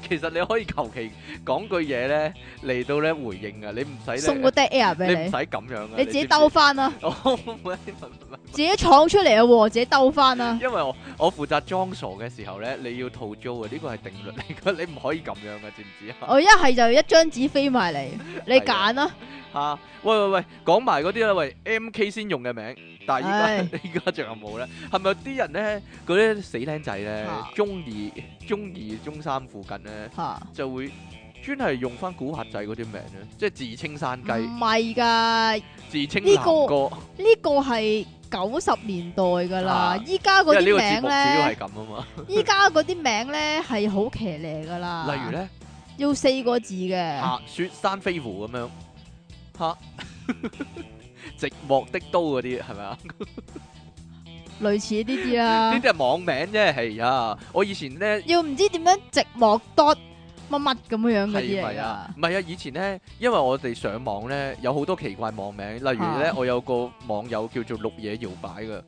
[SPEAKER 1] 其實你可以求其講句嘢 咧嚟到咧回應啊，你唔使
[SPEAKER 2] 送個
[SPEAKER 1] 咧
[SPEAKER 2] dead air
[SPEAKER 1] 你唔
[SPEAKER 2] 俾
[SPEAKER 1] 使咁樣啊，
[SPEAKER 2] 你，你自
[SPEAKER 1] 知
[SPEAKER 2] 己
[SPEAKER 1] 唔知
[SPEAKER 2] 兜。翻啦，
[SPEAKER 1] 我唔係唔係唔係
[SPEAKER 2] 自己闖出嚟啊喎，自己兜 翻啦。
[SPEAKER 1] 因為我 我負責裝傻嘅時候咧，你要套租啊，呢個係定律嚟噶，你唔可以咁樣噶，知 唔知啊？
[SPEAKER 2] 我一係就一張紙飛埋嚟，你
[SPEAKER 1] 啊
[SPEAKER 2] 揀啦。
[SPEAKER 1] 吓，喂喂喂，講埋嗰啲啦，喂，M K 先用嘅名，但係
[SPEAKER 2] 唉
[SPEAKER 1] 依家 依家仲有冇咧？係咪有啲人咧，嗰啲死僆仔咧
[SPEAKER 2] 嚇，
[SPEAKER 1] 中二、中二、中三附近咧，
[SPEAKER 2] 吓，
[SPEAKER 1] 就會專係用翻古惑仔嗰啲名咧，即係自稱山
[SPEAKER 2] 唔
[SPEAKER 1] 雞、
[SPEAKER 2] 係㗎，
[SPEAKER 1] 自稱
[SPEAKER 2] 呢
[SPEAKER 1] 南
[SPEAKER 2] 個
[SPEAKER 1] 哥，
[SPEAKER 2] 呢個係九十年代㗎啦
[SPEAKER 1] 啊，
[SPEAKER 2] 依家
[SPEAKER 1] 因
[SPEAKER 2] 嗰
[SPEAKER 1] 為呢
[SPEAKER 2] 啲
[SPEAKER 1] 個節目
[SPEAKER 2] 名
[SPEAKER 1] 主要係
[SPEAKER 2] 咧，
[SPEAKER 1] 咁啊
[SPEAKER 2] 依家嗰啲名咧係好騎呢㗎啦。
[SPEAKER 1] 嘛。例如，咧，
[SPEAKER 2] 要四個字 嘅。
[SPEAKER 1] 嚇雪山飛狐咁樣，嚇 寂寞的刀嗰啲係咪啊？
[SPEAKER 2] 類似呢啲
[SPEAKER 1] 呢
[SPEAKER 2] 啦
[SPEAKER 1] 啲，係網名啫，係啊！我以前咧。
[SPEAKER 2] 要唔知點樣寂寞多乜乜咁樣樣嗰
[SPEAKER 1] 係
[SPEAKER 2] 啲
[SPEAKER 1] 咪
[SPEAKER 2] 嚟
[SPEAKER 1] 啊
[SPEAKER 2] 啊？？
[SPEAKER 1] 唔係啊！以前咧，因為我哋上網咧有好多奇怪網名，例如咧
[SPEAKER 2] 啊
[SPEAKER 1] 我有個網友叫做綠野搖擺嘅，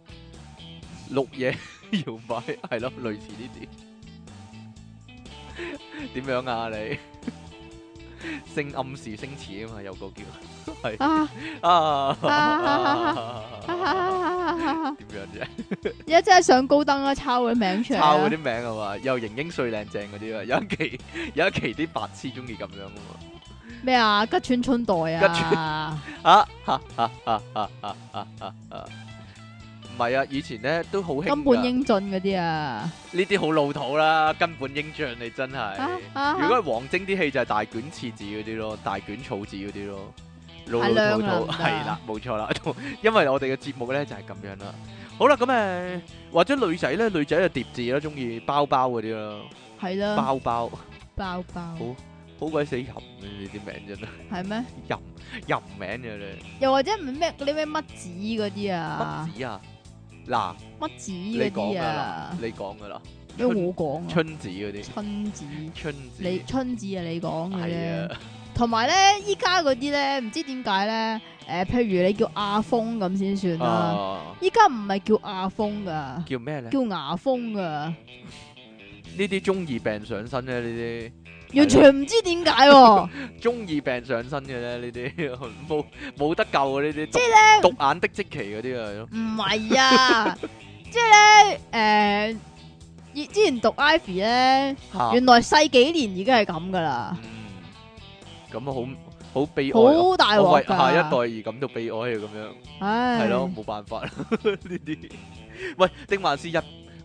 [SPEAKER 1] 綠野 搖擺係咯，類似呢啲。點樣啊你？ 性暗示星詞啊嘛，有個叫係
[SPEAKER 2] 啊
[SPEAKER 1] 啊。點樣啫？
[SPEAKER 2] 而家真係上高登啊，抄佢名出嚟
[SPEAKER 1] 抄嗰啲
[SPEAKER 2] 啊。
[SPEAKER 1] 名係嘛，又型英帥靚正嗰啲啊！有一期 有一期啲白痴中意咁樣啊嘛。
[SPEAKER 2] 咩啊？吉川春代啊，
[SPEAKER 1] 啊哈哈哈哈哈哈哈哈唔係啊，以前咧都好興
[SPEAKER 2] 金
[SPEAKER 1] 㗎
[SPEAKER 2] 本英俊嗰啲啊。
[SPEAKER 1] 呢啲好老土啦，根本英俊你真係。
[SPEAKER 2] 啊啊
[SPEAKER 1] 如果係王晶啲戲就係大卷廁紙嗰啲咯，大卷草紙嗰啲咯，老
[SPEAKER 2] 太
[SPEAKER 1] 老土
[SPEAKER 2] 靚啦唔
[SPEAKER 1] 土
[SPEAKER 2] 得啊
[SPEAKER 1] 係啦，冇錯啦。 因為我哋嘅節目咧就係咁樣啦。好啦，咁誒或者女仔咧，女仔就疊字啦，中意包包嗰啲啦，
[SPEAKER 2] 係啦，
[SPEAKER 1] 包包
[SPEAKER 2] 爆爆
[SPEAKER 1] 好好鬼死淫嘅呢啲名 真係
[SPEAKER 2] 係咩？
[SPEAKER 1] 淫淫名嘅咧，
[SPEAKER 2] 又或者唔係咩嗰啲咩乜子嗰啲啊
[SPEAKER 1] 乜，子啊？嗱。
[SPEAKER 2] 乜子
[SPEAKER 1] 你
[SPEAKER 2] 嗰
[SPEAKER 1] 講
[SPEAKER 2] 啲
[SPEAKER 1] 噶啦
[SPEAKER 2] 啊，，
[SPEAKER 1] 你講噶啦，
[SPEAKER 2] 咩我講啊？
[SPEAKER 1] 春子嗰啲，
[SPEAKER 2] 春子，
[SPEAKER 1] 春子
[SPEAKER 2] 你春子啊，你講嘅啫
[SPEAKER 1] 係。啊，
[SPEAKER 2] 同埋咧，依家嗰啲咧，唔知點解咧，誒、譬如你叫阿峰咁先算啦。
[SPEAKER 1] 啊
[SPEAKER 2] 依家唔係叫阿峰噶，
[SPEAKER 1] 叫咩咧？
[SPEAKER 2] 叫牙峰噶，
[SPEAKER 1] 呢啲中二病上身咧，呢
[SPEAKER 2] 完全唔知點解 喎。
[SPEAKER 1] 啲中二病上身嘅咧，呢啲 冇冇得救啊！呢啲即係咧，獨眼的即奇嗰啲啊，係咯
[SPEAKER 2] 唔係啊，咧诶，以之前讀 Ivy 咧，
[SPEAKER 1] 嚇
[SPEAKER 2] 原來世幾年已經係咁噶啦，
[SPEAKER 1] 嗯，咁啊好好悲哀啊，
[SPEAKER 2] 好大
[SPEAKER 1] 我
[SPEAKER 2] 鑊
[SPEAKER 1] 為
[SPEAKER 2] 㗎。
[SPEAKER 1] 下一代而感到悲哀啊，咁樣。
[SPEAKER 2] 唉，
[SPEAKER 1] 係咯，冇辦 法啦呢啲。喂，定還是日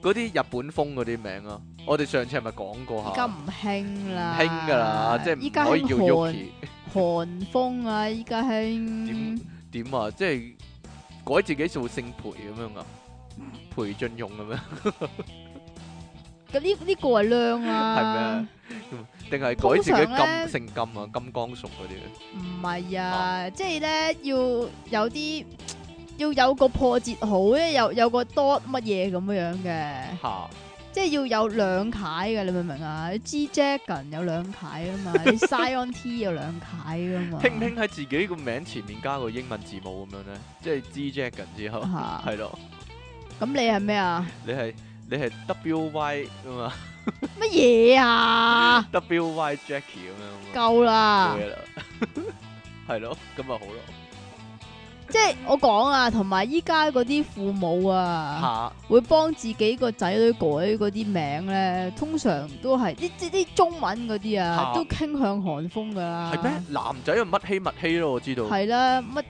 [SPEAKER 1] 嗰啲日本風嗰啲名啊？我哋上次係咪講過
[SPEAKER 2] 依家
[SPEAKER 1] 下？
[SPEAKER 2] 唔興啦，
[SPEAKER 1] 興㗎啦，即係
[SPEAKER 2] 依家
[SPEAKER 1] 唔可以
[SPEAKER 2] 興
[SPEAKER 1] 叫
[SPEAKER 2] 韓
[SPEAKER 1] Yuki
[SPEAKER 2] 韓風啊，依家
[SPEAKER 1] 點
[SPEAKER 2] 興
[SPEAKER 1] 點啊？即係改自己做姓裴咁樣啊？裴俊勇咁樣，
[SPEAKER 2] 咁呢呢個係靚啦，
[SPEAKER 1] 係咩啊？定係改
[SPEAKER 2] 通
[SPEAKER 1] 自己
[SPEAKER 2] 常
[SPEAKER 1] 金
[SPEAKER 2] 呢
[SPEAKER 1] 姓金啊？金剛屬嗰啲啊
[SPEAKER 2] 唔係
[SPEAKER 1] 哦
[SPEAKER 2] 啊，即係咧要有啲要有個破折號咧，有有個 dot 乜嘢咁樣嘅，
[SPEAKER 1] 嚇
[SPEAKER 2] 即係要有兩楷嘅，你明唔明啊？G Dragon 有兩楷啊 嘛，你 Scion T 有兩楷噶嘛，
[SPEAKER 1] 輕輕喺自己個名前面加個英文字母咁樣咧，即係 G Dragon 之後
[SPEAKER 2] 嚇
[SPEAKER 1] 係咯，
[SPEAKER 2] 咁你係咩啊？
[SPEAKER 1] 你係你係 W Y 啊嘛
[SPEAKER 2] 乜嘢啊？
[SPEAKER 1] ，W Y Jackie 咁樣啊嘛。
[SPEAKER 2] 夠啦
[SPEAKER 1] 冇！嘢啦， 系咯，咁咪好咯。
[SPEAKER 2] 即係我講啊，同埋依家嗰啲父母啊。
[SPEAKER 1] 吓
[SPEAKER 2] 會幫自己個仔女改嗰啲名咧，通常都係啲啲啲中文嗰啲啊，
[SPEAKER 1] 嚇
[SPEAKER 2] 都傾向韓風噶啦。
[SPEAKER 1] 係咩？男仔啊，乜希乜希咯，我知道。
[SPEAKER 2] 係啦，乜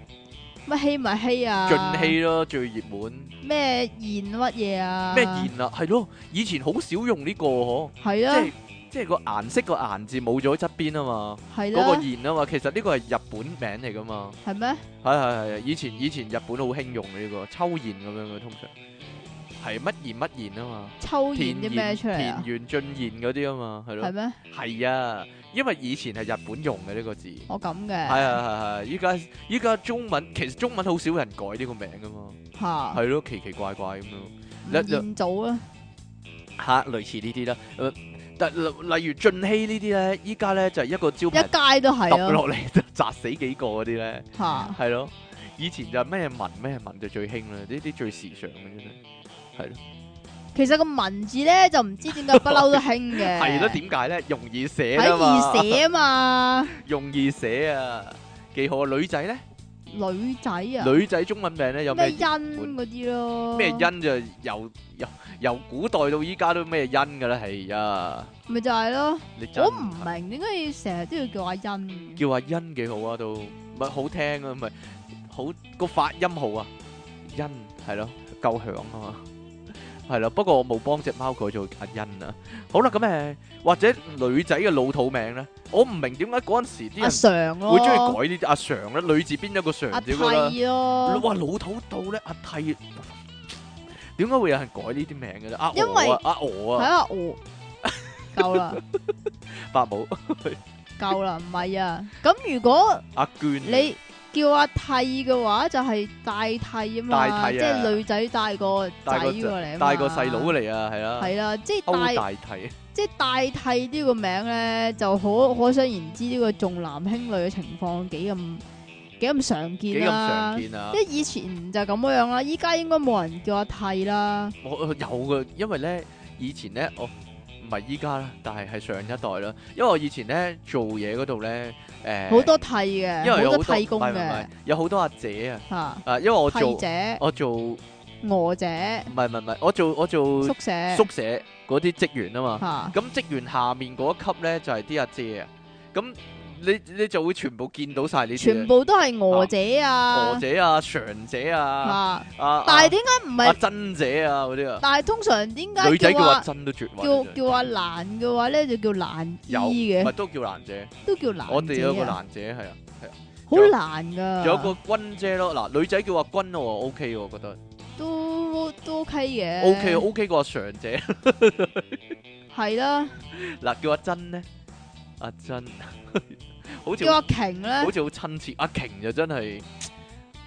[SPEAKER 2] 乜希咪希啊，
[SPEAKER 1] 盡希咯，最熱門。
[SPEAKER 2] 咩燕乜嘢啊？
[SPEAKER 1] 咩言啊？係咯，以前好少用呢個嗬，
[SPEAKER 2] 係
[SPEAKER 1] 即
[SPEAKER 2] 啊啦
[SPEAKER 1] 係，即係個顏色個顏字冇咗側邊啊嘛，
[SPEAKER 2] 係
[SPEAKER 1] 嗰個
[SPEAKER 2] 啦，
[SPEAKER 1] 言啊嘛，其實呢個係日本名嚟噶嘛。
[SPEAKER 2] 係咩？
[SPEAKER 1] 係係係，以前以前日本好興用嘅呢個秋言咁樣嘅，通常係乜言乜言啊嘛。
[SPEAKER 2] 抽
[SPEAKER 1] 田
[SPEAKER 2] 燕啲咩
[SPEAKER 1] 園
[SPEAKER 2] 出嚟
[SPEAKER 1] 田
[SPEAKER 2] 啊？
[SPEAKER 1] 園進言嗰啲啊嘛，係
[SPEAKER 2] 係
[SPEAKER 1] 咯，
[SPEAKER 2] 咩？
[SPEAKER 1] 係啊，因為以前係日本用嘅呢個字。
[SPEAKER 2] 我咁
[SPEAKER 1] 系
[SPEAKER 2] 嘅
[SPEAKER 1] 啊系系，依家依家中文其實中文好少人改呢個名噶嘛，
[SPEAKER 2] 吓，
[SPEAKER 1] 係咯奇奇怪怪咁咯，
[SPEAKER 2] 吳
[SPEAKER 1] 一
[SPEAKER 2] 彥祖啊，
[SPEAKER 1] 吓類似呢啲啦，呃但例例如俊熙呢啲咧，依家咧就係一個招
[SPEAKER 2] 一
[SPEAKER 1] 牌
[SPEAKER 2] 街都係
[SPEAKER 1] 揼
[SPEAKER 2] 啊
[SPEAKER 1] 落嚟就砸死幾個嗰啲咧，
[SPEAKER 2] 吓，
[SPEAKER 1] 係咯，以前就咩文咩文就最興啦，呢啲最時尚嘅真係，係咯
[SPEAKER 2] 其實個文字咧就唔知點解不嬲都興嘅，
[SPEAKER 1] 係咯，點解咧？容易寫啦嘛，
[SPEAKER 2] 喺易寫啊嘛，
[SPEAKER 1] 容易寫啊，幾好啊！女仔咧，
[SPEAKER 2] 女仔啊。
[SPEAKER 1] 女仔中文名咧有
[SPEAKER 2] 咩
[SPEAKER 1] 咩
[SPEAKER 2] 因嗰啲咯，
[SPEAKER 1] 咩因就由由由古代到依家都咩因噶啦，係啊，
[SPEAKER 2] 咪就係咯，
[SPEAKER 1] 你真
[SPEAKER 2] 我唔明點解要成日都要叫阿欣，
[SPEAKER 1] 叫阿欣幾好啊，都咪好聽啊，咪好個發音好啊，欣係咯，夠響啊嘛，係啦。不過我冇幫只貓改做阿欣啊。好啦，咁誒或者女仔嘅老土名咧，我唔明點解嗰陣時啲
[SPEAKER 2] 阿
[SPEAKER 1] 人
[SPEAKER 2] 常咯，
[SPEAKER 1] 會中意改呢啲阿常咧，女字邊一個常
[SPEAKER 2] 阿
[SPEAKER 1] 字噶啦。
[SPEAKER 2] 替咯，
[SPEAKER 1] 哇，老土到咧，阿替點解會有人改呢啲名嘅咧？阿
[SPEAKER 2] 因為
[SPEAKER 1] 鵝啊，阿鵝
[SPEAKER 2] 睇
[SPEAKER 1] 啊，
[SPEAKER 2] 下我夠啦，
[SPEAKER 1] 伯母。
[SPEAKER 2] 夠啦，唔係啊，咁如果
[SPEAKER 1] 阿娟，啊
[SPEAKER 2] 你叫阿替嘅話，就係大替啊嘛，
[SPEAKER 1] 大
[SPEAKER 2] 即
[SPEAKER 1] 替啊
[SPEAKER 2] 係女仔帶個仔
[SPEAKER 1] 帶
[SPEAKER 2] 過
[SPEAKER 1] 個
[SPEAKER 2] 嚟啊嘛，
[SPEAKER 1] 帶個細佬嚟啊，係啦，
[SPEAKER 2] 係啦，即
[SPEAKER 1] 歐
[SPEAKER 2] 係大
[SPEAKER 1] 大啊提，
[SPEAKER 2] 即係大替呢個名咧，就可可想而知呢個重男輕女嘅情況幾咁幾咁常
[SPEAKER 1] 幾
[SPEAKER 2] 見
[SPEAKER 1] 咁
[SPEAKER 2] 啦
[SPEAKER 1] 常。見啊！
[SPEAKER 2] 即係以前就咁樣啦，依家應該冇人叫阿替啦，
[SPEAKER 1] 我有嘅，因為咧以前咧我唔係依家啦，但係係上一代啦，因為我以前咧做嘢嗰度咧，誒
[SPEAKER 2] 好多替
[SPEAKER 1] 因
[SPEAKER 2] 嘅，
[SPEAKER 1] 為有
[SPEAKER 2] 好
[SPEAKER 1] 好
[SPEAKER 2] 多
[SPEAKER 1] 多
[SPEAKER 2] 替工
[SPEAKER 1] 唔係唔係
[SPEAKER 2] 嘅
[SPEAKER 1] 唔係有好多阿姐啊，
[SPEAKER 2] 嚇，
[SPEAKER 1] 啊因為我
[SPEAKER 2] 替
[SPEAKER 1] 做
[SPEAKER 2] 姐、
[SPEAKER 1] 我做唔
[SPEAKER 2] 娥姐、
[SPEAKER 1] 係唔係唔係，我做我做
[SPEAKER 2] 宿舍
[SPEAKER 1] 宿舍嗰啲職員啊嘛。
[SPEAKER 2] 嚇，
[SPEAKER 1] 咁職員下面嗰一級咧就係啲阿姐啊，咁你你就會全部見到晒呢啲
[SPEAKER 2] 全
[SPEAKER 1] 啊
[SPEAKER 2] 部都係娥姐
[SPEAKER 1] 娥
[SPEAKER 2] 啊
[SPEAKER 1] 姐啊、常姐啊。
[SPEAKER 2] 嚇，
[SPEAKER 1] 啊，
[SPEAKER 2] 但係點解唔
[SPEAKER 1] 阿
[SPEAKER 2] 係？
[SPEAKER 1] 珍姐啊嗰啲啊，
[SPEAKER 2] 但係通常點
[SPEAKER 1] 女
[SPEAKER 2] 解
[SPEAKER 1] 仔
[SPEAKER 2] 叫
[SPEAKER 1] 叫阿
[SPEAKER 2] 阿
[SPEAKER 1] 珍都絕
[SPEAKER 2] 叫
[SPEAKER 1] 喎，
[SPEAKER 2] 叫阿蘭嘅話咧，就叫蘭
[SPEAKER 1] 有
[SPEAKER 2] 姨
[SPEAKER 1] 唔
[SPEAKER 2] 嘅
[SPEAKER 1] 係，都叫蘭姐，
[SPEAKER 2] 都叫蘭
[SPEAKER 1] 我哋有個
[SPEAKER 2] 姐啊
[SPEAKER 1] 蘭姐係啊，
[SPEAKER 2] 好
[SPEAKER 1] 有
[SPEAKER 2] 難
[SPEAKER 1] 仲
[SPEAKER 2] 㗎，
[SPEAKER 1] 有個君姐咯，嗱女仔叫阿君啊我 OK 喎，我覺得
[SPEAKER 2] 都都 OK 嘅
[SPEAKER 1] OK OK 過阿常姐，
[SPEAKER 2] 係啦，
[SPEAKER 1] 嗱叫阿珍咧，阿珍 好似
[SPEAKER 2] 叫
[SPEAKER 1] 好
[SPEAKER 2] 阿瓊
[SPEAKER 1] 好
[SPEAKER 2] 咧，
[SPEAKER 1] 似好親切，阿瓊就真係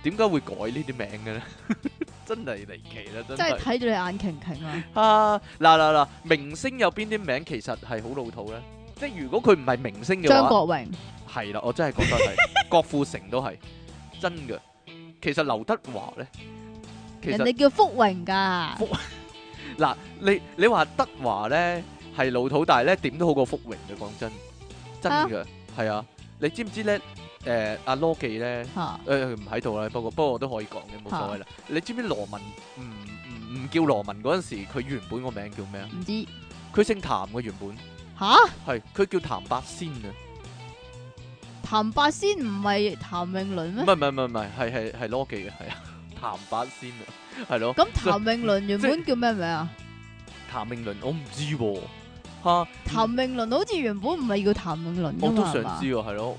[SPEAKER 1] 點解會改呢啲名嘅咧？ 真係離奇啦，真
[SPEAKER 2] 真係
[SPEAKER 1] 係
[SPEAKER 2] 睇住你眼瓊瓊啊！
[SPEAKER 1] 啊！嗱嗱嗱，明星有邊啲名其實係好老土咧？即係如果佢唔係明星嘅
[SPEAKER 2] 張
[SPEAKER 1] 話。
[SPEAKER 2] 國榮。
[SPEAKER 1] 係啦，我真係覺 得係，郭富城都係真嘅。其實劉德華咧，其
[SPEAKER 2] 人
[SPEAKER 1] 實
[SPEAKER 2] 哋叫福榮噶，
[SPEAKER 1] 福嗱，你你話德華咧係老土，但係咧點都好過福榮嘅，講真，真嘅係啊！你知唔知咧？誒阿羅記咧。
[SPEAKER 2] 吓
[SPEAKER 1] 誒佢唔喺度啦，不過不過我都可以講嘅，冇所謂啦。你知唔知羅文唔唔唔叫羅文嗰陣時，佢原本個名叫咩啊？
[SPEAKER 2] 唔知
[SPEAKER 1] 佢姓譚嘅原本
[SPEAKER 2] 吓
[SPEAKER 1] 係佢叫譚百仙啊，
[SPEAKER 2] 譚伯先唔係譚詠麟
[SPEAKER 1] 唔
[SPEAKER 2] 咩？
[SPEAKER 1] 係唔係唔係唔係係係係 l 記嘅係啊，譚百仙啊，係咯。
[SPEAKER 2] 咁譚詠麟原本叫咩名啊？
[SPEAKER 1] 嗯譚詠麟我唔知喎、嚇
[SPEAKER 2] 譚詠麟好似原本唔係叫譚詠麟
[SPEAKER 1] 我
[SPEAKER 2] 噶
[SPEAKER 1] 都
[SPEAKER 2] 嘛？
[SPEAKER 1] 想
[SPEAKER 2] 係嘛
[SPEAKER 1] 知喎，係咯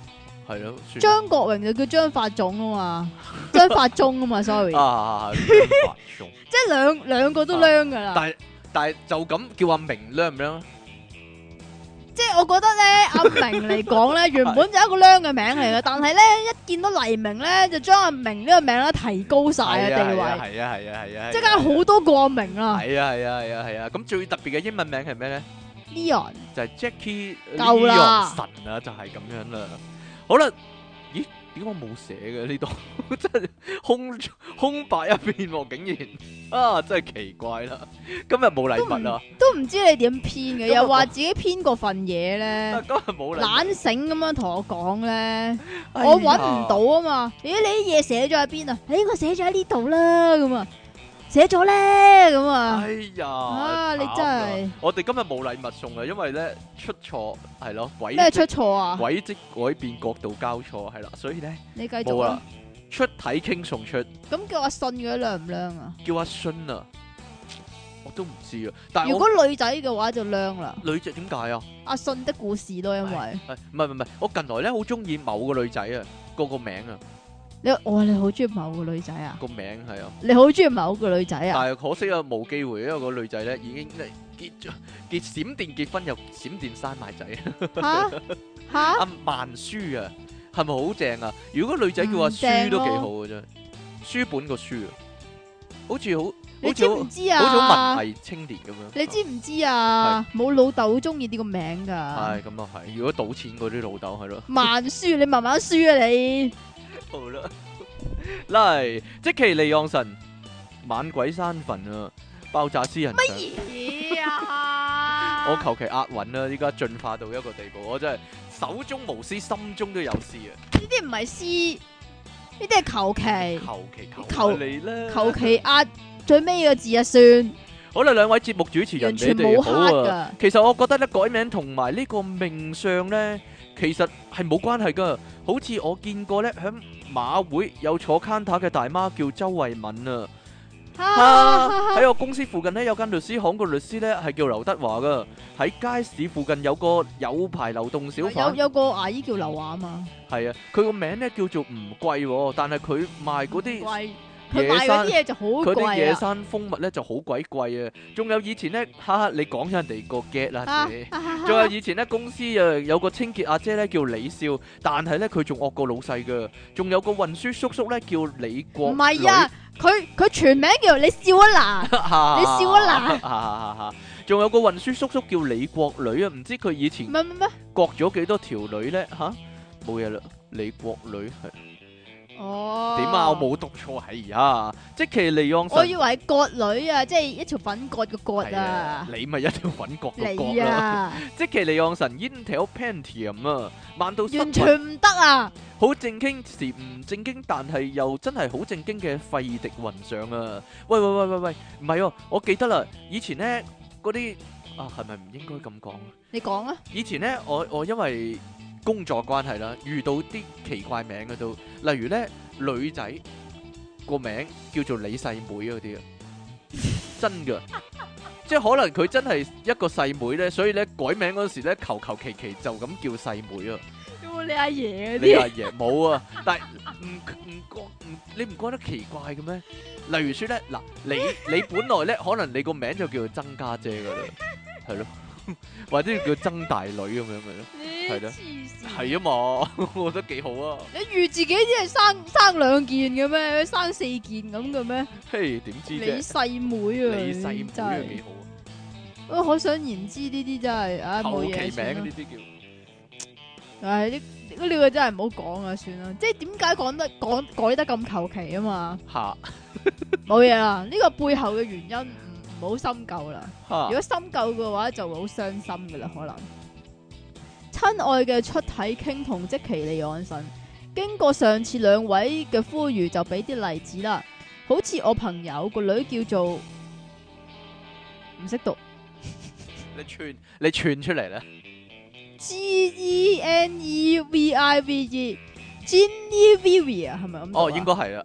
[SPEAKER 1] 係咯，算啦
[SPEAKER 2] 張國榮就叫張法總 啊嘛，張法中啊嘛，sorry，
[SPEAKER 1] 啊 啊，啊張發忠
[SPEAKER 2] 即係兩兩個都靚噶啦。
[SPEAKER 1] 啊但係但係就咁叫阿明靚唔靚？
[SPEAKER 2] 即係我覺得咧，阿明嚟講咧，原本就一個靚嘅名
[SPEAKER 1] 啊
[SPEAKER 2] 嚟嘅，但係咧一見到黎明咧，就將阿明呢個名咧提高晒啊
[SPEAKER 1] 係
[SPEAKER 2] 地
[SPEAKER 1] 係啊
[SPEAKER 2] 位，
[SPEAKER 1] 係啊係啊係啊，
[SPEAKER 2] 即係梗係好多個阿明啦
[SPEAKER 1] 係啊係啊係啊係啊，咁最特別嘅英文名係咩咧？
[SPEAKER 2] ，Leon
[SPEAKER 1] 就係 Jackie 呃
[SPEAKER 2] 夠啦
[SPEAKER 1] 神啊，就係咁樣啦。好啦，咦？點解我冇寫嘅呢度？ 真係空空白一片喎，竟然啊，真係奇怪啦！今日冇禮物啊啦，
[SPEAKER 2] 都唔知你點編嘅，
[SPEAKER 1] 今日
[SPEAKER 2] 又
[SPEAKER 1] 我
[SPEAKER 2] 話自己編過份嘢咧
[SPEAKER 1] 啊，今日冇禮物，
[SPEAKER 2] 懶醒咁樣同我講咧，
[SPEAKER 1] 哎呀
[SPEAKER 2] 我揾唔到啊嘛，咦你啲嘢寫咗喺邊啊？誒我寫咗喺呢度啦，咁啊，寫咗咧，咁啊。
[SPEAKER 1] 哎呀，
[SPEAKER 2] 啊你
[SPEAKER 1] 慘
[SPEAKER 2] 真
[SPEAKER 1] 啦
[SPEAKER 2] 係！
[SPEAKER 1] 我哋今日冇禮物送啊，因為咧出錯係咯，軌
[SPEAKER 2] 咩出
[SPEAKER 1] 跡
[SPEAKER 2] 錯啊？
[SPEAKER 1] 軌跡改變角度交錯係啦，所以咧
[SPEAKER 2] 你繼續啊
[SPEAKER 1] 冇啊啦
[SPEAKER 2] 啦。，
[SPEAKER 1] 出體傾送出。
[SPEAKER 2] 咁叫阿信嗰啲靚唔靚啊？
[SPEAKER 1] 叫阿信啊，我都唔知啊。但係
[SPEAKER 2] 如
[SPEAKER 1] 我
[SPEAKER 2] 果女仔嘅話就靚啦。
[SPEAKER 1] 女仔點解啊？
[SPEAKER 2] 阿信的故事咯，因為
[SPEAKER 1] 係唔係唔係？我近來咧好中意某個女仔啊，個個名啊，
[SPEAKER 2] 你我你好中意某個女仔啊？
[SPEAKER 1] 個名係啊，
[SPEAKER 2] 你好中意某個女仔
[SPEAKER 1] 但
[SPEAKER 2] 啊？
[SPEAKER 1] 係可惜啊冇機會，因為個女仔咧已經咧結咗結閃電結婚又閃電生埋仔，
[SPEAKER 2] 吓吓
[SPEAKER 1] 阿曼書啊，係咪好正啊？如果女仔叫阿
[SPEAKER 2] 嗯正
[SPEAKER 1] 書都幾
[SPEAKER 2] 咯
[SPEAKER 1] 好嘅真係，書本個書啊，好似好
[SPEAKER 2] 你
[SPEAKER 1] 好
[SPEAKER 2] 知
[SPEAKER 1] 似
[SPEAKER 2] 唔知
[SPEAKER 1] 好好似好
[SPEAKER 2] 啊
[SPEAKER 1] 文？藝青年咁樣。
[SPEAKER 2] 你知唔知啊？冇老豆好中意呢個名噶
[SPEAKER 1] 係。咁啊係，如果賭錢嗰啲老豆係咯。
[SPEAKER 2] 慢輸，你慢慢輸啊你！
[SPEAKER 1] 好啦， 嚟即其利昂神猛鬼山墳啊，爆炸私人相，
[SPEAKER 2] 咦啊
[SPEAKER 1] 我求其押韻啦，依家進化到一個地步，我真係手中無私，心中都有私啊！
[SPEAKER 2] 呢啲唔係詩，呢啲係求其
[SPEAKER 1] 求其求
[SPEAKER 2] 求
[SPEAKER 1] 下你啦，
[SPEAKER 2] 求其壓最尾個字啊算，
[SPEAKER 1] 好啦，兩位節目主持人，
[SPEAKER 2] 完
[SPEAKER 1] 你
[SPEAKER 2] 全冇
[SPEAKER 1] 哋好
[SPEAKER 2] 黑
[SPEAKER 1] 啊。
[SPEAKER 2] 噶。
[SPEAKER 1] 其實我覺得咧，改名同埋呢個命相咧，其實係冇關係噶。好似我見過咧，響馬會有坐 counter 嘅大媽叫周慧敏啊。啊！ 喺我公司附近呢，有間律師行，個律師呢係叫劉德華噶。喺街市附近有個有牌流動小
[SPEAKER 2] 有
[SPEAKER 1] 販，
[SPEAKER 2] 有個阿姨叫劉華啊嘛，
[SPEAKER 1] 係啊，佢個名呢叫做吳貴喎，但係佢賣嗰
[SPEAKER 2] 貴，
[SPEAKER 1] 啲
[SPEAKER 2] 佢
[SPEAKER 1] 野
[SPEAKER 2] 賣嗰
[SPEAKER 1] 生
[SPEAKER 2] 啲嘢就好
[SPEAKER 1] 佢啲野
[SPEAKER 2] 貴啊
[SPEAKER 1] 山蜂蜜呢就好鬼貴啊！仲有以前呢，哈哈，你講人哋個 get 啦
[SPEAKER 2] 啊
[SPEAKER 1] 你。
[SPEAKER 2] 啊啊！
[SPEAKER 1] 仲有以前咧，公司啊有個清潔阿姐咧叫李少，但係咧佢仲惡過老細噶，仲有個運輸叔叔咧叫李國。
[SPEAKER 2] 唔係啊，，佢佢全名叫你笑 啊
[SPEAKER 1] 你
[SPEAKER 2] 嗱，你笑啊
[SPEAKER 1] 嗱！ 仲有個運輸叔叔叫李國女啊，唔知佢以前
[SPEAKER 2] 咩咩咩？
[SPEAKER 1] 割咗幾多條女咧？吓，冇嘢啦，李國女係
[SPEAKER 2] 哦，
[SPEAKER 1] 點啊？我，冇讀錯，係啊！即其利昂
[SPEAKER 2] 我
[SPEAKER 1] 神
[SPEAKER 2] 以為係割女啊，即係一條粉割嘅割
[SPEAKER 1] 係啊
[SPEAKER 2] 啊，，
[SPEAKER 1] 你咪一條揾角個角
[SPEAKER 2] 你
[SPEAKER 1] 啦！
[SPEAKER 2] 啊，
[SPEAKER 1] 即其利昂神 Intel Pentium 啊，慢到失
[SPEAKER 2] 完
[SPEAKER 1] 魂
[SPEAKER 2] 全唔得啊！
[SPEAKER 1] 好正經時唔正經，但係又真係好正經嘅費迪雲上啊！喂喂喂喂喂，唔係喎，我記得啦，以前咧嗰啲啊係咪唔應該咁講啊？
[SPEAKER 2] 你講啊，
[SPEAKER 1] 以前咧，我我因為工作關係啦，遇到啲奇怪名嘅都，例如咧女仔個名叫做李細妹嗰啲啊， 真噶，即係可能佢真係一個細妹咧，所以咧改名嗰時咧求求其其就咁叫細妹啊，
[SPEAKER 2] 有冇你阿爺嗰
[SPEAKER 1] 你
[SPEAKER 2] 啲
[SPEAKER 1] 阿爺冇啊，但係唔唔覺唔你唔覺得奇怪嘅咩？例如説咧，嗱你你本來咧可能你個名就叫做曾家姐噶啦，係咯，或者叫曾大女咁樣嘅咧。
[SPEAKER 2] 你
[SPEAKER 1] 係咯
[SPEAKER 2] 黐線，
[SPEAKER 1] 係啊嘛， 我覺得幾好啊。
[SPEAKER 2] 你預自己啲係生生兩件嘅咩？生四件咁嘅咩？
[SPEAKER 1] 嘿，點知
[SPEAKER 2] 你
[SPEAKER 1] 啫？
[SPEAKER 2] 細妹啊，
[SPEAKER 1] 你細妹
[SPEAKER 2] 真
[SPEAKER 1] 啊，
[SPEAKER 2] 係
[SPEAKER 1] 幾好
[SPEAKER 2] 啊，可想而知呢啲真係，唉
[SPEAKER 1] 啊！求
[SPEAKER 2] 冇
[SPEAKER 1] 其
[SPEAKER 2] 嘢算
[SPEAKER 1] 名
[SPEAKER 2] 啦
[SPEAKER 1] 呢。啲叫
[SPEAKER 2] 唉，呢呢呢個真係唔好講啊，算啦。即係點解講得講改得咁求其啊嘛？
[SPEAKER 1] 嚇
[SPEAKER 2] 冇嘢啦，呢個背後嘅原因唔唔好深究啦。
[SPEAKER 1] 嚇
[SPEAKER 2] 如果深究嘅話，就會好傷心噶啦，可能。親愛嘅出體傾同即其利安神，經過上次兩位嘅呼籲，就俾啲例子啦。好似我朋友個女叫做唔識讀
[SPEAKER 1] 你串你串出嚟啦，
[SPEAKER 2] G E N E V I V E Jenny Vivi 啊，係咪咁讀啊？
[SPEAKER 1] 哦，應該係啦。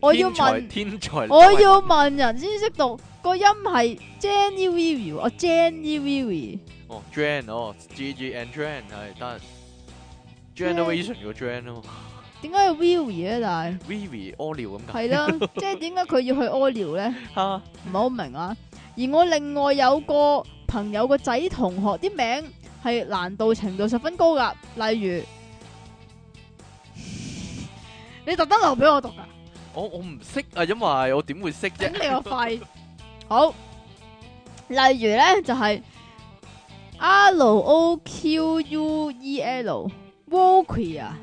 [SPEAKER 2] 我要
[SPEAKER 1] 天才
[SPEAKER 2] 問。
[SPEAKER 1] 天才，
[SPEAKER 2] 我要問人先識讀個音係 Jenny Vivi，我 Jenny Vivi
[SPEAKER 1] 哦 Jan 哦 G G and Jan 係得 generation 個 Jan 咯
[SPEAKER 2] 點解要 Vivi 咧？但
[SPEAKER 1] ，Vivi 屙尿咁解
[SPEAKER 2] 係係啦， 即係點解佢要去屙尿咧？
[SPEAKER 1] 哈
[SPEAKER 2] 唔係好明啊。而我另外有個朋友個仔同學啲名係難度程度十分高噶，例如 你特登留俾我讀噶，
[SPEAKER 1] 我我唔識啊，因為我點會識啫？
[SPEAKER 2] 整你個肺。好，例如咧就係 R O Q U E L Walkie 啊，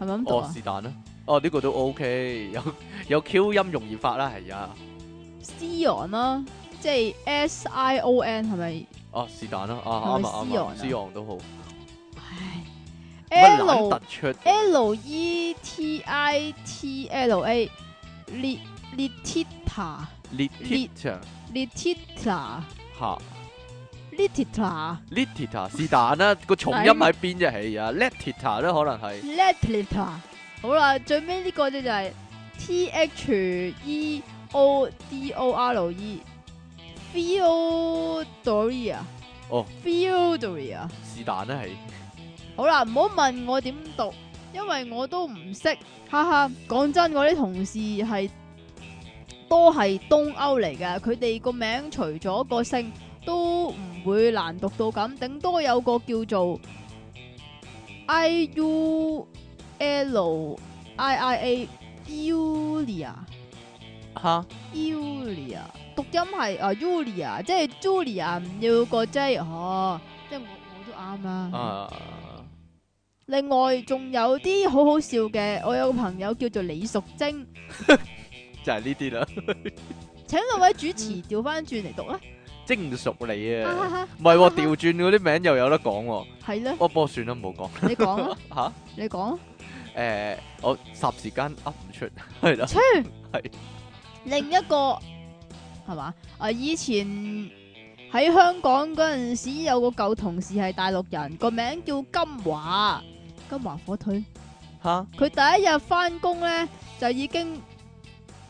[SPEAKER 2] 係咪咁讀
[SPEAKER 1] 哦
[SPEAKER 2] 啊，
[SPEAKER 1] 是但啦。哦，呢個都 OK，有 有 Q 音容易發啦，係啊。
[SPEAKER 2] ？Sion 啦，即係 S I O N 係咪？
[SPEAKER 1] 哦，是但啦，啊
[SPEAKER 2] 係
[SPEAKER 1] 啱啊
[SPEAKER 2] 咪
[SPEAKER 1] 啱啊，
[SPEAKER 2] Sion 啊
[SPEAKER 1] 思昂都好，
[SPEAKER 2] 唉
[SPEAKER 1] 乜
[SPEAKER 2] ，L
[SPEAKER 1] 懶突出嘅
[SPEAKER 2] L E T I T L A Lit Litita
[SPEAKER 1] ，lit
[SPEAKER 2] Lit-
[SPEAKER 1] teacher
[SPEAKER 2] Litita
[SPEAKER 1] 嚇
[SPEAKER 2] Litita
[SPEAKER 1] lit teacher 是但啦，個重音喺邊啫？係啊，let teacher 咧可能係
[SPEAKER 2] Litita 好啦，最尾呢個咧就係 T H E O D O R E Theodoria
[SPEAKER 1] 哦
[SPEAKER 2] Theodoria
[SPEAKER 1] 是但啦係。
[SPEAKER 2] 好啦，唔好問我點讀，因為我都唔識，哈哈。講真，我啲同事係都係東歐嚟嘅，佢哋個名除咗個姓都唔會難讀到咁，頂多有個叫做 I U L I I A Julia
[SPEAKER 1] 吓
[SPEAKER 2] Julia，讀音係啊 Julia，即係 Julia 唔要個 J 哦，即係我我都啱啦。
[SPEAKER 1] 啊，
[SPEAKER 2] 另外仲有啲好好笑嘅，我有個朋友叫做李淑貞，
[SPEAKER 1] 就係呢啲 啦，
[SPEAKER 2] 請兩位主持調翻轉嚟讀啦，啊
[SPEAKER 1] 精熟你
[SPEAKER 2] 哈哈
[SPEAKER 1] 啊，
[SPEAKER 2] 哈，
[SPEAKER 1] 唔係喎，調轉嗰啲名又有得講喎，
[SPEAKER 2] 係 啦，
[SPEAKER 1] 哦不過算啦，唔好講
[SPEAKER 2] 你講啦，
[SPEAKER 1] 吓，
[SPEAKER 2] 你講啊啦。
[SPEAKER 1] 誒我霎時間噏唔出，係啦，
[SPEAKER 2] 切，
[SPEAKER 1] 係
[SPEAKER 2] 另一個係嘛？啊，以前喺香港嗰陣時有個舊同事係大陸人，個名叫金華，金華火腿。
[SPEAKER 1] 吓
[SPEAKER 2] 佢第一日翻工咧就已經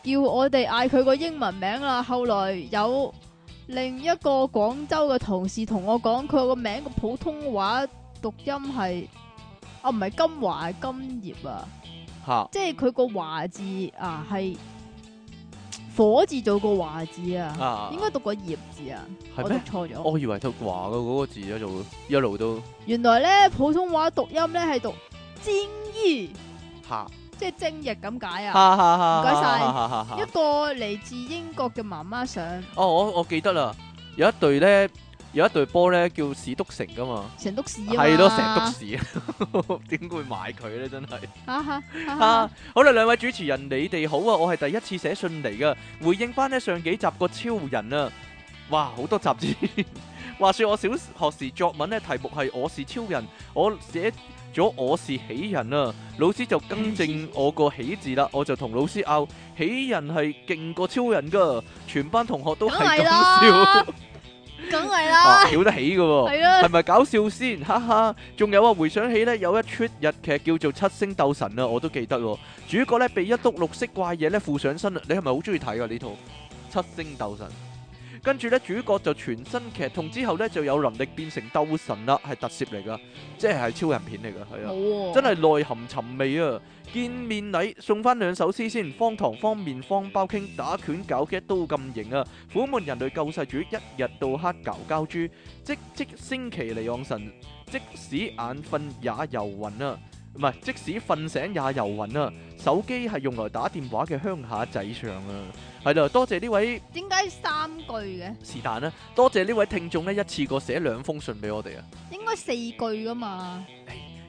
[SPEAKER 2] 叫我哋嗌佢個英文名啦。後來有另一個廣州嘅同事同我講，佢個名嘅普通話讀音係啊，唔係金華，係金葉啊，
[SPEAKER 1] 吓
[SPEAKER 2] 即係佢個華字啊係火字做個華字啊，
[SPEAKER 1] 啊
[SPEAKER 2] 應，該讀個葉字啊，我
[SPEAKER 1] 係
[SPEAKER 2] 讀
[SPEAKER 1] 咩？哦
[SPEAKER 2] 錯咗。
[SPEAKER 1] 我以為讀華嘅嗰個字一路一路都
[SPEAKER 2] 原來咧普通話讀音咧係讀精衣，
[SPEAKER 1] 吓，
[SPEAKER 2] 即係精液咁解啊。
[SPEAKER 1] 哈哈哈，
[SPEAKER 2] 唔該晒
[SPEAKER 1] 哈哈哈
[SPEAKER 2] 一個嚟自英國嘅媽媽上
[SPEAKER 1] 哦我我記得啦，有一隊咧有一隊波咧叫史篤城噶嘛，
[SPEAKER 2] 成督屎啊嘛，
[SPEAKER 1] 係咯成篤市， 點會買佢咧真係？
[SPEAKER 2] 哈哈，哈哈
[SPEAKER 1] 啊，好啦，兩位主持人，你哋好啊！我係第一次寫信嚟噶，回應翻呢上幾集個超人啊！哇，好多集之前。 話說我小學時作文呢，題目係我是超人，我寫咗我是喜人啊，老師就更正我個喜字啦，我就同老師拗喜人係勁過超人噶，全班同學都
[SPEAKER 2] 梗
[SPEAKER 1] 係咁
[SPEAKER 2] 係
[SPEAKER 1] 笑
[SPEAKER 2] 啦，，梗係
[SPEAKER 1] 啊
[SPEAKER 2] 啦，
[SPEAKER 1] 曉得起噶喎。
[SPEAKER 2] 係啦
[SPEAKER 1] 係，啊咪搞笑先？哈哈！仲有啊，回想起呢，有一出日劇叫做《七星鬥神》啊，我都記得喎。主角呢，被一篤綠色怪嘢呢附上身啊！你係咪好中意睇啊呢套《七星鬥神》？啊跟住呢，主角就全身劇痛之後呢，就有能力變成鬥神啦，係特攝嚟噶，即係係超人片嚟噶，係啊
[SPEAKER 2] 冇，喎，
[SPEAKER 1] 真係內含尋味啊！見面禮送翻兩首詩先，方糖方面方包傾打拳搞 g 都咁型啊！苦悶人類救世主一日到黑搞膠豬，即即星期離岸神，即使眼瞓也遊魂啊！唔係，即使瞓醒也遊魂啊！手機係用來打電話嘅鄉下仔上啊！係啦，多謝呢位
[SPEAKER 2] 點解三句嘅？
[SPEAKER 1] 是但啦，多謝呢位聽眾呢，一次過寫兩封信俾我哋啊！
[SPEAKER 2] 應該四句噶嘛？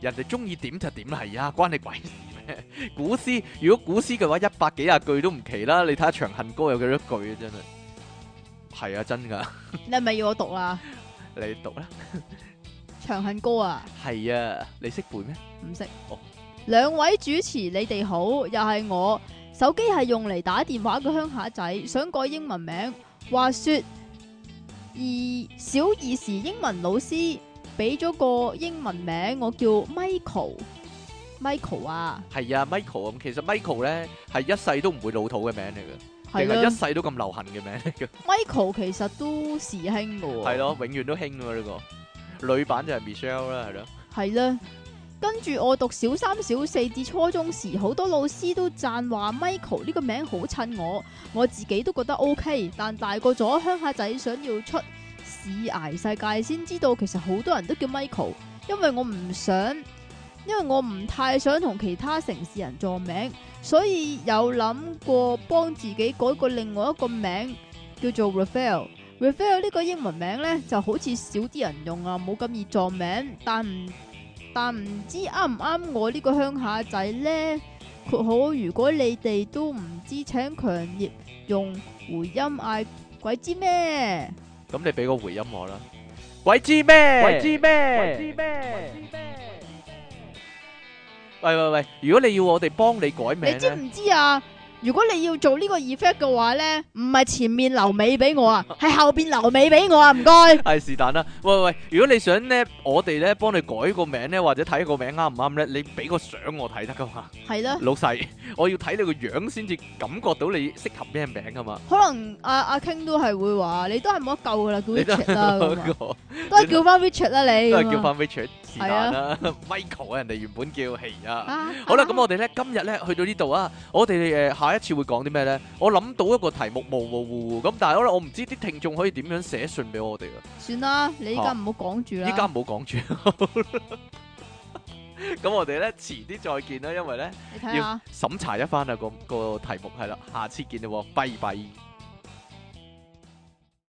[SPEAKER 1] 人哋中意點就點啦，係啊，關你鬼事咩？古詩如果古詩嘅話，一百幾廿句都唔奇啦。你睇下《長恨歌》有幾多句啊？真係係啊，真噶，
[SPEAKER 2] 你係咪要我讀啊？
[SPEAKER 1] 你讀啦。
[SPEAKER 2] 長恨歌啊，
[SPEAKER 1] 係啊，你識背咩？
[SPEAKER 2] 唔識
[SPEAKER 1] 哦，
[SPEAKER 2] 兩位主持，你哋好，又係我。手機係用嚟打電話嘅鄉下仔，想改英文名。話說二小二時，英文老師俾咗個英文名，我叫 Michael。Michael 啊，
[SPEAKER 1] 係啊，Michael 咁，其實 Michael 咧係一世都唔會老土嘅名嚟嘅，
[SPEAKER 2] 係
[SPEAKER 1] 定係一
[SPEAKER 2] 啦
[SPEAKER 1] 世都咁流行嘅名嚟嘅，
[SPEAKER 2] 啊，Michael 其實都時興嘅喎。
[SPEAKER 1] 係咯，永遠都興㗎呢個。女版就係 Michelle 啦，係咯，
[SPEAKER 2] 系啦。跟住我讀小三、小四至初中時，好多老師都讚話 Michael 呢個名好襯我，我自己都覺得 OK。但大個咗，鄉下仔想要出市捱世界，先知道其實好多人都叫 Michael，因為我唔想，因為我唔太想同其他城市人撞名，所以有諗過幫自己改個另外一個名叫做 Raphael。Raphael 呢個英文名呢，就好似少啲人用啊，冇咁易撞名，但唔但唔知啱唔啱我呢個鄉下仔呢？括好如果你哋都唔知，請強烈用回音嗌鬼知咩？
[SPEAKER 1] 咁你俾個回音我啦。鬼知咩？
[SPEAKER 3] 鬼知咩
[SPEAKER 1] 鬼知咩？喂喂喂，如果你要我哋幫你改
[SPEAKER 2] 你
[SPEAKER 1] 名
[SPEAKER 2] 知
[SPEAKER 1] 咧，
[SPEAKER 2] 唔知啊？如果你要做呢個 effect 嘅話呢，唔係前面留尾俾我啊，係後邊留尾俾我啊，唔該。
[SPEAKER 1] 係是但啦。喂喂喂，如果你想咧，我哋咧幫你改個名咧，或者睇個名啱唔啱咧，你俾個相我睇得 噶嘛？
[SPEAKER 2] 係啦，
[SPEAKER 1] 老細，我要睇你個樣先至感覺到你適合咩名噶 嘛？
[SPEAKER 2] 可能阿阿 King 都係會話，你都係冇得救噶啦，叫
[SPEAKER 1] 你都
[SPEAKER 2] Richard 啦咁啊，
[SPEAKER 1] 個
[SPEAKER 2] 都係叫翻 Richard 啦 你
[SPEAKER 1] 都
[SPEAKER 2] 咁啊。
[SPEAKER 1] 係叫翻 Richard 是但啦，Michael 啊，人哋原本叫係啊。
[SPEAKER 2] 啊
[SPEAKER 1] 好啦，
[SPEAKER 2] 啊
[SPEAKER 1] 咁我哋咧今日咧去到呢度啊，我哋誒下一次會講啲咩咧？我諗到一個題目模模糊糊咁，但係我我唔知啲聽眾可以點樣寫信俾我哋啊！
[SPEAKER 2] 算啦，你依家唔好講住啦。
[SPEAKER 1] 依家唔好講住， 咁我哋咧遲啲再見啦，因為咧
[SPEAKER 2] 你睇下。
[SPEAKER 1] 審查一番啊個個題目係啦，下次見啦喎，拜拜。